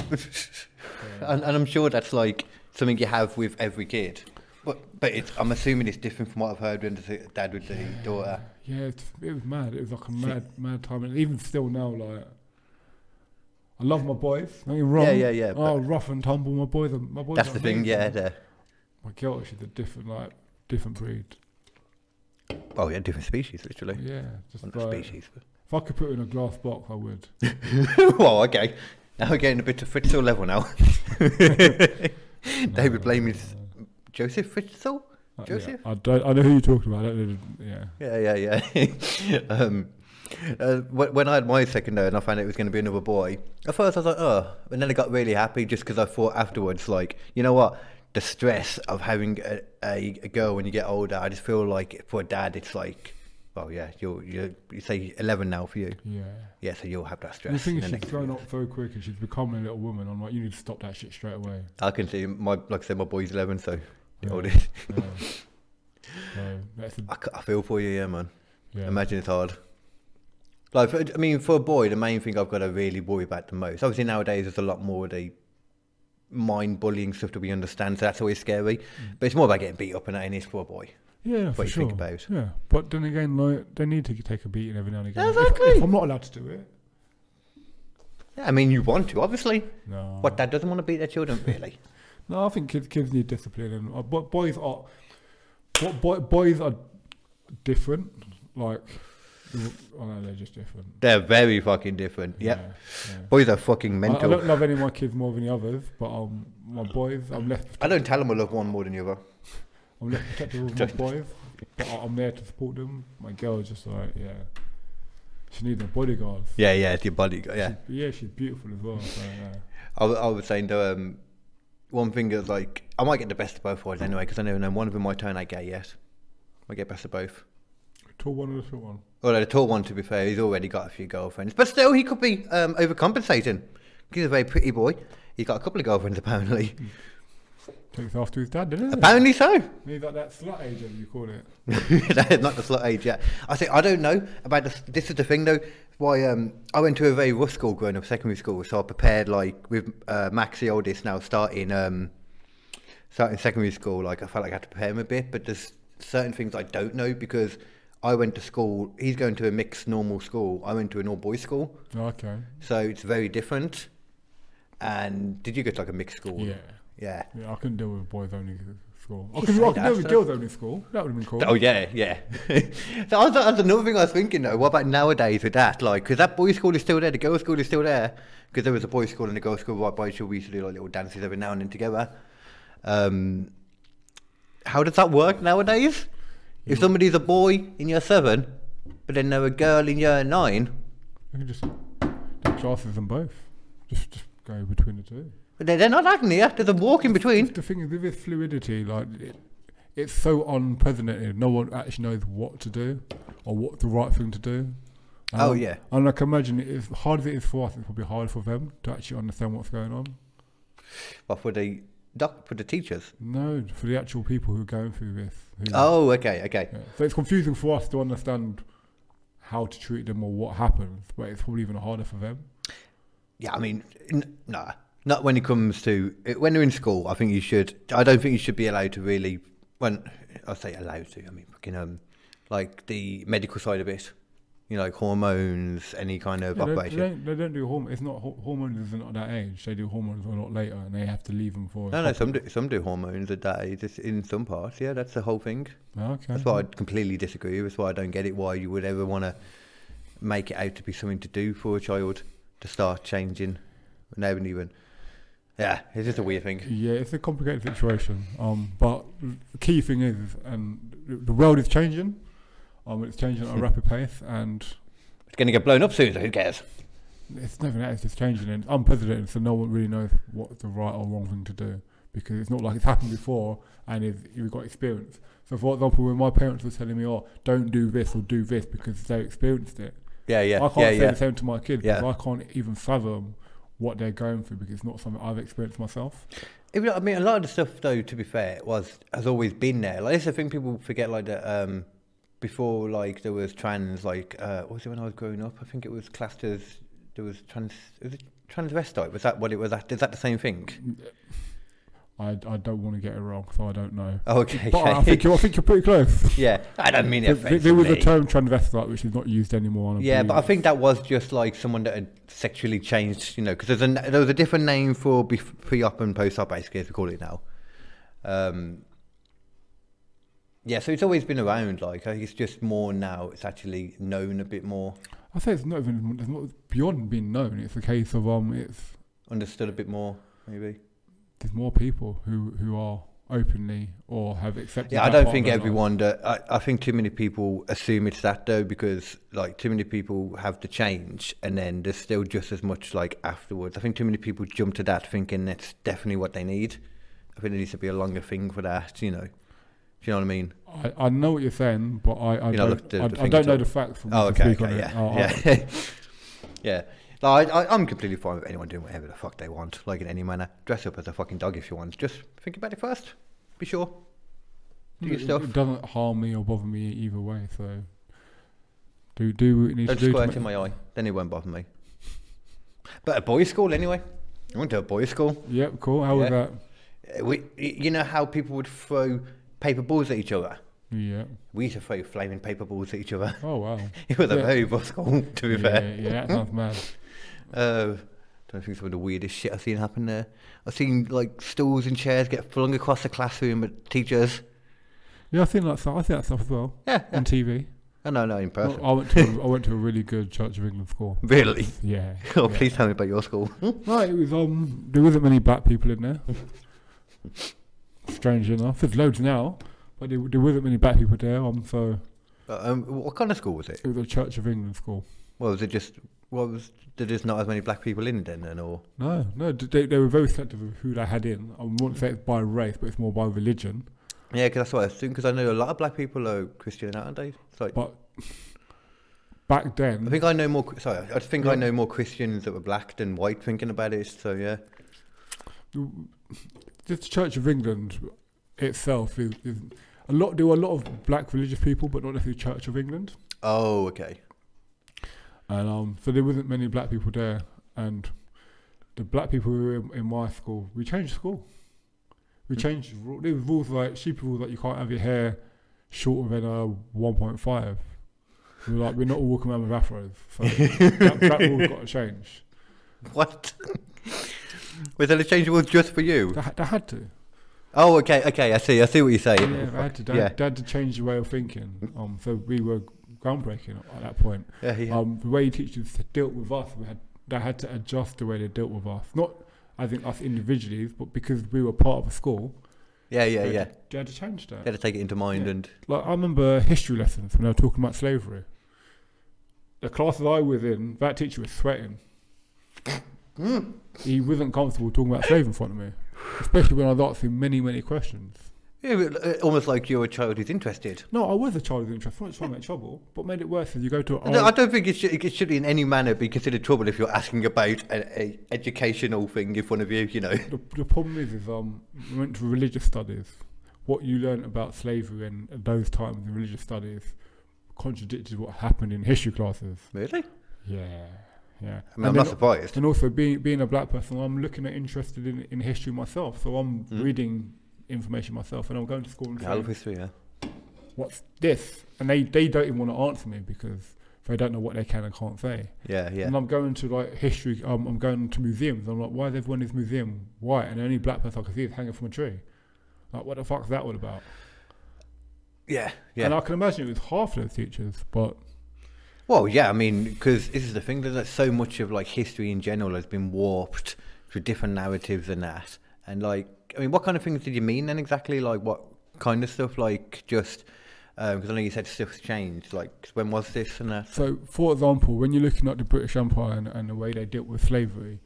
S1: And, and I'm sure that's like something you have with every kid. But, but it's, I'm assuming it's different from what I've heard when the dad with the daughter.
S4: Yeah, it, it was mad. It was like a mad, mad time. And even still now, like, I love my boys. Don't get me wrong.
S1: Yeah, yeah, yeah,
S4: Oh, rough and tumble. My boys are, my boys
S1: That's
S4: are
S1: the thing,
S4: amazing.
S1: yeah. The,
S4: My girl, she's a different, like, different breed.
S1: oh, yeah, different species, literally.
S4: Yeah, just
S1: Well,
S4: like,
S1: not species.
S4: if I could put her in a glass box, I would.
S1: But... well, okay. Now we're getting a bit to Fritzl level now. David Blame is Joseph Fritzl?
S4: Uh, yeah.
S1: Joseph?
S4: I don't. I know who you're talking about. I don't know. the- Yeah.
S1: Yeah, yeah, yeah. um, uh, wh- when I had my second day and I found it was going to be another boy, at first I was like, oh. And then I got really happy just because I thought afterwards, like, you know what? The stress of having a, a, a girl when you get older, I just feel like for a dad, it's like, well, yeah, you're, you're, you say 11 now for you.
S4: Yeah.
S1: Yeah, so you'll have that stress.
S4: The thing
S1: in
S4: is,
S1: the
S4: she's
S1: next
S4: grown
S1: few
S4: up very quick and she's becoming a little woman. I'm like, you need to stop that shit straight away.
S1: I can see my like I said, my boy's eleven, so the
S4: Yeah.
S1: oldest.
S4: Yeah. so that's a,
S1: I, c- I feel for you, yeah, man.
S4: yeah.
S1: Imagine it's hard. Like, for, I mean, for a boy, the main thing I've got to really worry about the most. Obviously, nowadays there's a lot more of the mind bullying stuff that we understand, so that's always scary. But it's more about getting beat up and that, and it's for a boy.
S4: yeah, for
S1: you
S4: sure.
S1: think about.
S4: Yeah, but then again, like they need to take a beating every now and again. If-
S1: Exactly.
S4: If, I'm not allowed to do it,
S1: Yeah, I mean, you want to, obviously.
S4: no.
S1: What dad doesn't want to beat their children, really?
S4: No, I think kids kids need discipline, and uh, but boys are, but boy, boys are different. Like, oh no, they're just different.
S1: They're very fucking different. Yeah.
S4: Yeah, yeah.
S1: Boys are fucking
S4: I, I
S1: mental. I,
S4: don't love any of my kids more than the others, but um, my boys, I'm left
S1: don't tell them I love one more than the other.
S4: I'm left protective of my boys, but I- I'm there to support them. My girl's just like, yeah, she needs a bodyguard.
S1: Yeah, yeah, it's your body. Yeah.
S4: But yeah, she's beautiful as well. So, yeah.
S1: I, w- I was saying though, um, one thing is like I might get the best of both worlds anyway because I know then one of them might turn out gay yet. I get best of both.
S4: Tall one or the short one?
S1: Although the tall one, to be fair, he's already got a few girlfriends, but still he could be um, overcompensating. He's a very pretty boy. He's got a couple of girlfriends apparently.
S4: Takes after his dad, doesn't it?
S1: apparently so.
S4: He's like that slut age, as you call it.
S1: that is not the slut age yet. I say I don't know about this. This is the thing though. Why um, I went to a very rough school growing up, secondary school. So I prepared like with uh, Max the oldest now starting um, starting secondary school. Like I felt like I had to prepare him a bit, but there's certain things I don't know because I went to school. He's going to a mixed normal school. I went to an all boys school,
S4: Oh, okay.
S1: so it's very different. And did you go to like a mixed school?
S4: Yeah.
S1: Yeah.
S4: Yeah, I couldn't deal with boys only school. I
S1: You
S4: could,
S1: say
S4: I could
S1: that,
S4: deal with
S1: so-
S4: girls only school. That would have been cool.
S1: Oh yeah, yeah. so I was, that's another thing I was thinking though. What about nowadays with that? Like, because that boys' school is still there, the girls' school is still there. Because there was a boys' school and a girls' school right by each other. We used to do like little dances every now and then together. Um, how does that work nowadays? If somebody's a boy in year seven, but then they're a girl in year nine,
S4: You could just do classes them both. Just, just go between the two.
S1: but they're, they're not acting here. There's a walk in between.
S4: The thing is, with this fluidity, like it, it's so unprecedented. No one actually knows what to do or what the right thing to do. And
S1: Oh,
S4: I-
S1: yeah.
S4: and I can imagine as hard as it is for us, it's probably hard for them to actually understand what's going on.
S1: Well, for the doc, for the teachers.
S4: No, for the actual people who are going through this. who-
S1: Oh, okay, okay.
S4: yeah. So it's confusing for us to understand how to treat them or what happens, but it's probably even harder for them.
S1: Yeah, I mean, n- no, not when it comes to when they're in school. I think you should. I don't think you should be allowed to really. When I say allowed to, I mean fucking um, like the medical side of it. You know, like hormones, any kind of
S4: Yeah, they, they,
S1: operation.
S4: don't, they don't do hormones. It's not hor- hormones. Isn't at that age. They do hormones a lot later, and they have to leave them for. a
S1: no, no,
S4: couple-
S1: some do, some do hormones a day. Just in some parts, yeah, that's the whole thing.
S4: ah, Okay.
S1: That's why I completely disagree. That's why I don't get it. Why you would ever want to make it out to be something to do for a child to start changing. They haven't even. Yeah, it's just a weird thing.
S4: Yeah, it's a complicated situation. Um, but the key thing is, and the- the world is changing. Um, it's changing at a rapid pace, and
S1: It's going to get blown up soon, so who cares?
S4: it's nothing else. It's changing and it's unprecedented. So no one really knows what's the right or wrong thing to do because it's not like it's happened before, and if you've got experience. So, for example, when my parents were telling me, "Oh, don't do this or do this," because they experienced it,
S1: Yeah, yeah,
S4: I can't
S1: yeah,
S4: say
S1: yeah.
S4: the same to my kids
S1: Yeah.
S4: because I can't even fathom what they're going through because it's not something I've experienced myself.
S1: Even though- I mean, a lot of the stuff, though, to be fair, was has always been there. Like, it's the thing people forget, like, that um, before, like, there was trans, like, uh, what was it when I was growing up? I think it was classed as, there was trans, was it transvestite? Was that what it was? That, is that the same thing?
S4: I, I don't want to get it wrong, so I don't know.
S1: Oh, okay.
S4: But I think you're, I think you're pretty close.
S1: yeah, I don't mean it
S4: There- there was a
S1: offensively.
S4: term transvestite which is not used anymore. and
S1: Yeah, but I
S4: believe-
S1: think that was just like someone that had sexually changed, you know, because there's a there was a different name for bef- pre-op and post-op, basically, as we call it now. Um, yeah, so it's always been around. Like, I think it's just more now. It's actually known a bit more,
S4: I say it's not even it's not beyond being known. It's a case of um, it's
S1: understood a bit more, maybe.
S4: there's more people who who are openly or have accepted.
S1: Yeah, I
S4: that
S1: don't
S4: part
S1: think
S4: of their life.
S1: everyone. That, I, I think too many people assume it's that though, because like too many people have the change, and then there's still just as much like afterwards. I think too many people jump to that thinking that's definitely what they need. I think there needs to be a longer thing for that. You know, do you know what I mean?
S4: I, I know what you're saying, but I I
S1: You know,
S4: don't,
S1: look, the-
S4: I,
S1: the
S4: I
S1: thing
S4: don't
S1: at
S4: know
S1: all.
S4: the facts. from
S1: Oh,
S4: to
S1: okay,
S4: speak on
S1: okay,
S4: it.
S1: yeah,
S4: I'll- I'll-
S1: yeah, yeah. No, I, I, I'm completely fine with anyone doing whatever the fuck they want, like in any manner. Dress up as a fucking dog if you want. Just think about it first. Be sure. Do your
S4: it,
S1: stuff.
S4: It doesn't harm me or bother me either way. So do do what you need
S1: Don't
S4: to do. to
S1: squirt
S4: make-
S1: in my eye, then it won't bother me. But a boys' school anyway. I went to a boys' school.
S4: Yep, cool. How
S1: Yeah.
S4: was that?
S1: Uh, We, y- you know how people would throw paper balls at each other.
S4: Yeah.
S1: We used to throw flaming paper balls at each other.
S4: Oh wow.
S1: It was a
S4: Yeah.
S1: very rough school, to be
S4: yeah,
S1: fair.
S4: yeah, that sounds mad.
S1: Uh, don't think some of the weirdest shit I've seen happen there. I've seen like stools and chairs get flung across the classroom at teachers.
S4: Yeah, I think that stuff. I think that stuff as well
S1: Yeah, yeah.
S4: on TV.
S1: Oh, no, no, in
S4: I,
S1: person.
S4: I went to a, I went to a really good Church of England school.
S1: Really?
S4: Yeah.
S1: Oh,
S4: yeah.
S1: please tell me about your school. Hmm?
S4: Right, it was um. There wasn't many black people in there. Strangely enough, there's loads now, but there, there wasn't many black people there. Um, so
S1: But, um, what kind of school was it?
S4: it was a Church of England school.
S1: Well, was it just? What was? Did there's not as many black people in it then, then, or?
S4: No, no, d- they, they were very selective of who they had in. I wouldn't say it's by race, but it's more by religion.
S1: Yeah, because that's what I assume. Because I know a lot of black people are Christian nowadays. It's like
S4: But back then,
S1: I think I know more. Chri- Sorry, I think I
S4: Yeah.
S1: know more Christians that were black than white. Thinking about it, so yeah,
S4: the Church of England itself is, is a lot. There were a lot of black religious people, but not necessarily Church of England.
S1: oh okay,
S4: And um, so there wasn't many black people there. And the black people who were in, in my school, we changed school. We changed the ru- there was rules like sheep rules like you can't have your hair shorter than a one point five. We were like we're not all walking around with afros, so that, that rule got to change.
S1: what? was that a change of rules just for you?
S4: They, had- they had to.
S1: Oh okay, okay, I see, I see what you're saying.
S4: Yeah, they had to. They,
S1: yeah.
S4: had, they had to change the way of thinking. Um, so we were groundbreaking at, at that point.
S1: Yeah, yeah.
S4: Um, the way teachers dealt with us, we had they had to adjust the way they dealt with us. Not, I think, us individually, but because we were part of a school.
S1: yeah, yeah,
S4: they
S1: yeah.
S4: had to- they had to change that.
S1: Got to take it into mind
S4: Yeah.
S1: and
S4: Like I remember history lessons when they were talking about slavery. The class that I was in, that teacher was sweating. he wasn't comfortable talking about slavery in front of me, especially when I was asking many, many questions.
S1: yeah, but, uh, almost like you're a child who's interested.
S4: No, I was a child with interest. I wasn't trying to make trouble, but made it worse if you go to.
S1: I
S4: An
S1: don't, I
S4: old,
S1: don't think it should, it should in any manner be considered trouble if you're asking about a, a educational thing in front of you. You know.
S4: the, the problem is, is um, we went to religious studies. What you learn about slavery and those times in religious studies contradicted what happened in history classes.
S1: Really?
S4: Yeah, yeah.
S1: I mean, I'm not
S4: then-
S1: surprised.
S4: and also being being a black person, I'm looking at interested in, in history myself, so I'm
S1: Hmm.
S4: reading information myself, and I'm going to school and
S1: Yeah, I love
S4: saying,
S1: history, yeah.
S4: "What's this?" And they they don't even want to answer me because they don't know what they can and can't say.
S1: Yeah, yeah.
S4: And I'm going to like history. Um, I'm going to museums. I'm like, why is everyone in this museum white? And the only black person I can see is hanging from a tree. Like, what the fuck's that all about?
S1: yeah, yeah.
S4: And I can imagine it was half those teachers, but
S1: well, yeah, I mean, because this is the thing, there's like, so much of like history in general has been warped through different narratives and that. And like, I mean, what kind of things did you mean then exactly? Like, what kind of stuff? Like, just because I know you said stuff's changed. Like, when was this and that?
S4: so for example, when you're looking at the British Empire and, and the way they dealt with slavery,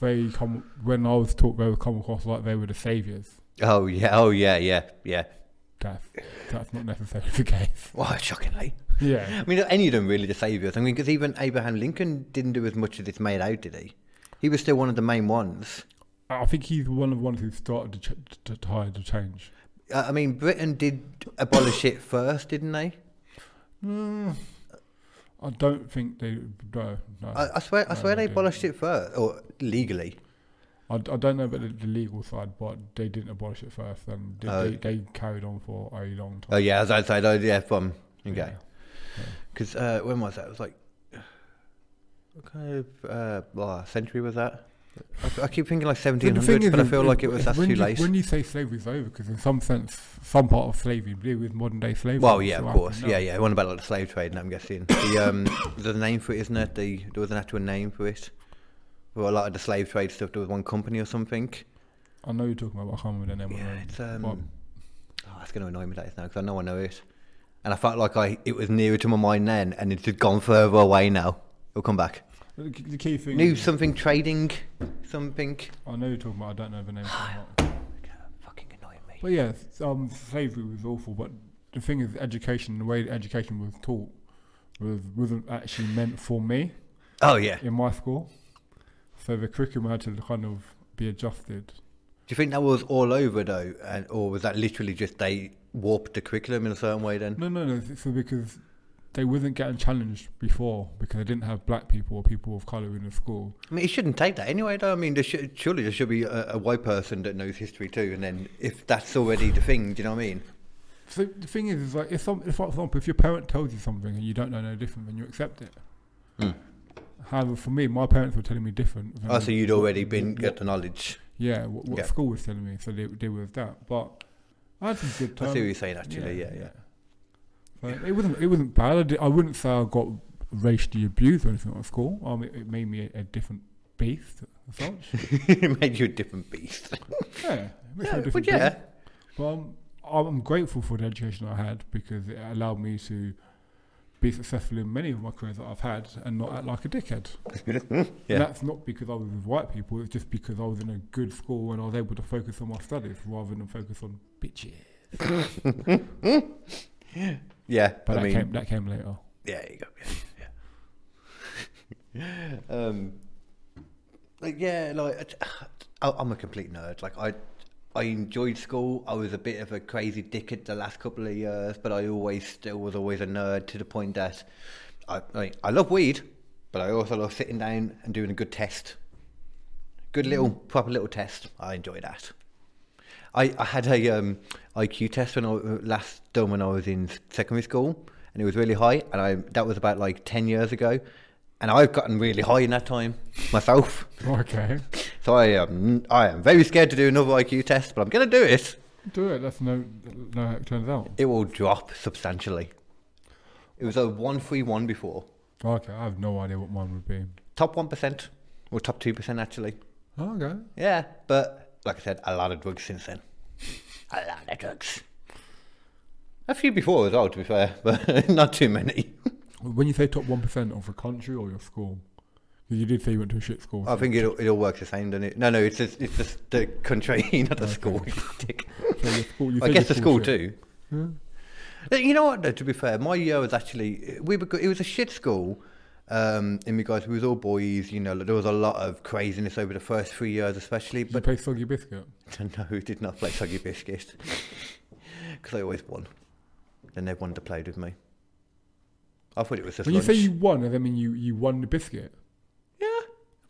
S4: they come when I was taught they would come across like they were the saviors.
S1: Oh, yeah, oh, yeah, yeah, yeah.
S4: That's that's not necessarily the case.
S1: Wow, shockingly.
S4: Yeah,
S1: I mean, any of them really the saviours. I mean, because even Abraham Lincoln didn't do as much as it's made out, did he? He was still one of the main ones.
S4: I think he's one of the ones who started to ch- to tide the change.
S1: Uh, I mean, Britain did abolish it first, didn't they?
S4: Mm, I don't think they. No, no.
S1: I, I swear, I
S4: No,
S1: swear
S4: they
S1: they
S4: didn't.
S1: abolished it first, or legally.
S4: I, I don't know about the, the legal side, but they didn't abolish it first, and they,
S1: Oh.
S4: they, they carried on for a long
S1: Oh
S4: time.
S1: yeah, as I said, oh yeah, from okay.
S4: Yeah.
S1: Because uh, when was that? It was like what kind of uh, blah, century was that? I, I keep thinking like
S4: But the thing
S1: 1700s, but I
S4: is,
S1: feel
S4: is-
S1: like it was
S4: is
S1: that's
S4: when
S1: too
S4: you,
S1: late.
S4: When you say slavery's over, because in some sense, some part of slavery blew with modern day slavery.
S1: Well,
S4: is
S1: yeah,
S4: still
S1: of
S4: happening
S1: course,
S4: now.
S1: yeah, yeah. One about like the slave trade, and I'm guessing the um, there's a name for it, isn't it? The, there was an actual name for it. For a lot of the slave trade stuff, there was one company or something.
S4: I know you're talking about, but I can't remember the name.
S1: Yeah, it's, um,
S4: but
S1: Oh, that's going to annoy me that is now because I know I know it. And I felt like I it was nearer to my mind then, and it's just gone further away now. It'll come back.
S4: the key- the key thing.
S1: New
S4: is-
S1: something trading, something.
S4: I know you're talking about. I don't know the name. of it or not.
S1: Fucking annoying me.
S4: But yeah, s- um, slavery was awful. But the thing is, education, the way education was taught, was wasn't actually meant for me
S1: Oh yeah. Do
S4: in my school. So the curriculum had to kind of be adjusted.
S1: you think that was all over though, and or was that literally just they warped the curriculum in a certain way then?
S4: No, no, no. So because they wasn't getting challenged before because they didn't have black people or people of color in the school.
S1: I mean, it shouldn't take that anyway. Though I mean, there should, surely there should be a, a white person that knows history too, and then if that's already the thing, do you know what I mean?
S4: So the thing is, is like if some, if for example, if your parent tells you something and you don't know no different, then you accept it.
S1: Hmm.
S4: However, for me, my parents were telling me different. than
S1: Oh, so you'd
S4: what-
S1: already been
S4: what-
S1: got the knowledge.
S4: yeah, what, what
S1: Yeah.
S4: school was telling me, so they they was that. But I had some good
S1: I
S4: time.
S1: see what you're saying actually. Yeah, yeah.
S4: So it wasn't it wasn't bad. I, di- I wouldn't say I got racially abused or anything at school. Um, it, it made me a, a different beast as such.
S1: it made you a different beast.
S4: Yeah,
S1: Yeah,
S4: it's no different
S1: but
S4: thing.
S1: yeah,
S4: But I'm, I'm grateful for the education I had because it allowed me to be successful in many of my careers that I've had and not act like a dickhead.
S1: Yeah.
S4: And that's not because I was with white people, it's just because I was in a good school and I was able to focus on my studies rather than focus on bitches.
S1: yeah.
S4: But
S1: I
S4: that,
S1: mean,
S4: came, that came later.
S1: yeah, there you go. Yeah, yeah. um, like yeah, like I, I'm a complete nerd. Like I, I enjoyed school. I was a bit of a crazy dickhead the last couple of years, but I always still was always a nerd to the point that I, I, I love weed, but I also love sitting down and doing a good test. Good little proper little test. I enjoy that. I, I had a um, IQ test when I last done when I was in secondary school, and it was really high. And I that was about like ten years ago, and I've gotten really high in that time myself.
S4: Okay.
S1: So I am I am very scared to do another IQ test, but I'm going to do it.
S4: Do it. That's no, no, how it turns out.
S1: It will drop substantially. It was a one three one before,
S4: Okay, I have no idea what mine would be.
S1: top one percent or top two percent actually.
S4: Okay.
S1: Yeah, but like I said, a lot of drugs since then. A lot of drugs. A few before as well, to be fair, but not too many.
S4: When you say top 1% of the country or your school, 'Cause you did say you went to a shit school.
S1: I
S4: so-
S1: think it all- it all works the same, doesn't it? No, no, it's just, it's just the country, not the
S4: Okay.
S1: school. you dick.
S4: so your school- you
S1: I
S4: said
S1: guess the
S4: your
S1: school
S4: shit.
S1: too.
S4: Yeah.
S1: Uh, You know what? Though, to be fair, my year was actually we were. go- It was a shit school. Um, in regards, we was all boys. You know, like, there was a lot of craziness over the first three years, especially.
S4: Did you
S1: But
S4: play Soggy Biscuit?
S1: no, we did not play Soggy Biscuit because I always won. Then everyone that played with me. I thought it was just
S4: When you
S1: lunch.
S4: say you won, does that mean you, you won the biscuit?
S1: yeah,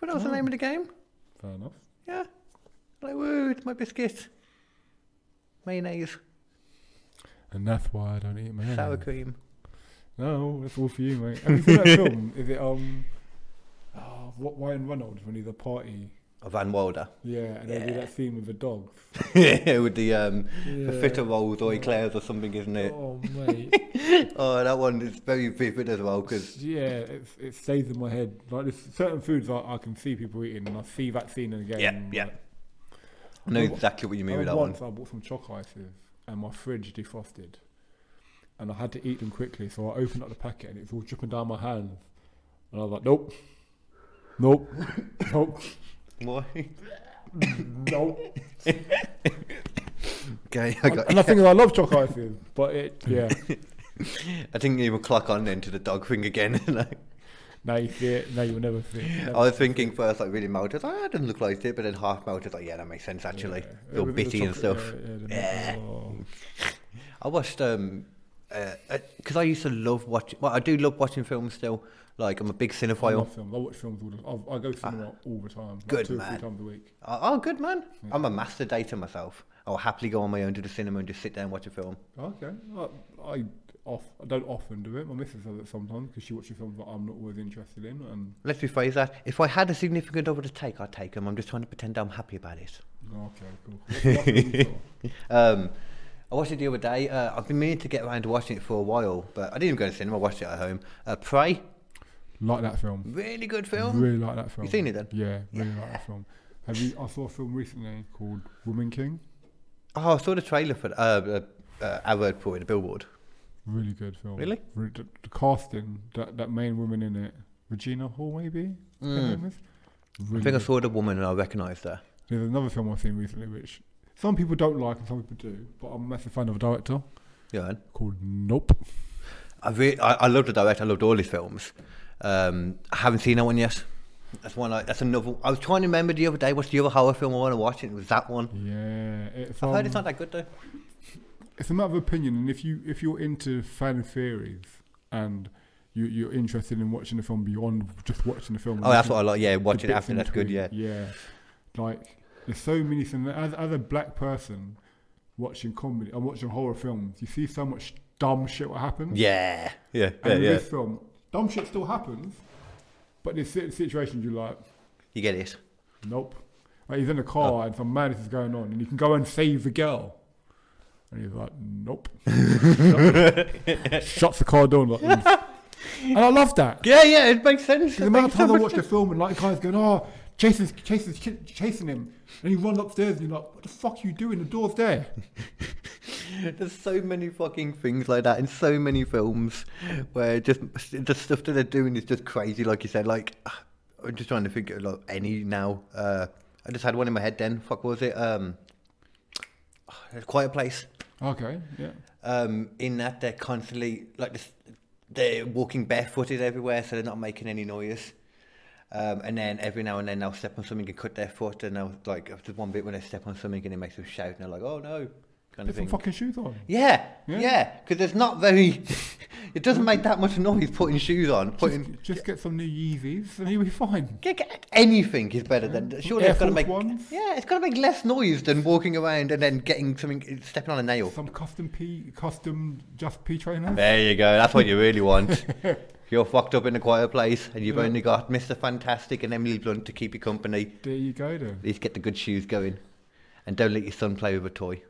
S1: but that was the name of the game.
S4: Fair enough.
S1: Yeah, like woo, it's my biscuit, mayonnaise,
S4: And that's why I don't eat mayonnaise.
S1: sour cream.
S4: No, that's all for you, mate. Have you seen that film? Is it um, oh, what Ryan Reynolds when he's a party?
S1: Of Van Wilder
S4: Yeah, and they do that scene with the dogs.
S1: with the um, the
S4: Yeah.
S1: fitter rolls or eclairs or something, isn't it?
S4: Oh mate,
S1: Oh, that one is very vivid as well because
S4: yeah, it, it stays in my head. Like there's certain foods I, I can see people eating, and I see that scene in the game.
S1: Yeah,
S4: and,
S1: yeah.
S4: like,
S1: I know
S4: Well,
S1: exactly what you mean
S4: I
S1: with that one.
S4: once I bought some chalk ices and my fridge defrosted, and I had to eat them quickly. So I opened up the packet and it was all dripping down my hands, and I was like, "Nope, nope, nope,
S1: Why?
S4: nope."
S1: okay, I
S4: and,
S1: got.
S4: and I think I love chalk ices, but it, yeah,
S1: I didn't even clock on then to the dog thing again. like,
S4: now you see it, now you'll never see it.
S1: I
S4: Never.
S1: was thinking first like really melted. Like, I didn't look like it, but then half melted. Like yeah, that makes sense actually.
S4: Yeah,
S1: Little
S4: with the
S1: bitty and
S4: chocolate-
S1: stuff.
S4: Yeah, yeah, the- oh.
S1: I watched um, because uh, 'cause I used to love watching. Well, I do love watching films still. Like I'm a big
S4: I
S1: cinephile.
S4: love films. I watch films all the. I, I go to cinema all the time. like
S1: Ah, good
S4: two or
S1: man.
S4: three times a week.
S1: Oh, oh, good man.
S4: Mm.
S1: I'm a master dater myself. I'll happily go on my own to the cinema and just sit there and watch a film.
S4: Okay, I, I off I don't often do it. My missus does it sometimes because she watches films that I'm not always interested in, and
S1: Let's rephrase that. If I had a significant other to take, I'd take them. I'm just trying to pretend I'm happy about it.
S4: okay, cool. What's the last one you saw?
S1: Um, I watched it the other day. Uh, I've been meaning to get around to watching it for a while, but I didn't even go to cinema. I watched it at home. Uh, Prey,
S4: like that film.
S1: really good film.
S4: Really like that film.
S1: seen it then?
S4: Yeah, really like that film. Have you? I saw a film recently called Woman King.
S1: Oh, I saw the trailer for the, uh, uh, uh, Arrowed for it, a billboard.
S4: Really good film.
S1: Really?
S4: Re- The, the casting, that, that main woman in it, Regina Hall, maybe? her name is?
S1: I think
S4: Really
S1: Hmm. I
S4: good.
S1: saw the woman and I recognised her.
S4: There's another film I've seen recently which some people don't like and some people do, but I'm a massive fan of a director
S1: Yeah,
S4: called Nope.
S1: I, re- I I love the director. I loved all his films. Um, I haven't seen that one yet. That's one. I, that's another. I was trying to remember the other day. What's the other horror film I want to watch? And it was that one.
S4: Yeah. It's,
S1: I've
S4: um,
S1: heard it's not that good though.
S4: it's a matter of opinion, and if, you, if you're into fan theories and you, you're interested in watching the film beyond just watching the film. and
S1: Oh, that's
S4: looking-
S1: what I like. Yeah,
S4: the
S1: watch it
S4: bits
S1: after.
S4: in
S1: That's good.
S4: between,
S1: Yeah.
S4: Yeah. Like there's so many things. As, as a black person watching comedy and watching horror films, you see so much dumb shit what happens.
S1: Yeah. Yeah. Yeah.
S4: And in
S1: yeah.
S4: this film, dumb shit still happens, but there's certain situations you're like,
S1: You get it.
S4: nope. Like he's in a car
S1: Oh.
S4: and some madness is going on, and you can go and save the girl. And he's like, nope. Shuts the car door and like, leaves. and I love that.
S1: Yeah. Yeah. It makes sense.
S4: The
S1: It
S4: amount
S1: makes
S4: of times I
S1: so much
S4: watched a
S1: sense.
S4: film and like guys going, oh, Jason's, Jason's ch- chasing him, and he runs upstairs and you're like, what the fuck are you doing? The door's there.
S1: There's so many fucking things like that in so many films where just the stuff that they're doing is just crazy. Like you said, like I'm just trying to think of like any now. Uh, I just had one in my head. Then fuck, what was it? Um, Quiet Place.
S4: Okay, yeah.
S1: Um, in that they're constantly like this, they're walking barefooted everywhere, so they're not making any noise. Um, and then every now and then they'll step on something and cut their foot, and they'll like there's one bit when they step on something and it makes them shout, and they're like, "Oh no!" kind
S4: Put
S1: of
S4: some
S1: thing.
S4: fucking shoes on.
S1: Yeah,
S4: Yeah.
S1: yeah, because it's not very. it doesn't make that much noise putting shoes on. Putting
S4: Just, just get some new Yeezys and you'll be fine.
S1: Get- get- anything is better than surely
S4: Air
S1: it's gonna
S4: Force
S1: make.
S4: Ones.
S1: Yeah, it's gonna make less noise than walking around and then getting something stepping on a nail.
S4: Some custom P, custom Just P trainers.
S1: There you go. That's what you really want. You're fucked up in a quiet place, and you've
S4: Yeah.
S1: only got Mr. Fantastic and Emily Blunt to keep you company.
S4: There you go then.
S1: At least get the good shoes going, and don't let your son play with a toy.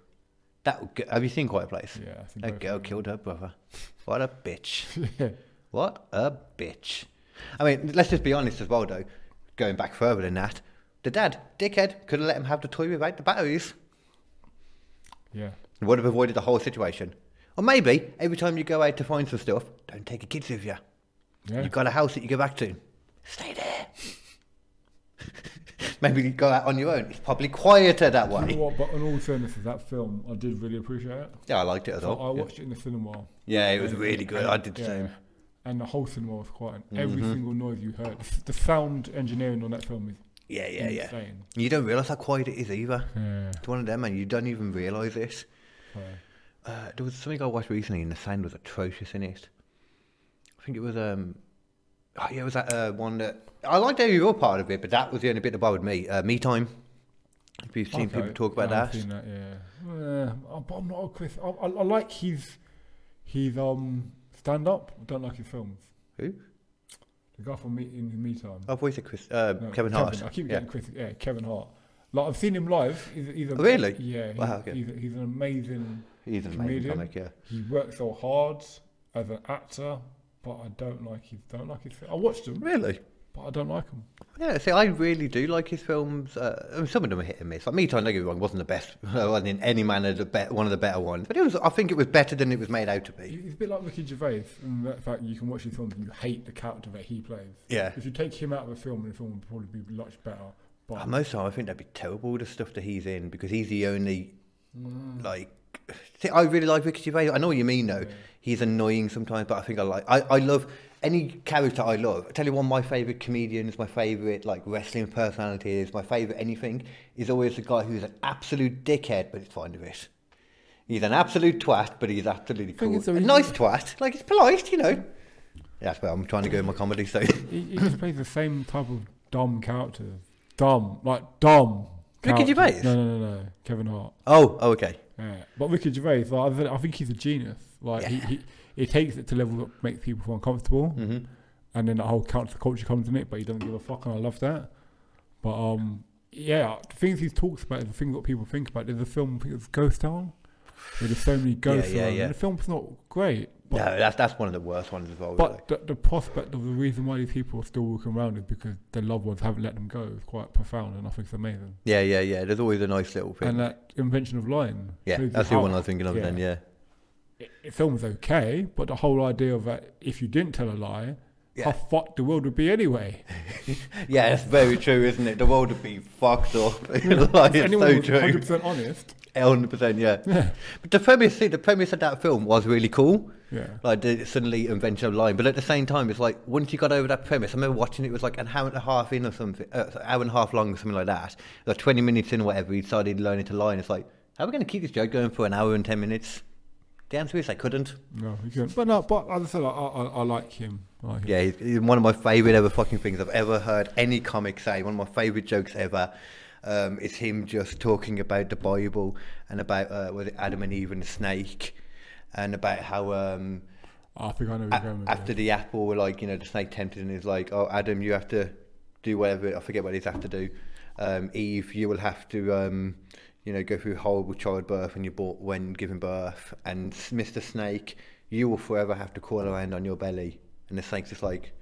S1: That would go- have you seen Quiet Place?
S4: Yeah, I think
S1: That
S4: both
S1: girl
S4: of them.
S1: killed her brother. What a bitch.
S4: Yeah.
S1: What a bitch. I mean, let's just be honest as well, though. Going back further than that, the dad, dickhead, could have let him have the toy without the batteries.
S4: Yeah.
S1: It would have avoided the whole situation. Or maybe, every time you go out to find some stuff, don't take your kids with you.
S4: Yeah.
S1: You've got a house that you go back to. Stay there. maybe you go out on your own. It's probably quieter that
S4: You know
S1: way.
S4: what, but on all fairness, that film, I did really appreciate it.
S1: Yeah, I liked it as
S4: So I
S1: well. Oh, Yeah.
S4: watched it in the cinema.
S1: Yeah, it was really good. I did the
S4: Yeah.
S1: same.
S4: And the whole cinema was quiet.
S1: Mm-hmm.
S4: And Every single noise you heard. The sound engineering on that film is
S1: Yeah,
S4: Mm.
S1: yeah, yeah.
S4: insane.
S1: You don't realise how quiet it is either.
S4: Yeah.
S1: It's one of them, and you don't even realise it.
S4: yeah.
S1: Uh, there was something I watched recently, and the sound was atrocious in it. I think it was um, oh yeah, it was that uh, one that I liked every other part of it, but that was the only bit that bothered me. Uh, me time. If you've seen
S4: Okay.
S1: people talk about
S4: Yeah, I've
S1: that,
S4: seen yeah. Uh, but I'm not a Chris. I, I, I like his his um stand up. I don't like his films.
S1: who?
S4: The guy from Me in Me Time.
S1: I've always said Chris, uh,
S4: No,
S1: Kevin Hart.
S4: I keep
S1: yeah.
S4: getting Chris. Yeah, Kevin Hart. Like I've seen him live. He's, he's a,
S1: Oh, really?
S4: Yeah. He's,
S1: Wow, okay.
S4: he's, he's an amazing.
S1: He's an amazing
S4: comedian.
S1: comic. Yeah,
S4: He works so hard as an actor, but I don't like his don't like his. I watched him,
S1: really.
S4: but I don't like him.
S1: Yeah, see, I really do like his films. Uh, I mean, some of them are hit and miss. Like Me Time, don't get me wrong, wasn't the best. wasn't in any manner the be- one of the better ones, but it was. I think it was better than it was made out to be.
S4: He's a bit like Ricky Gervais in that fact you can watch his films and you hate the character that he plays.
S1: Yeah.
S4: If you take him out of a film, the film would probably be much better. But
S1: Uh, Most of the time, I think that'd be terrible, the stuff that he's in, because he's the only, like, see, I really like Ricky Gervais. I know what you mean, though. He's annoying sometimes, but I think I like, I, I love any character I love. I tell you one of my favourite comedians, my favourite, like, wrestling personalities, my favourite anything is always the guy who's an absolute dickhead, but it's fine with it. He's an absolute twat, but he's absolutely
S4: Thing
S1: cool.
S4: is, though,
S1: A
S4: he-
S1: nice twat. Like, he's polite, you know. That's where I'm trying to go in my comedy, so.
S4: he, he just plays the same type of dumb character. Dumb, like dumb.
S1: Ricky
S4: character.
S1: Gervais?
S4: No, no, no, no. Kevin Hart.
S1: Oh, oh okay.
S4: Yeah. But Ricky Gervais, like, I th- I think he's a genius. Like he, he, he takes it to levels that make people feel uncomfortable,
S1: Mm-hmm.
S4: and then the whole counter culture comes in it. But he doesn't give a fuck, and I love that. But um, yeah, the things he talks about, the things that people think about. There's a film, I think it's Ghost Town. Where there's so many ghosts
S1: yeah,
S4: around,
S1: yeah.
S4: and the film's not great,
S1: No, that's that's one of the worst ones as well. really.
S4: But the, the prospect of the reason why these people are still walking around is because their loved ones haven't let them go is quite profound, and I think it's amazing.
S1: yeah, yeah, yeah. There's always a nice little thing.
S4: And uh, that invention of lying.
S1: yeah,
S4: proves
S1: that's the
S4: how-
S1: one I was thinking of. Then, yeah,
S4: It, it film's okay, but the whole idea of that if you didn't tell a lie,
S1: Yeah.
S4: how fucked the world would be anyway.
S1: yeah, that's very true, isn't it? The world would be fucked up. like,
S4: if
S1: it's
S4: anyone
S1: so
S4: was
S1: true.
S4: 100% honest,
S1: Hundred percent, yeah. But the premise, see, the premise of that film was really cool.
S4: Yeah.
S1: Like the suddenly invention of lying, but at the same time, it's like once you got over that premise. I remember watching it, it was like an hour and a half in or something, uh, hour and a half long, or something like that. Like twenty minutes in, or whatever. He started learning to lie, and it's like, how are we going to keep this joke going for an hour and ten minutes? The answer is I couldn't.
S4: no, you couldn't. But no, but as I said, I, I, I like him. I like him.
S1: Yeah, he's, he's one of my favourite ever fucking things I've ever heard any comic say. One of my favourite jokes ever um, is him just talking about the Bible and about uh, was it Adam and Eve and the snake, and about how um,
S4: I think I know
S1: a-
S4: where you're going with
S1: after the apple, like you know, the snake tempted and is like, "Oh, Adam, you have to do whatever." I forget what he's have to do. Um, Eve, you will have to, um, you know, go through horrible childbirth when you bought when giving birth, and s- Mr. Snake, you will forever have to crawl around on your belly. And the snake's just like,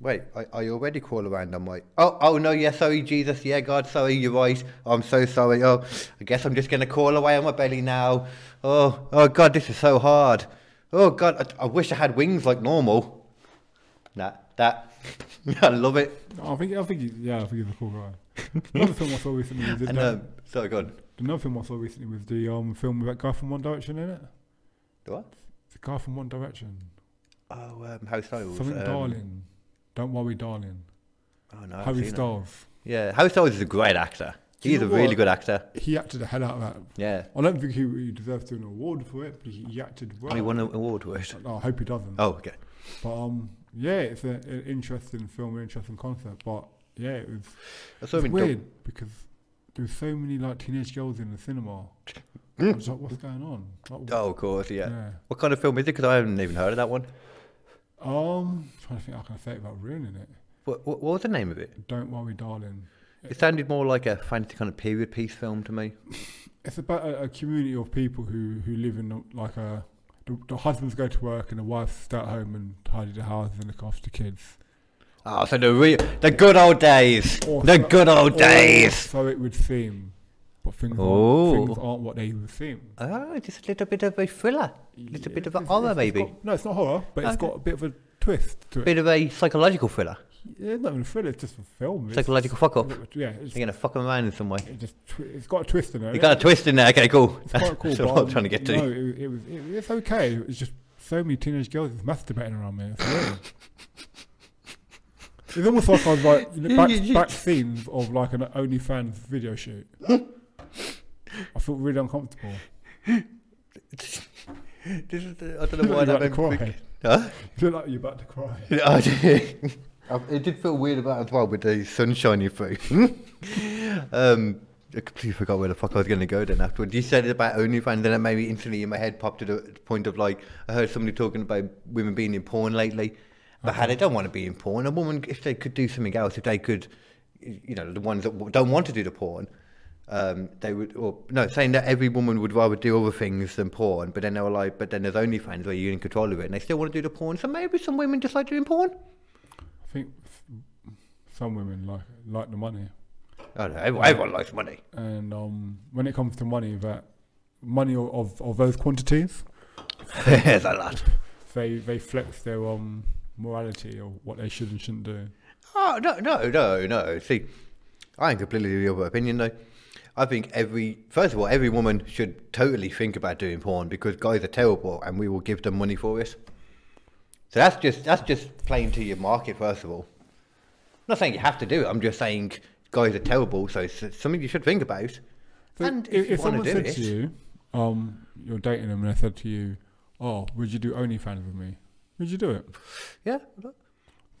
S1: "Wait, I, I already crawl around on my." Oh, oh no, yeah, sorry, Jesus, yeah, God, sorry, you're right. I'm so sorry. Oh, I guess I'm just gonna crawl away on my belly now. Oh, oh God, this is so hard. Oh god, I, I wish I had wings like normal. Nah, that I love it.
S4: that. I think I think he's, yeah, I think he's a cool guy. Another film I saw recently was
S1: And
S4: that-
S1: um, so good.
S4: Another film I saw recently was the um film with that guy from One Direction in it.
S1: The what?
S4: The guy from One Direction.
S1: Oh, um, Harry Styles.
S4: Something
S1: um,
S4: Darling. Don't worry, Darling.
S1: Oh no, I haven't
S4: Harry
S1: seen it.
S4: Styles.
S1: Yeah, Harry Styles is a great actor.
S4: Do
S1: He's
S4: you
S1: a
S4: know
S1: really
S4: what?
S1: good actor.
S4: He acted the hell out of that.
S1: Yeah,
S4: I don't think he, he deserves an award for it, but he, he acted well.
S1: he won an award for it.
S4: No, I hope he doesn't.
S1: Oh, okay.
S4: But um, yeah, it's a, an interesting film, an interesting concept. But yeah, it was
S1: I saw him
S4: it's
S1: in
S4: weird
S1: Dub-
S4: because there were so many like teenage girls in the cinema. I was like, what's going on? Like, what-
S1: Hmm. Oh, of course, yeah.
S4: Yeah.
S1: What kind of film is it? Because I haven't even heard of that one.
S4: Um, trying to think how can I say it without ruining it.
S1: What, what, what was the name of it?
S4: Don't worry, darling.
S1: It sounded more like a fantasy kind of period piece film to me.
S4: it's about a, a community of people who who live in like a the, the husbands go to work and the wives stay at home and tidy the house and look after the kids.
S1: Oh, so the real, the good old days,
S4: Or
S1: the
S4: so-
S1: good
S4: or
S1: old days.
S4: Oh, So it would seem, but things,
S1: Oh.
S4: aren't, things aren't what they would seem.
S1: Oh, just a little bit of a thriller, a little bit of a
S4: It's-
S1: horror,
S4: it's
S1: maybe.
S4: got- no, it's not horror, but it's
S1: Okay.
S4: got a bit of a twist to it.
S1: bit of a psychological thriller.
S4: Yeah, not even a thriller, it's just a film. It's-
S1: Psychological fuck up.
S4: Yeah, it's,
S1: You're gonna fuck 'em around in some way.
S4: it just twi- it's got a twist in it.
S1: You got a twist in there. Okay, cool.
S4: It's
S1: That's,
S4: quite cool.
S1: that's
S4: but,
S1: what I'm
S4: um,
S1: trying to get to.
S4: No, it, it was it, it's okay. It's just so many teenage girls is masturbating around me. It's, weird. it's almost like I was like you know, back, back scenes of like an OnlyFans video shoot. I felt really uncomfortable.
S1: This is the- I don't
S4: You
S1: know why that
S4: look like
S1: made
S4: the
S1: me
S4: cry.
S1: think. Huh?
S4: You look like you're about to cry.
S1: Yeah, I did. Um, it did feel weird about it as well with the sun shining through. um, I completely forgot where the fuck I was going to go then afterwards. You said it about OnlyFans, then it made me instantly in my head popped to the point of like, I heard somebody talking about women being in porn lately. But how they don't want to be in porn. A woman, if they could do something else, if they could, you know, the ones that w- don't want to do the porn, um, they would, or no, saying that every woman would rather do other things than porn, but then they were like, but then there's OnlyFans where you're in control of it and they still want to do the porn. So maybe some women just like doing porn.
S4: I think s- some women like like the money,
S1: I don't know, everyone, everyone likes money.
S4: and um, when it comes to money, that money of, of, of those quantities,
S1: There's a lot.
S4: they they flex their um morality or what they should and shouldn't do.
S1: Oh, no, no, no, no. See, I am completely of the other opinion, though. I think every, first of all, every woman should totally think about doing porn because guys are terrible and we will give them money for it. So that's just, that's just playing to your market, first of all. I'm not saying you have to do it, I'm just saying guys are terrible, so it's it's something you should think about.
S4: So
S1: and
S4: if,
S1: if, you
S4: someone
S1: want to do
S4: said
S1: it,
S4: to you, um, you're dating them, and they said to you, "Oh, would you do OnlyFans with me?" Would you do it?
S1: yeah.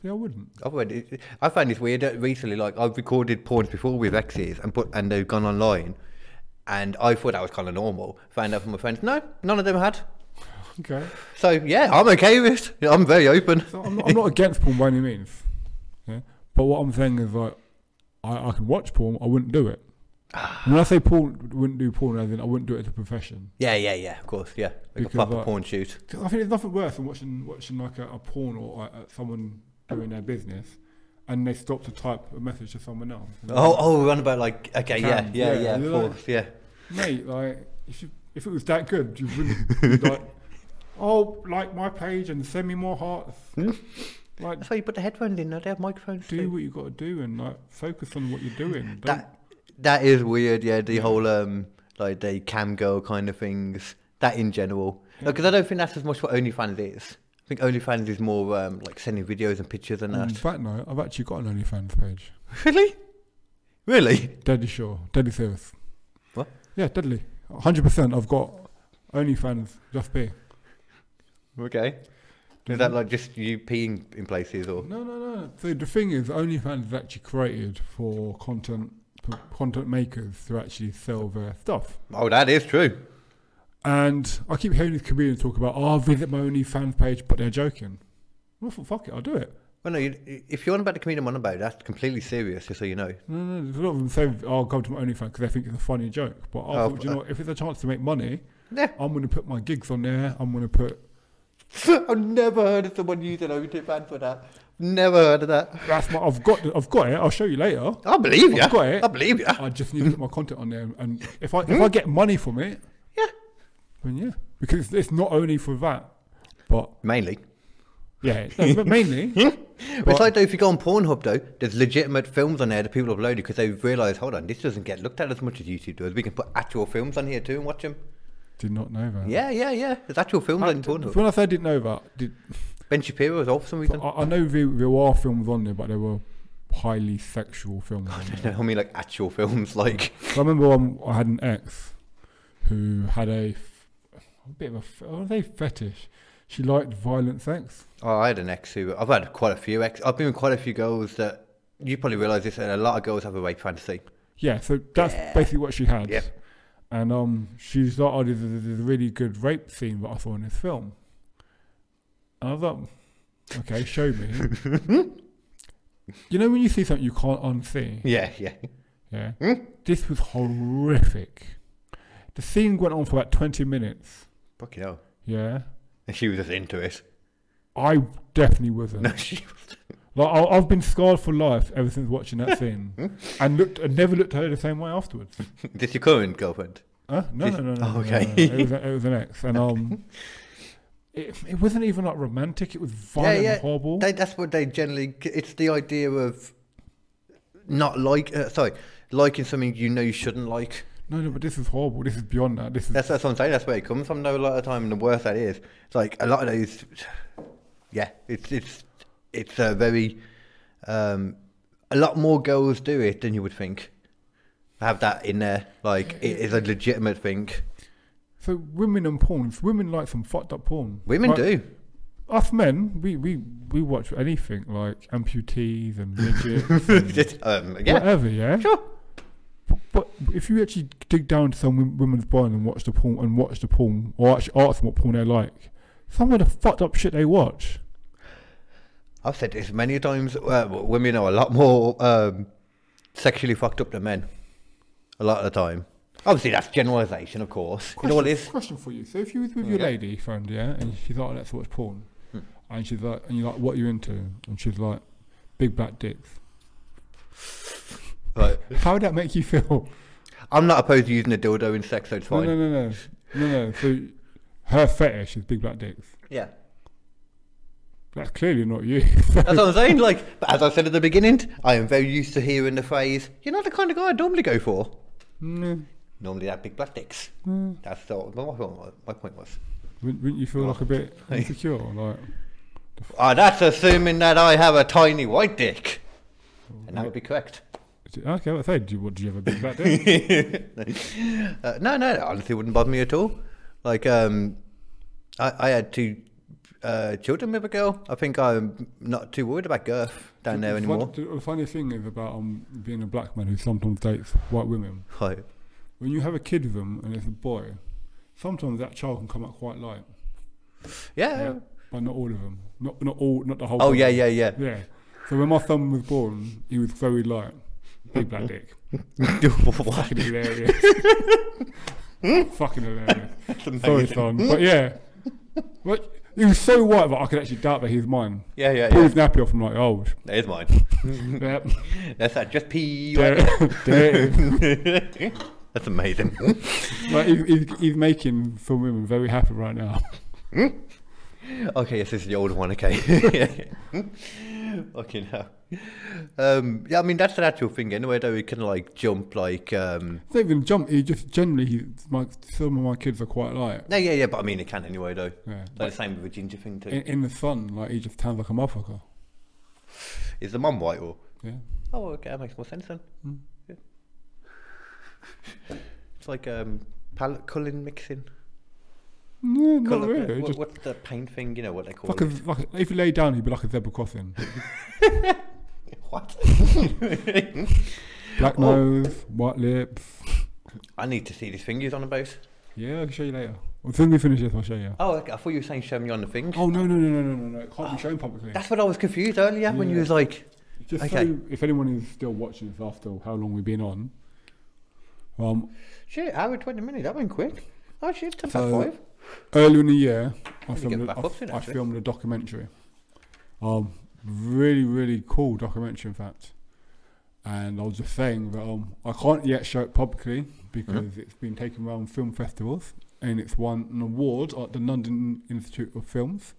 S4: Yeah, I wouldn't.
S1: I've read, Oh, I found this weird that recently. Like I've recorded porns before with exes and put and they've gone online, and I thought that was kind of normal. Found out from my friends, no, none of them had.
S4: Okay.
S1: So yeah, I'm okay with it. I'm very open.
S4: So I'm not, I'm not against porn by any means. Yeah. But what I'm saying is like, I, I can watch porn. I wouldn't do it.
S1: Ah.
S4: When I say porn, wouldn't do porn as in I wouldn't do it as a profession.
S1: Yeah, yeah, yeah. Of course, yeah. Like
S4: Because,
S1: a proper
S4: uh,
S1: porn shoot.
S4: I think there's nothing worse than watching watching like a, a porn or uh, someone doing their business, and they stop to type a message to someone else. And
S1: Oh, oh, we're on about like okay, yeah,
S4: Cam,
S1: yeah,
S4: yeah,
S1: yeah,
S4: you
S1: of
S4: know.
S1: course, yeah.
S4: mate, like if you, if it was that good, you wouldn't you'd like. Oh, like my page and send me more hearts.
S1: Hmm?
S4: like,
S1: That's why you put the headphones in. Now they have microphones
S4: do
S1: too.
S4: what you got to do and like focus on what you're doing. Don't,
S1: That that is weird. Yeah, the whole um like the cam girl kind of things. That in general, because I don't think that's as much what OnlyFans is. I think OnlyFans is more um like sending videos and pictures and that.
S4: on that note, I've actually got an OnlyFans page.
S1: Really, really.
S4: Deadly sure, deadly serious.
S1: What?
S4: Yeah, deadly. 100%. I've got OnlyFans just pay.
S1: Okay. Is that like just you peeing in places or?
S4: No, no, no. So the thing is, OnlyFans is actually created for content for content makers to actually sell their stuff.
S1: Oh, that is true.
S4: And I keep hearing these comedians talk about, oh, I'll visit my OnlyFans page, but they're joking. Well, f- fuck it, I'll do it.
S1: Well, no, you, if you're on about the comedian I'm on about, that's completely serious. Just so you know.
S4: No, no, there's a lot of them say, oh, I'll go to my OnlyFans because they think it's a funny joke. But I
S1: Oh,
S4: thought, you know, what, if it's a chance to make money,
S1: Yeah.
S4: I'm going to put my gigs on there. I'm going to put.
S1: I've never heard of someone using OnlyFans for that. Never heard of that.
S4: That's my. I've got. I've got it. I'll show you later.
S1: I believe you.
S4: I've got it.
S1: I believe you.
S4: I just need to put my content on there, and if I if I get money from it,
S1: Yeah.
S4: then yeah, because it's, it's not only for that, but
S1: Mainly.
S4: yeah, no, but mainly.
S1: But it's like though, if you go on Pornhub though, there's legitimate films on there that people have uploaded because they've realised, hold on, this doesn't get looked at as much as YouTube does. We can put actual films on here too and watch them.
S4: Did not know that.
S1: Yeah, yeah, yeah. There's actual films
S4: I,
S1: on Pornhub.
S4: when I say I didn't know that, did,
S1: Ben Shapiro is off for some
S4: I,
S1: reason.
S4: I know there, there were films on there, but they were highly sexual films. on there.
S1: I mean, like actual films, like
S4: I remember um, I had an ex who had a, f- a bit of a f- I wouldn't say fetish. She liked violent sex.
S1: oh, I had an ex who I've had quite a few ex. I've been with quite a few girls that you probably realise this, and a lot of girls have a rape fantasy.
S4: Yeah, so that's basically what she had.
S1: Yeah.
S4: And um, she's like, oh, there's a, there's a really good rape scene that I saw in this film. And I was like, okay, show me. you know when you see something you can't unsee?
S1: Yeah, yeah. Hmm?
S4: Yeah. This was horrific. The scene went on for about 20 minutes.
S1: Fucking hell.
S4: Yeah.
S1: And she was just into it.
S4: I definitely wasn't.
S1: No, she was.
S4: Like I, I've been scarred for life ever since watching that
S1: Hmm?
S4: scene, and looked and never looked at her the same way afterwards.
S1: Is this your current girlfriend?
S4: Huh? No, no, no, no.
S1: Oh,
S4: no,
S1: okay.
S4: no, no. It was, a- it was an ex, and um, it, it wasn't even like romantic. It was violent, and horrible.
S1: They, that's what they generally. It's the idea of not like. Uh, sorry, liking something you know you shouldn't like.
S4: no, no, but this is horrible. This is beyond that. This is
S1: That's that's what I'm saying. That's where it comes from. Though a lot of time, and the worse that is, it's like a lot of those. Yeah, it's it's it's a very. Um, a lot more girls do it than you would think. Have that in there, like it is a legitimate thing.
S4: so women and porn. Women like some fucked up porn.
S1: Women
S4: Like,
S1: do.
S4: Us men, we we we watch anything like amputees and midgets, and
S1: Just, um, yeah,
S4: whatever. Yeah.
S1: sure.
S4: But if you actually dig down to some wom- women's brain and watch the porn and watch the porn, or actually ask them what porn they like, some of the fucked up shit they watch.
S1: I've said this many times. Uh, w- women are a lot more um, sexually fucked up than men. A lot of the time. Obviously, that's generalisation, of course. You know what it is?
S4: Question for you. So if you was with your
S1: Yeah. Hmm.
S4: lady friend, yeah, and she's like, let's watch porn, and she's like, and you're like, what are you into? And she's like, big black dicks.
S1: Like,
S4: How would that make you feel?
S1: I'm not opposed to using a dildo in sex, so it's
S4: No,
S1: fine.
S4: no, no, no, no, no. So her fetish is big black dicks.
S1: Yeah.
S4: That's clearly not you.
S1: That's what I'm saying. Like, but as I said at the beginning, I am very used to hearing the phrase, you're not the kind of guy I normally go for.
S4: Mm.
S1: Normally, that big black dicks. That's what my point was. My point was.
S4: wouldn't, wouldn't you feel like a bit insecure? Like,
S1: Ah, that's assuming that I have a tiny white dick. And that would be correct.
S4: okay, what I say? Do you, what, do you have a big black dick?
S1: Uh, no, no, it honestly wouldn't bother me at all. Like, um, I, I had two uh, children with a girl. I think I'm not too worried about girth down there
S4: The fun-
S1: anymore.
S4: the funny thing is about um, being a black man who sometimes dates white women.
S1: Like,
S4: When you have a kid with them and it's a boy, sometimes that child can come out quite light,
S1: yeah.
S4: but not all of them. Not not all, not the whole.
S1: Oh,
S4: thing.
S1: yeah, yeah, yeah.
S4: Yeah. So when my son was born, he was very light. Big black dick.
S1: what?
S4: Fucking hilarious. Fucking hilarious.
S1: That's
S4: Sorry,
S1: amazing.
S4: son. But yeah. But he was so white that I could actually doubt that he was mine.
S1: Yeah, yeah, yeah.
S4: Pulls nappy off, I'm like, oh, sh-
S1: That is mine.
S4: yep.
S1: That's that. Just pee.
S4: There- there.
S1: That's amazing.
S4: Like, he's, he's, he's making some women very happy right now.
S1: Okay, yes, this is the older one. Okay. Fucking hell. Um, yeah, I mean that's an actual thing anyway. Though he can like jump, like um,
S4: It's not even jump. He just generally, he, my, some of my kids are quite light.
S1: no, yeah, yeah. But I mean, it can anyway though.
S4: Yeah.
S1: Like the same with the ginger thing too.
S4: In, in the sun, like he just sounds like a motherfucker.
S1: Is the mum white or?
S4: Yeah.
S1: Oh, okay, that makes more sense then.
S4: Hmm.
S1: Yeah. It's like um, palette colouring mixing.
S4: No, not
S1: Colour,
S4: really.
S1: what,
S4: Just
S1: what's the paint thing? You know what they call
S4: like a,
S1: it?
S4: like a- if you lay down, he'd be like a zebra crossing.
S1: What?
S4: Black
S1: Oh.
S4: nose, white lips.
S1: I need to see these fingers on about.
S4: Yeah, I can show you later. As soon as we finish this, I'll show you.
S1: Oh, okay, I thought you were saying show me on the thing.
S4: Oh no no no no no no! no. It can't be shown publicly.
S1: That's what I was confused earlier when you
S4: Yeah.
S1: was like,
S4: Just
S1: okay.
S4: so if anyone is still watching this after how long we've been on, um,
S1: shit, hour and 20 minutes, that went quick. Oh shit, 10 past
S4: So-
S1: 5.
S4: earlier in the year, I
S1: me get
S4: filmed, a,
S1: back
S4: I,
S1: up to it,
S4: I
S1: actually.
S4: filmed a documentary. Um, really, really cool documentary, in fact. And I was just saying that um, I can't yet show it publicly because
S1: Mm-hmm.
S4: it's been taken around film festivals and it's won an award at the London Institute of Films.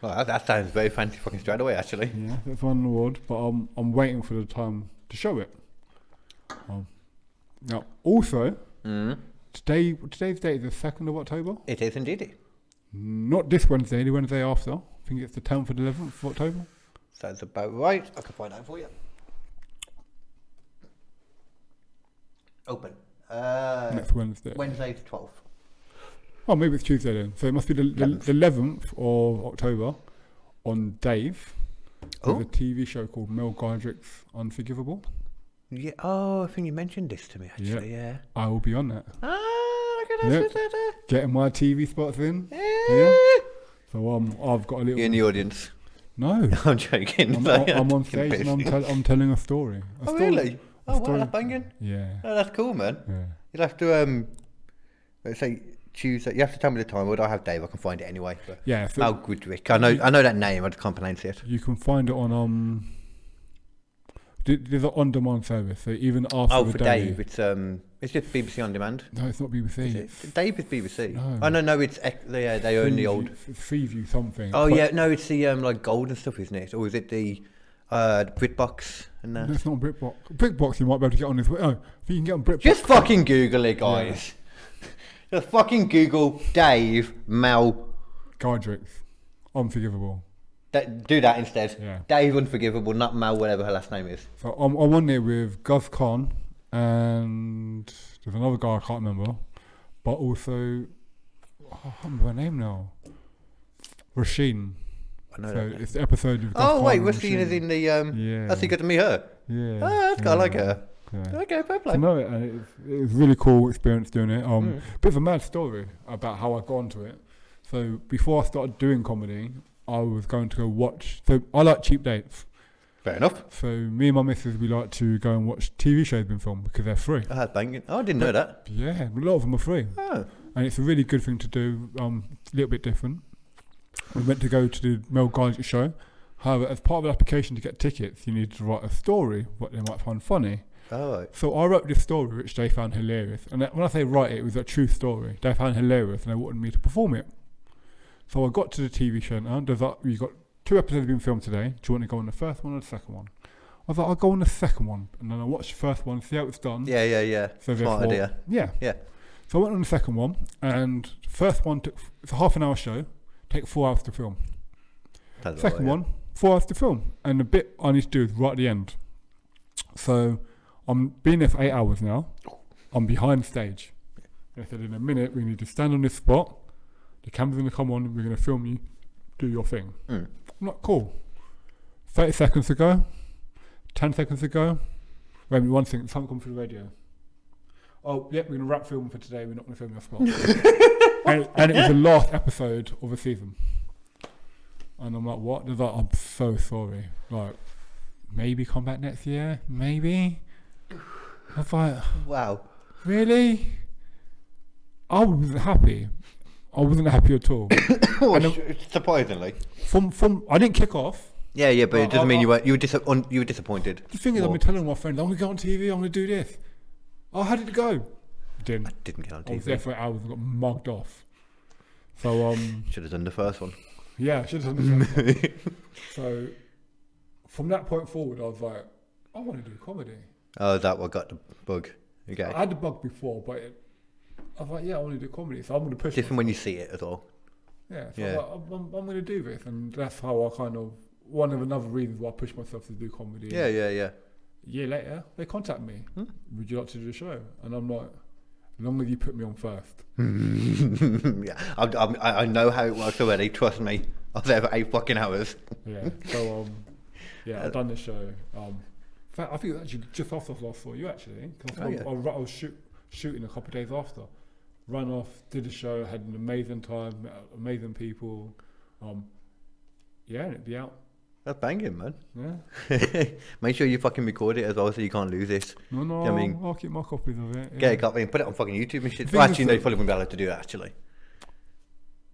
S1: Well, that, that sounds very fancy fucking straight away, actually.
S4: Yeah, it's won an award, but um, I'm waiting for the time to show it. Um, now, also,
S1: Mm.
S4: today today's date is the second of October.
S1: It is indeed.
S4: Not this Wednesday, the Wednesday after. I think it's the 10th or the 11th of October.
S1: Sounds about right. I can find out for you. Open. Uh,
S4: next Wednesday.
S1: Wednesday the 12th.
S4: Oh, maybe it's Tuesday then. So it must be the, the, the 11th of October on Dave.
S1: Oh.
S4: There's a TV show called Mel Guydrake's Unforgivable.
S1: Yeah. Oh, I think you mentioned this to me actually. Yeah.
S4: I will be on that.
S1: Ah, look at
S4: Yeah.
S1: that. da, da,
S4: Getting my TV spots in.
S1: da.
S4: Yeah.
S1: Eh.
S4: So um, I've got a little.
S1: You're in the audience.
S4: No.
S1: I'm joking.
S4: I'm,
S1: Sorry,
S4: I'm on
S1: fucking
S4: stage and I'm,
S1: pissed.
S4: tell I'm telling a story. A
S1: Oh
S4: story.
S1: really? Oh wow,
S4: story.
S1: that's banging.
S4: Yeah.
S1: Oh, that's cool, man.
S4: Yeah.
S1: You'll have to um, let's say Tuesday. You have to tell me the time. Would I have Dave? I can find it anyway. But.
S4: Yeah. So
S1: Mal Goodrick. I know. I know that name. I just can't pronounce it.
S4: You can find it on um. th- There's an on-demand service, so even after
S1: Oh,
S4: the
S1: for
S4: day.
S1: Dave, it's um, it's just BBC on demand.
S4: No, it's not BBC. It's
S1: It- Dave is BBC.
S4: No.
S1: Oh no, no, it's ex- they uh, they own the
S4: Freeview-
S1: old.
S4: Freeview something.
S1: Oh
S4: But
S1: yeah, no, it's the um like gold and stuff, isn't it? Or is it the uh BritBox and that?
S4: That's not on BritBox. BritBox, you might be able to get on this. Oh, you can get on BritBox.
S1: Just fucking Google it, guys. Just fucking Google Dave Mal.
S4: Gardrix. Unforgivable.
S1: Da- do that instead.
S4: Yeah.
S1: Dave Unforgivable, not Mal, whatever her last name is.
S4: So I'm, I'm on there with Gus Khan and there's another guy I can't remember, but also I can't remember her name now. Rasheen.
S1: I know
S4: So
S1: that.
S4: it's the episode of. Gus
S1: Oh
S4: Khan
S1: wait,
S4: and
S1: Rasheen is in the um.
S4: Yeah.
S1: That's good to meet her.
S4: Yeah.
S1: Oh, that's got
S4: yeah,
S1: like her.
S4: Yeah.
S1: Okay, fair play.
S4: So no, it, it, it was really cool experience doing it. Um,
S1: Mm.
S4: bit of a mad story about how I got onto it. So before I started doing comedy, I was going to go watch. So I like cheap dates.
S1: Fair enough.
S4: So me and my missus, we like to go and watch TV shows being filmed because they're free.
S1: Oh, that's banging. Oh, I didn't know that.
S4: Yeah, a lot of them are free,
S1: Oh,
S4: and it's a really good thing to do. Um, a little bit different. We meant to go to the Mel Guy's show. However, as part of the application to get tickets, you needed to write a story what they might find funny.
S1: all Oh, right.
S4: So I wrote this story, which they found hilarious. And that- when I say write it, it was a true story. They found hilarious, and they wanted me to perform it. So I got to the TV show, and there's that you got two episodes being filmed today. Do you want to go on the first one or the second one? I was like, I'll go on the second one, and then I watched the first one, see how it's done.
S1: Yeah, yeah, yeah.
S4: So
S1: Smart
S4: therefore-
S1: idea.
S4: Yeah.
S1: Yeah.
S4: So I went on the second one, and the first one took it's a half an hour show, take four hours to film.
S1: Sounds about right,
S4: Second
S1: yeah.
S4: one, four hours to film, and the bit I need to do is right at the end. So I'm been there for eight hours now. I'm behind stage. They said in a minute we need to stand on this spot. The camera's gonna come on. We're gonna film you. Do your thing.
S1: Mm.
S4: I'm like, cool. Thirty seconds ago, ten seconds ago. Wait a minute, one thing. Something come through the radio. Oh, yep, we're gonna wrap film for today. We're not gonna film your spot. and, and it was the last episode of the season. And I'm like, what? They're like, I'm so sorry. Like, maybe come back next year, maybe. I was like,
S1: Wow.
S4: really? I wasn't happy. I wasn't happy at all.
S1: Surprisingly.
S4: from from I didn't kick off.
S1: Yeah, yeah, but
S4: Well,
S1: it doesn't
S4: I'll-
S1: mean you were you were, dis- un- you were disappointed.
S4: The thing is, I've
S1: Well,
S4: been telling my friends, I'm gonna go on TV, I'm gonna do this. Oh, how did it go? Didn't.
S1: didn't get on
S4: I was
S1: TV.
S4: there for hours, got mugged off. So um,
S1: Should have done the first one.
S4: yeah, should have done this. so from that point forward, I was like, I want to do comedy.
S1: Oh, that one got the bug. Okay.
S4: I had the bug before, but it, I was like, yeah, I want to do comedy, so I'm gonna push.
S1: Different when you see it as well.
S4: Yeah, so
S1: Yeah.
S4: Like, I'm, I'm, I'm going to do this, and that's how I kind of one of another reasons why I pushed myself to do comedy.
S1: Yeah, Hmm. yeah, yeah.
S4: A year later, they contact me. Would you like to do the show? And I'm like, as long as you put me on first.
S1: yeah. I, I, I know how it works already. Trust me. I was there for eight fucking hours.
S4: yeah. So um,
S1: Uh,
S4: yeah, I've done the show. Um, in fact, I think it was actually just after I last saw you actually, 'cause I,
S1: Oh,
S4: think
S1: yeah.
S4: I, was- I was shoot, shooting a couple of days after. Ran off, did the show, had an amazing time, met amazing people. Um, yeah, and it'd be out.
S1: That's banging, man.
S4: Yeah.
S1: Make sure you fucking record it as well so you can't lose this.
S4: No, no,
S1: I mean-
S4: I'll keep my copies of it.
S1: Get a copy and put it on fucking YouTube and shit.
S4: Thing
S1: Well,
S4: is
S1: actually, no, you
S4: that-
S1: probably wouldn't be allowed to do that, actually.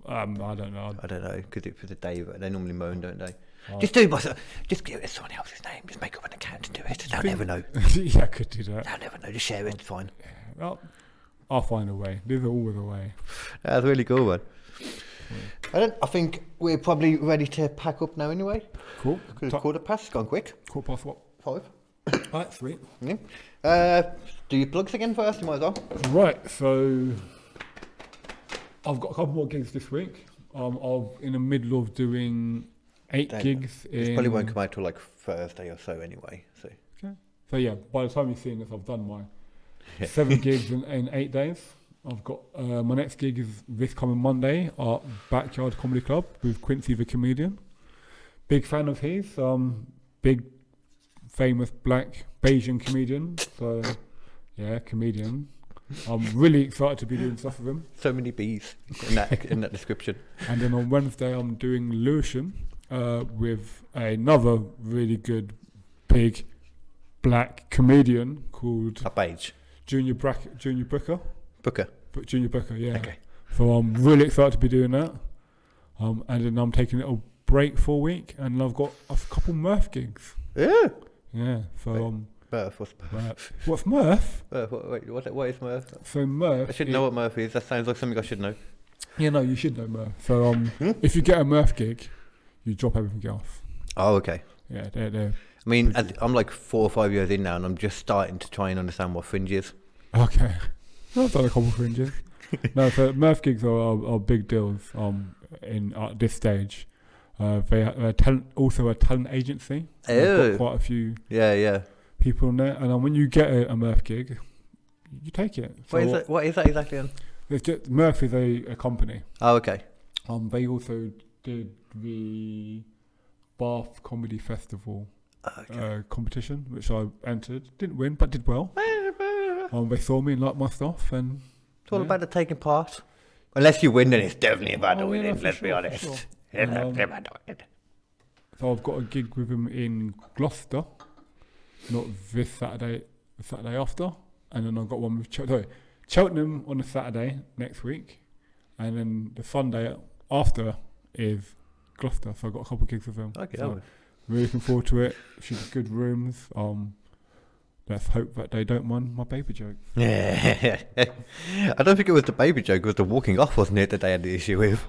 S4: Um, I don't know.
S1: I don't know, because it's for the day, but they normally moan, don't they?
S4: Oh.
S1: Just do it myself. Just give it someone else's name. Just make up an account and do it. They'll never know.
S4: yeah, I could do that.
S1: They'll never know. Just share it. It's fine.
S4: Well, I'll find a way. There's always a way.
S1: That's really cool, man. I don't. I think we're probably ready to pack up now, anyway.
S4: Cool.
S1: Because it's quarter past. Gone quick.
S4: Cool pass what?
S1: Five.
S4: All right, sweet.
S1: Yeah. Uh, do your plugs again first? You might as well.
S4: Right, so I've got a couple more gigs this week. Um, I'm in the middle of doing eight
S1: Don't-
S4: gigs.
S1: This
S4: In,
S1: probably won't come out till like Thursday or so, anyway. So
S4: So yeah, by the time you've seen this, I've done my seven gigs in, in eight days. I've got uh, my next gig is this coming Monday at Backyard Comedy Club with Quincy the comedian. Big fan of his. Um, big famous black Bayesian comedian. So yeah, comedian. I'm really excited to be doing stuff with him.
S1: so many bees in that in that description.
S4: And then on Wednesday, I'm doing Lewisham uh, with another really good big black comedian called
S1: Top page.
S4: Junior Brack, Junior Brooker,
S1: Booker.
S4: but Junior Brooker, yeah.
S1: Okay.
S4: So I'm really excited to be doing that. Um, and then I'm taking a little break for a week, and I've got a couple Murph gigs.
S1: Yeah.
S4: Yeah. So
S1: Wait.
S4: um,
S1: Murph. What's
S4: Murph. what's Murph?
S1: Murph? What, wait, what, what is Murph?
S4: So
S1: I
S4: Murph.
S1: should know what Murph is. That sounds like something I should know.
S4: Yeah, no, you should know Murph. So um, if you get a Murph gig, you drop everything else.
S1: Oh, okay.
S4: Yeah, they're, they're
S1: I mean, as, I'm like four or five years in now, and I'm just starting to try and understand what fringe is.
S4: Okay. I've done a couple fringes. no, so Murph gigs are, are, are big deals um, in at this stage. Uh, they are talent, also a talent agency. so they've got
S1: Oh.
S4: quite a few
S1: Yeah, yeah.
S4: people in there. And then when you get a, a Murph gig, you take it.
S1: What is that? What is that exactly? Then?
S4: It's just, Murph is a, a company.
S1: Oh, okay.
S4: Um, they also did the Bath Comedy Festival
S1: Okay.
S4: uh, competition, which I entered. Didn't win, but did well. Um, they saw me and liked my stuff, and
S1: It's all
S4: yeah.
S1: about the taking part. Unless you win, then it's definitely about
S4: Oh,
S1: the
S4: yeah,
S1: winning.
S4: for
S1: let's be
S4: sure, for
S1: honest.
S4: sure.
S1: Yeah,
S4: And,
S1: that's
S4: um,
S1: about the winning.
S4: So I've got a gig with him in Gloucester, not this Saturday, the Saturday after, and then I've got one with Chel- sorry, Cheltenham on the Saturday next week, and then the Sunday after is Gloucester. So I've got a couple of gigs with him.
S1: Okay, that
S4: so
S1: one.
S4: really looking forward to it. Should be good rooms. Um, let's hope that they don't mind my baby joke.
S1: Yeah. I don't think it was the baby joke. It was the walking off, wasn't it? That they had the issue with.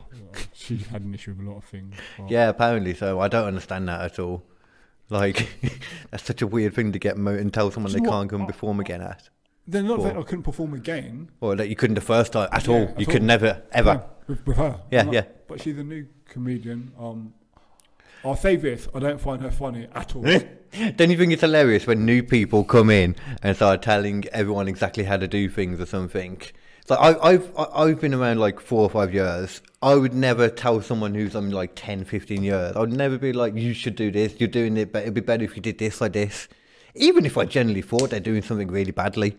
S4: She had an issue with a lot of things. but-
S1: Yeah, apparently. So I don't understand that at all. Like, that's such a weird thing to get mo- and tell someone
S4: Do
S1: they
S4: you know
S1: can't
S4: what?
S1: come perform again at.
S4: Then not that
S1: Cool.
S4: I couldn't perform again.
S1: Or that you couldn't the first time at
S4: Yeah,
S1: all.
S4: at
S1: You could
S4: all.
S1: never, ever.
S4: Yeah, with, with her.
S1: Yeah,
S4: Like,
S1: yeah.
S4: But she's a new comedian. Um, I'll say this: I don't find her funny at all.
S1: Don't you think it's hilarious when new people come in and start telling everyone exactly how to do things or something? So I, I've I- I've been around like four or five years. I would never tell someone who's on like 10, 15 years. I'd never be like, you should do this. You're doing it, but it'd be better if you did this like this. Even if I generally thought they're doing something really badly.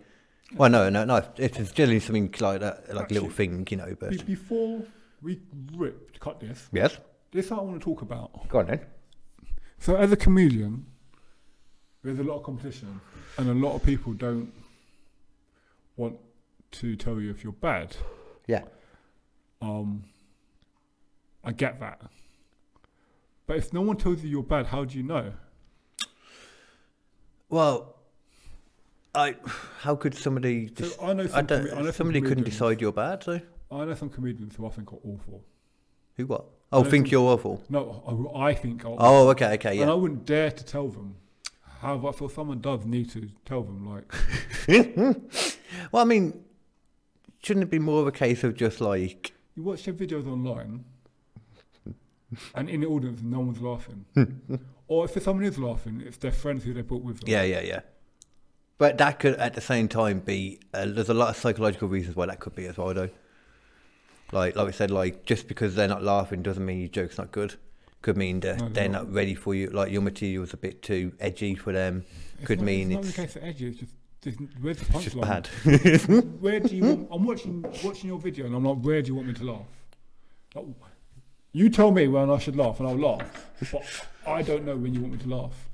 S1: Well, no, no, no. If it's generally something like that, like a little thing, you know. But
S4: Be- before we rip cut this,
S1: yes,
S4: this I want to talk about.
S1: go on then.
S4: So, as a comedian,
S5: There's a lot of competition.
S4: And a lot of people don't want to tell you if you're bad.
S1: Yeah.
S4: Um, I get that. But if no one tells you you're bad, how do you know?
S1: Well, I how could somebody? Just,
S4: I know
S1: I
S4: some
S1: don't.
S4: comi- I know some
S1: somebody couldn't
S4: comedians.
S1: decide you're bad. So
S4: I know some comedians who I think are awful.
S1: who what? Oh,
S4: know
S1: think
S4: some-
S1: you're awful.
S4: No, I, I think are
S1: Oh, okay, okay,
S4: And I
S1: yeah.
S4: wouldn't dare to tell them. However, I feel someone does need to tell them, like, Uh-huh.
S1: Well, I mean, shouldn't it be more of a case of just like,
S4: you watch their videos online, and in the audience, no one's laughing. or if someone is laughing, it's their friends who they brought with them.
S1: yeah, yeah, yeah. But that could, at the same time, be uh, there's a lot of psychological reasons why that could be as well, though. Like, like I said, like just because they're not laughing doesn't mean your joke's not good. Could mean that
S4: No,
S1: they're
S4: no.
S1: not ready for you. Like your material's a bit too edgy for them.
S4: It's
S1: could
S4: not,
S1: mean
S4: it's,
S1: it's,
S4: not the case of edgy. It's just there's- where's the
S1: it's just
S4: punchline?
S1: bad.
S4: Where do you? Want, I'm watching watching your video, and I'm like, where do you want me to laugh? Like, you tell me when I should laugh, and I'll laugh. But I don't know when you want me to laugh.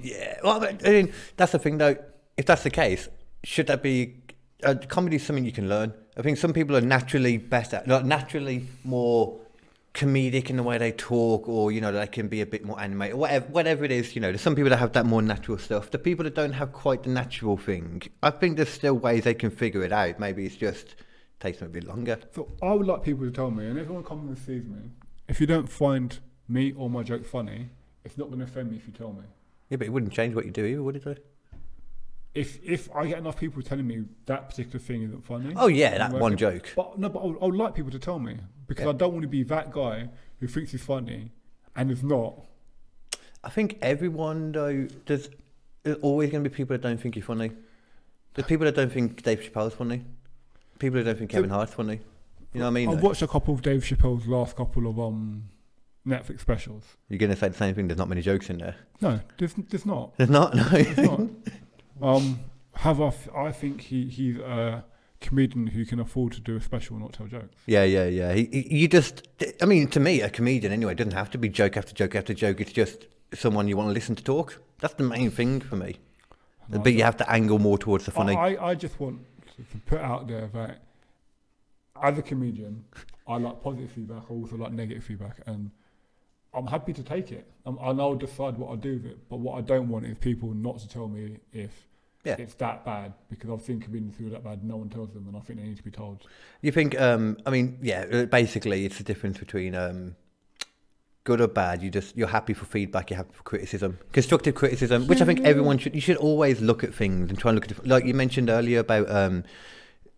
S1: Yeah, well, but, I mean, that's the thing though. If that's the case, should that be uh, comedy? Something you can learn. I think some people are naturally better, like naturally more comedic in the way they talk, or you know, they can be a bit more animated, whatever, whatever it is. You know, there's some people that have that more natural stuff. The people that don't have quite the natural thing, I think there's still ways they can figure it out. Maybe it's just takes them a bit longer.
S4: So I would like people to tell me, and everyone comes and sees me. If you don't find me or my joke funny, it's not going to offend me if you tell me.
S1: Yeah, but it wouldn't change what you do either, would it? Though?
S4: If if I get enough people telling me that particular thing isn't funny.
S1: Oh yeah,
S4: I'm
S1: that
S4: working-
S1: one joke.
S4: But no, but I would, I would like people to tell me because
S1: Yeah.
S4: I don't want to be that guy who thinks he's funny and is not.
S1: I think everyone though there's, there's always going to be people that don't think you're funny. There's people that don't think Dave Chappelle's funny. People that don't think
S4: So- Oh,
S1: Kevin Hart's funny. You know what I mean?
S4: I've
S1: though?
S4: watched a couple of Dave Chappelle's last couple of um Netflix specials.
S1: You're going to say the same thing. There's not many jokes in there.
S4: No, there's, there's not.
S1: There's not.
S4: There's
S1: No.
S4: not. um, have I, f- I think he, he's a comedian who can afford to do a special and not tell jokes.
S1: yeah, yeah, yeah. He, he, you just. I mean, to me, a comedian anyway doesn't have to be joke after joke after joke. It's just someone you want to listen to talk. That's the main thing for me.
S4: No, I
S1: but you
S4: don't-
S1: have to angle more towards the funny.
S4: I, I, I just want to to put out there that as a comedian, I like positive feedback. I also like negative feedback, and I'm happy to take it. Um, and I'll decide what I do with it. But what I don't want is people not to tell me if
S1: Yeah.
S4: it's that bad because I've seen comedians who are that bad. No one tells them, and I think they need to be told.
S1: You think? Um, I mean, yeah. uh, Basically, it's the difference between um, good or bad. You just you're happy for feedback. You're happy for criticism, constructive criticism, which I think everyone should. You should always look at things and try and look at different- like you mentioned earlier about. Um,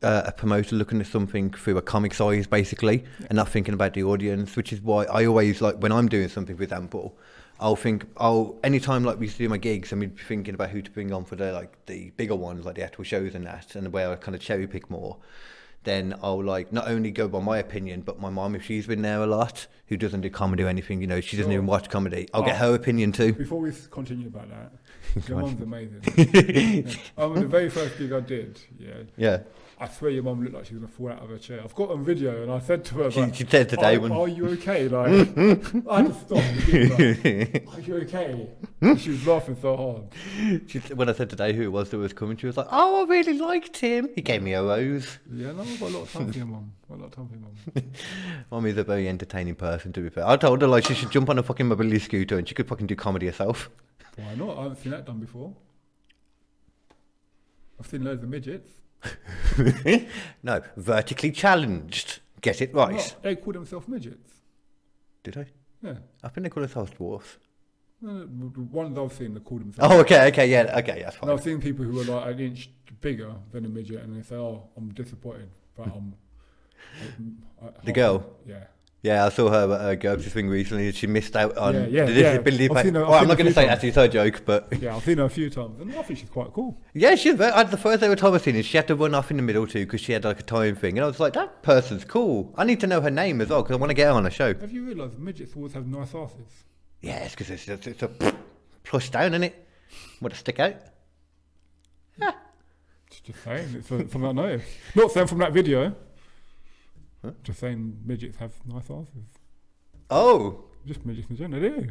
S1: uh, a promoter looking at something through a comic's eyes, basically, and not thinking about the audience, which is why I always like when I'm doing something, for example, I'll think, I'll anytime like we used to do my gigs, and we'd be thinking about who to bring on for the like the bigger ones, like the actual shows and that, and where I kind of cherry pick more. Then I'll like not only go by my opinion, but my mom, if she's been there a lot, who doesn't do comedy or anything, you know, she doesn't
S4: Sure.
S1: even watch comedy. I'll get
S4: Oh.
S1: her opinion too.
S4: Before we s- continue about that, your
S1: on.
S4: mum's amazing. yeah. Um, the very first gig I did, yeah,
S1: Yeah,
S4: I swear your mum looked like she was gonna fall out of her chair. I've got on video, and I said to her,
S1: she,
S4: like,
S1: she said today
S4: are,
S1: when
S4: are you okay? Like, I had to stop. and be like, Are you okay? And she was laughing so hard.
S1: She, s- when I said today who it was that was coming, she was like, "Oh, I really liked him. He gave me a rose."
S4: Yeah, no, I've got a lot of time for your mum. I've got a lot of time for your mum.
S1: Mum is a very entertaining person, to be fair. I told her like she should jump on a fucking mobility scooter and she could fucking do comedy herself.
S4: Why not? I haven't seen that done before. I've seen loads of midgets.
S1: no, vertically challenged. Get it right,
S4: Well, they call themselves midgets.
S1: did I?
S4: Yeah.
S1: I think they call themselves dwarfs.
S4: No, no, The the ones I've seen, they call themselves.
S1: Oh, okay, okay, yeah, okay, that's
S4: And
S1: fine.
S4: I've seen people who are like an inch bigger than a midget, and they say, "Oh, I'm disappointed, but I'm." I- I-
S1: The girl?
S4: Yeah.
S1: Yeah, I saw her at uh, Gerbs' thing recently and she missed out on
S4: Yeah, yeah,
S1: the
S4: yeah.
S1: disability
S4: I've
S1: pay-
S4: seen her- I've
S1: Well, I'm
S4: seen
S1: not
S4: her
S1: going to
S4: a
S1: say
S4: few
S1: that's it's her joke, but
S4: Yeah, I've seen her a few times, and I think she's quite cool.
S1: yeah, she's very, uh, the first ever time I've seen her, she had to run off in the middle too because she had like a time thing. And I was like, that person's cool. I need to know her name as well because I want to get her on a show.
S4: Have you realised midgets always have nice asses?
S1: Yeah, it's because it's, it's, it's a plush down, isn't it? Want to stick out?
S4: Just saying, it's something I know. Not saying from that video. Just saying midgets have nice asses.
S1: Oh,
S4: Just midgets in general, they do.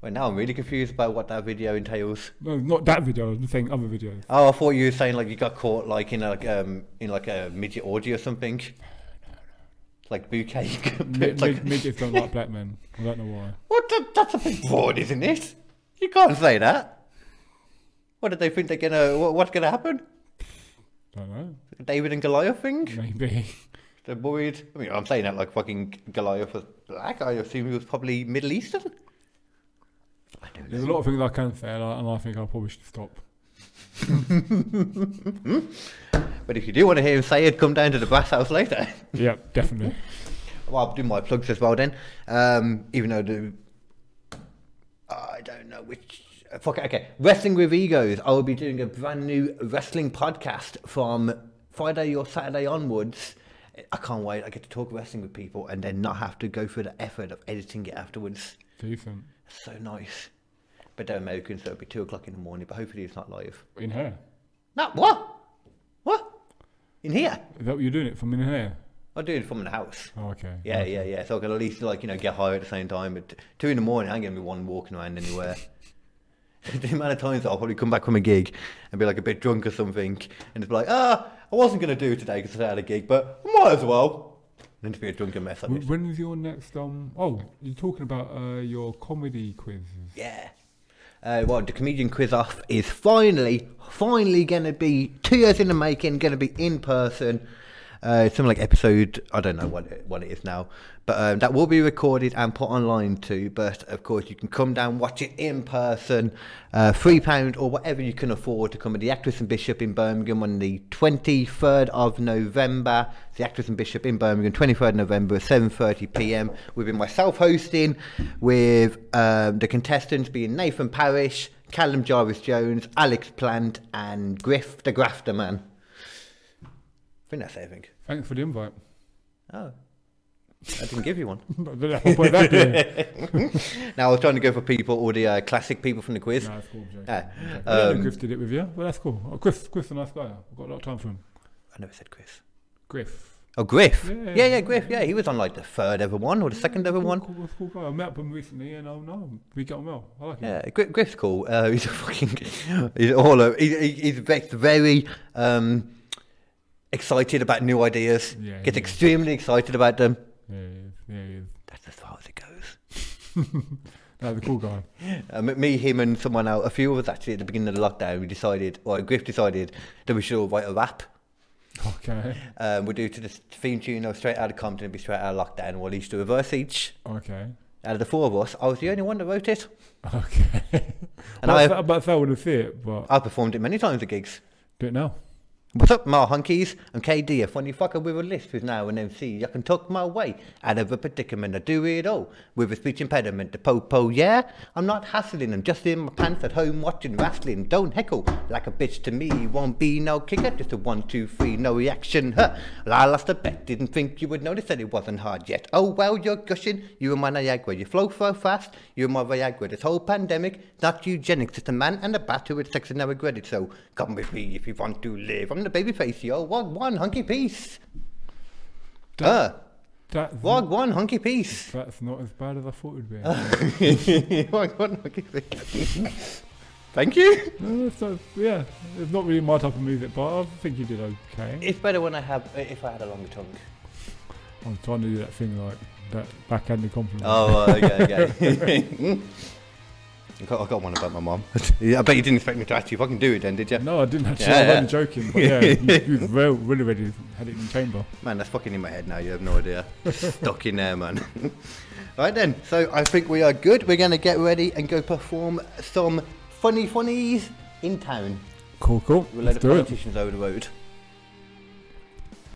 S1: Well, now I'm really confused about what that video entails.
S4: No, not that video. I'm saying other videos.
S1: Oh, I thought you were saying like you got caught like in like um in like a midget orgy or something. Like bouquet.
S4: Mid-
S1: it's
S4: mid-
S1: like,
S4: midgets don't like black men. I don't know why.
S1: what? The, that's a big word, isn't it? You can't say that. What did they think they're gonna? What, what's gonna happen?
S4: Don't know.
S1: David and Goliath thing?
S4: Maybe.
S1: They're worried. I mean, I'm saying that like fucking Goliath was black. I assume he was probably Middle Eastern. I don't
S4: There's a lot of things I can say, and I, and I think I probably should stop.
S1: But if you do want to hear him say it, come down to the Brass House later.
S4: Yep, definitely.
S1: well, I'll do my plugs as well then. Um, even though the I don't know which. Fuck it, okay. Wrestling with Egos. I will be doing a brand new wrestling podcast from Friday or Saturday onwards. I can't wait. I get to talk wrestling with people and then not have to go through the effort of editing it afterwards.
S4: Decent.
S1: So nice. But they're American, so it'll be two o'clock in the morning, but hopefully it's not live.
S4: In here.
S1: No, what? What? In here?
S4: Is that what you're doing it from in here?
S1: I'll do it from the house.
S4: Oh, okay.
S1: Yeah, yeah, yeah. So I can at least, like, you know, get high at the same time. But t- two in the morning, I ain't going to be one walking around anywhere. the amount of times that I'll probably come back from a gig and be, like, a bit drunk or something. And it's like, ah, I wasn't going to do it today because I had a gig, but I might as well. And then to be a drunken mess, I
S4: W-
S1: missed.
S4: When is your next um? Oh, you're talking about uh your comedy quiz.
S1: Yeah. Uh, well, the comedian quiz off is finally, finally going to be two years in the making. Going to be in person. Uh, it's something like episode I don't know what it, what it is now, but um, that will be recorded and put online too. But of course, you can come down watch it in person, uh, three pound or whatever you can afford to come. at The Actress and Bishop in Birmingham on the twenty third of November. It's the Actress and Bishop in Birmingham, twenty third November, seven thirty p.m. We've been myself hosting with um, the contestants being Nathan Parrish, Callum Jarvis Jones, Alex Plant, and Griff the Grafter Man. I think that's everything.
S4: Thanks for the invite.
S1: Oh, I didn't give you one.
S4: But then I'll put that there.
S1: now I was trying to go for people, all the uh, classic people from the quiz.
S4: Nah, it's cool, I'm joking.
S1: Ah,
S4: I didn't know
S1: um,
S4: Griff did it with you. Well, that's cool. Oh, Griff, Griff's a nice guy. I've got a lot of time for him.
S1: I never said Griff.
S4: Griff.
S1: Oh, Griff.
S4: Yeah.
S1: Yeah, yeah, Griff. Yeah, he was on like the third ever one or the second ever
S4: Cool,
S1: one.
S4: Cool, cool, cool guy. I met up with him recently, and oh no, we get on well. I like him.
S1: Yeah, Gri- Griff's cool. Uh, he's a fucking. He's all. o- He, he- he's ve- very um, excited about new ideas.
S4: Yeah,
S1: Gets
S4: yeah.
S1: extremely excited about them.
S4: Yeah, yeah, he is. yeah. He is.
S1: That's as far as it goes.
S4: No, the cool guy.
S1: Um, me, him, and someone else, a few of us actually at the beginning of the lockdown, we decided, or Griff decided, that we should all write a rap.
S4: Okay,
S1: Um, we'll do to the theme tune of Straight Out of Compton, it'll be Straight Out of Lockdown, or at least do a verse each.
S4: okay,
S1: Out of the four of us, I was the only one that wrote it.
S4: okay.
S1: And
S4: well,
S1: I- Ah.
S4: I, I, but I would have seen it, but
S1: I performed it many times at gigs.
S4: do it now.
S1: What's up, my hunkies? I'm KD, a funny fucker with a lisp who's now an MC. I can talk my way out of a predicament. I do it all with a speech impediment. The popo, yeah? I'm not hassling. I'm just in my pants at home watching wrestling. Don't heckle like a bitch to me. Won't be no kicker, just a one, two, three, no reaction. Huh? Well, I lost a bet. Didn't think you would notice that it wasn't hard yet. Oh well, you're gushing. You were my Niagara. You flow so fast. You were my Viagra. This whole pandemic, not eugenics. It's a man and a bat who with sex and now regret it. So come with me if you want to live. I'm the baby face, yo. Wog one, hunky piece. Uh,
S4: That's
S1: wog one, hunky piece.
S4: that's not as bad as I thought it would be.
S1: wog one, hunky piece. Thank you.
S4: No, that's not, yeah, it's not really my type of music, but I think you did okay.
S1: It's better when I have, if I had a longer tongue.
S4: I'm trying to do that thing like that backhanded compliment.
S1: Oh, uh, okay, okay. I got, I got one about my mum. I bet you didn't expect me to actually fucking do it then, did you?
S4: No, I didn't actually.
S1: Yeah,
S4: I was
S1: yeah.
S4: only joking, but yeah, you, you've well, really, really had it in the chamber.
S1: Man, that's fucking in my head now. You have no idea. Stuck in there, man. right then. So I think we are good. We're gonna get ready and go perform some funny funnies in town.
S4: Cool, cool.
S1: We'll let
S4: Let's
S1: the
S4: do it.
S1: politicians over the road.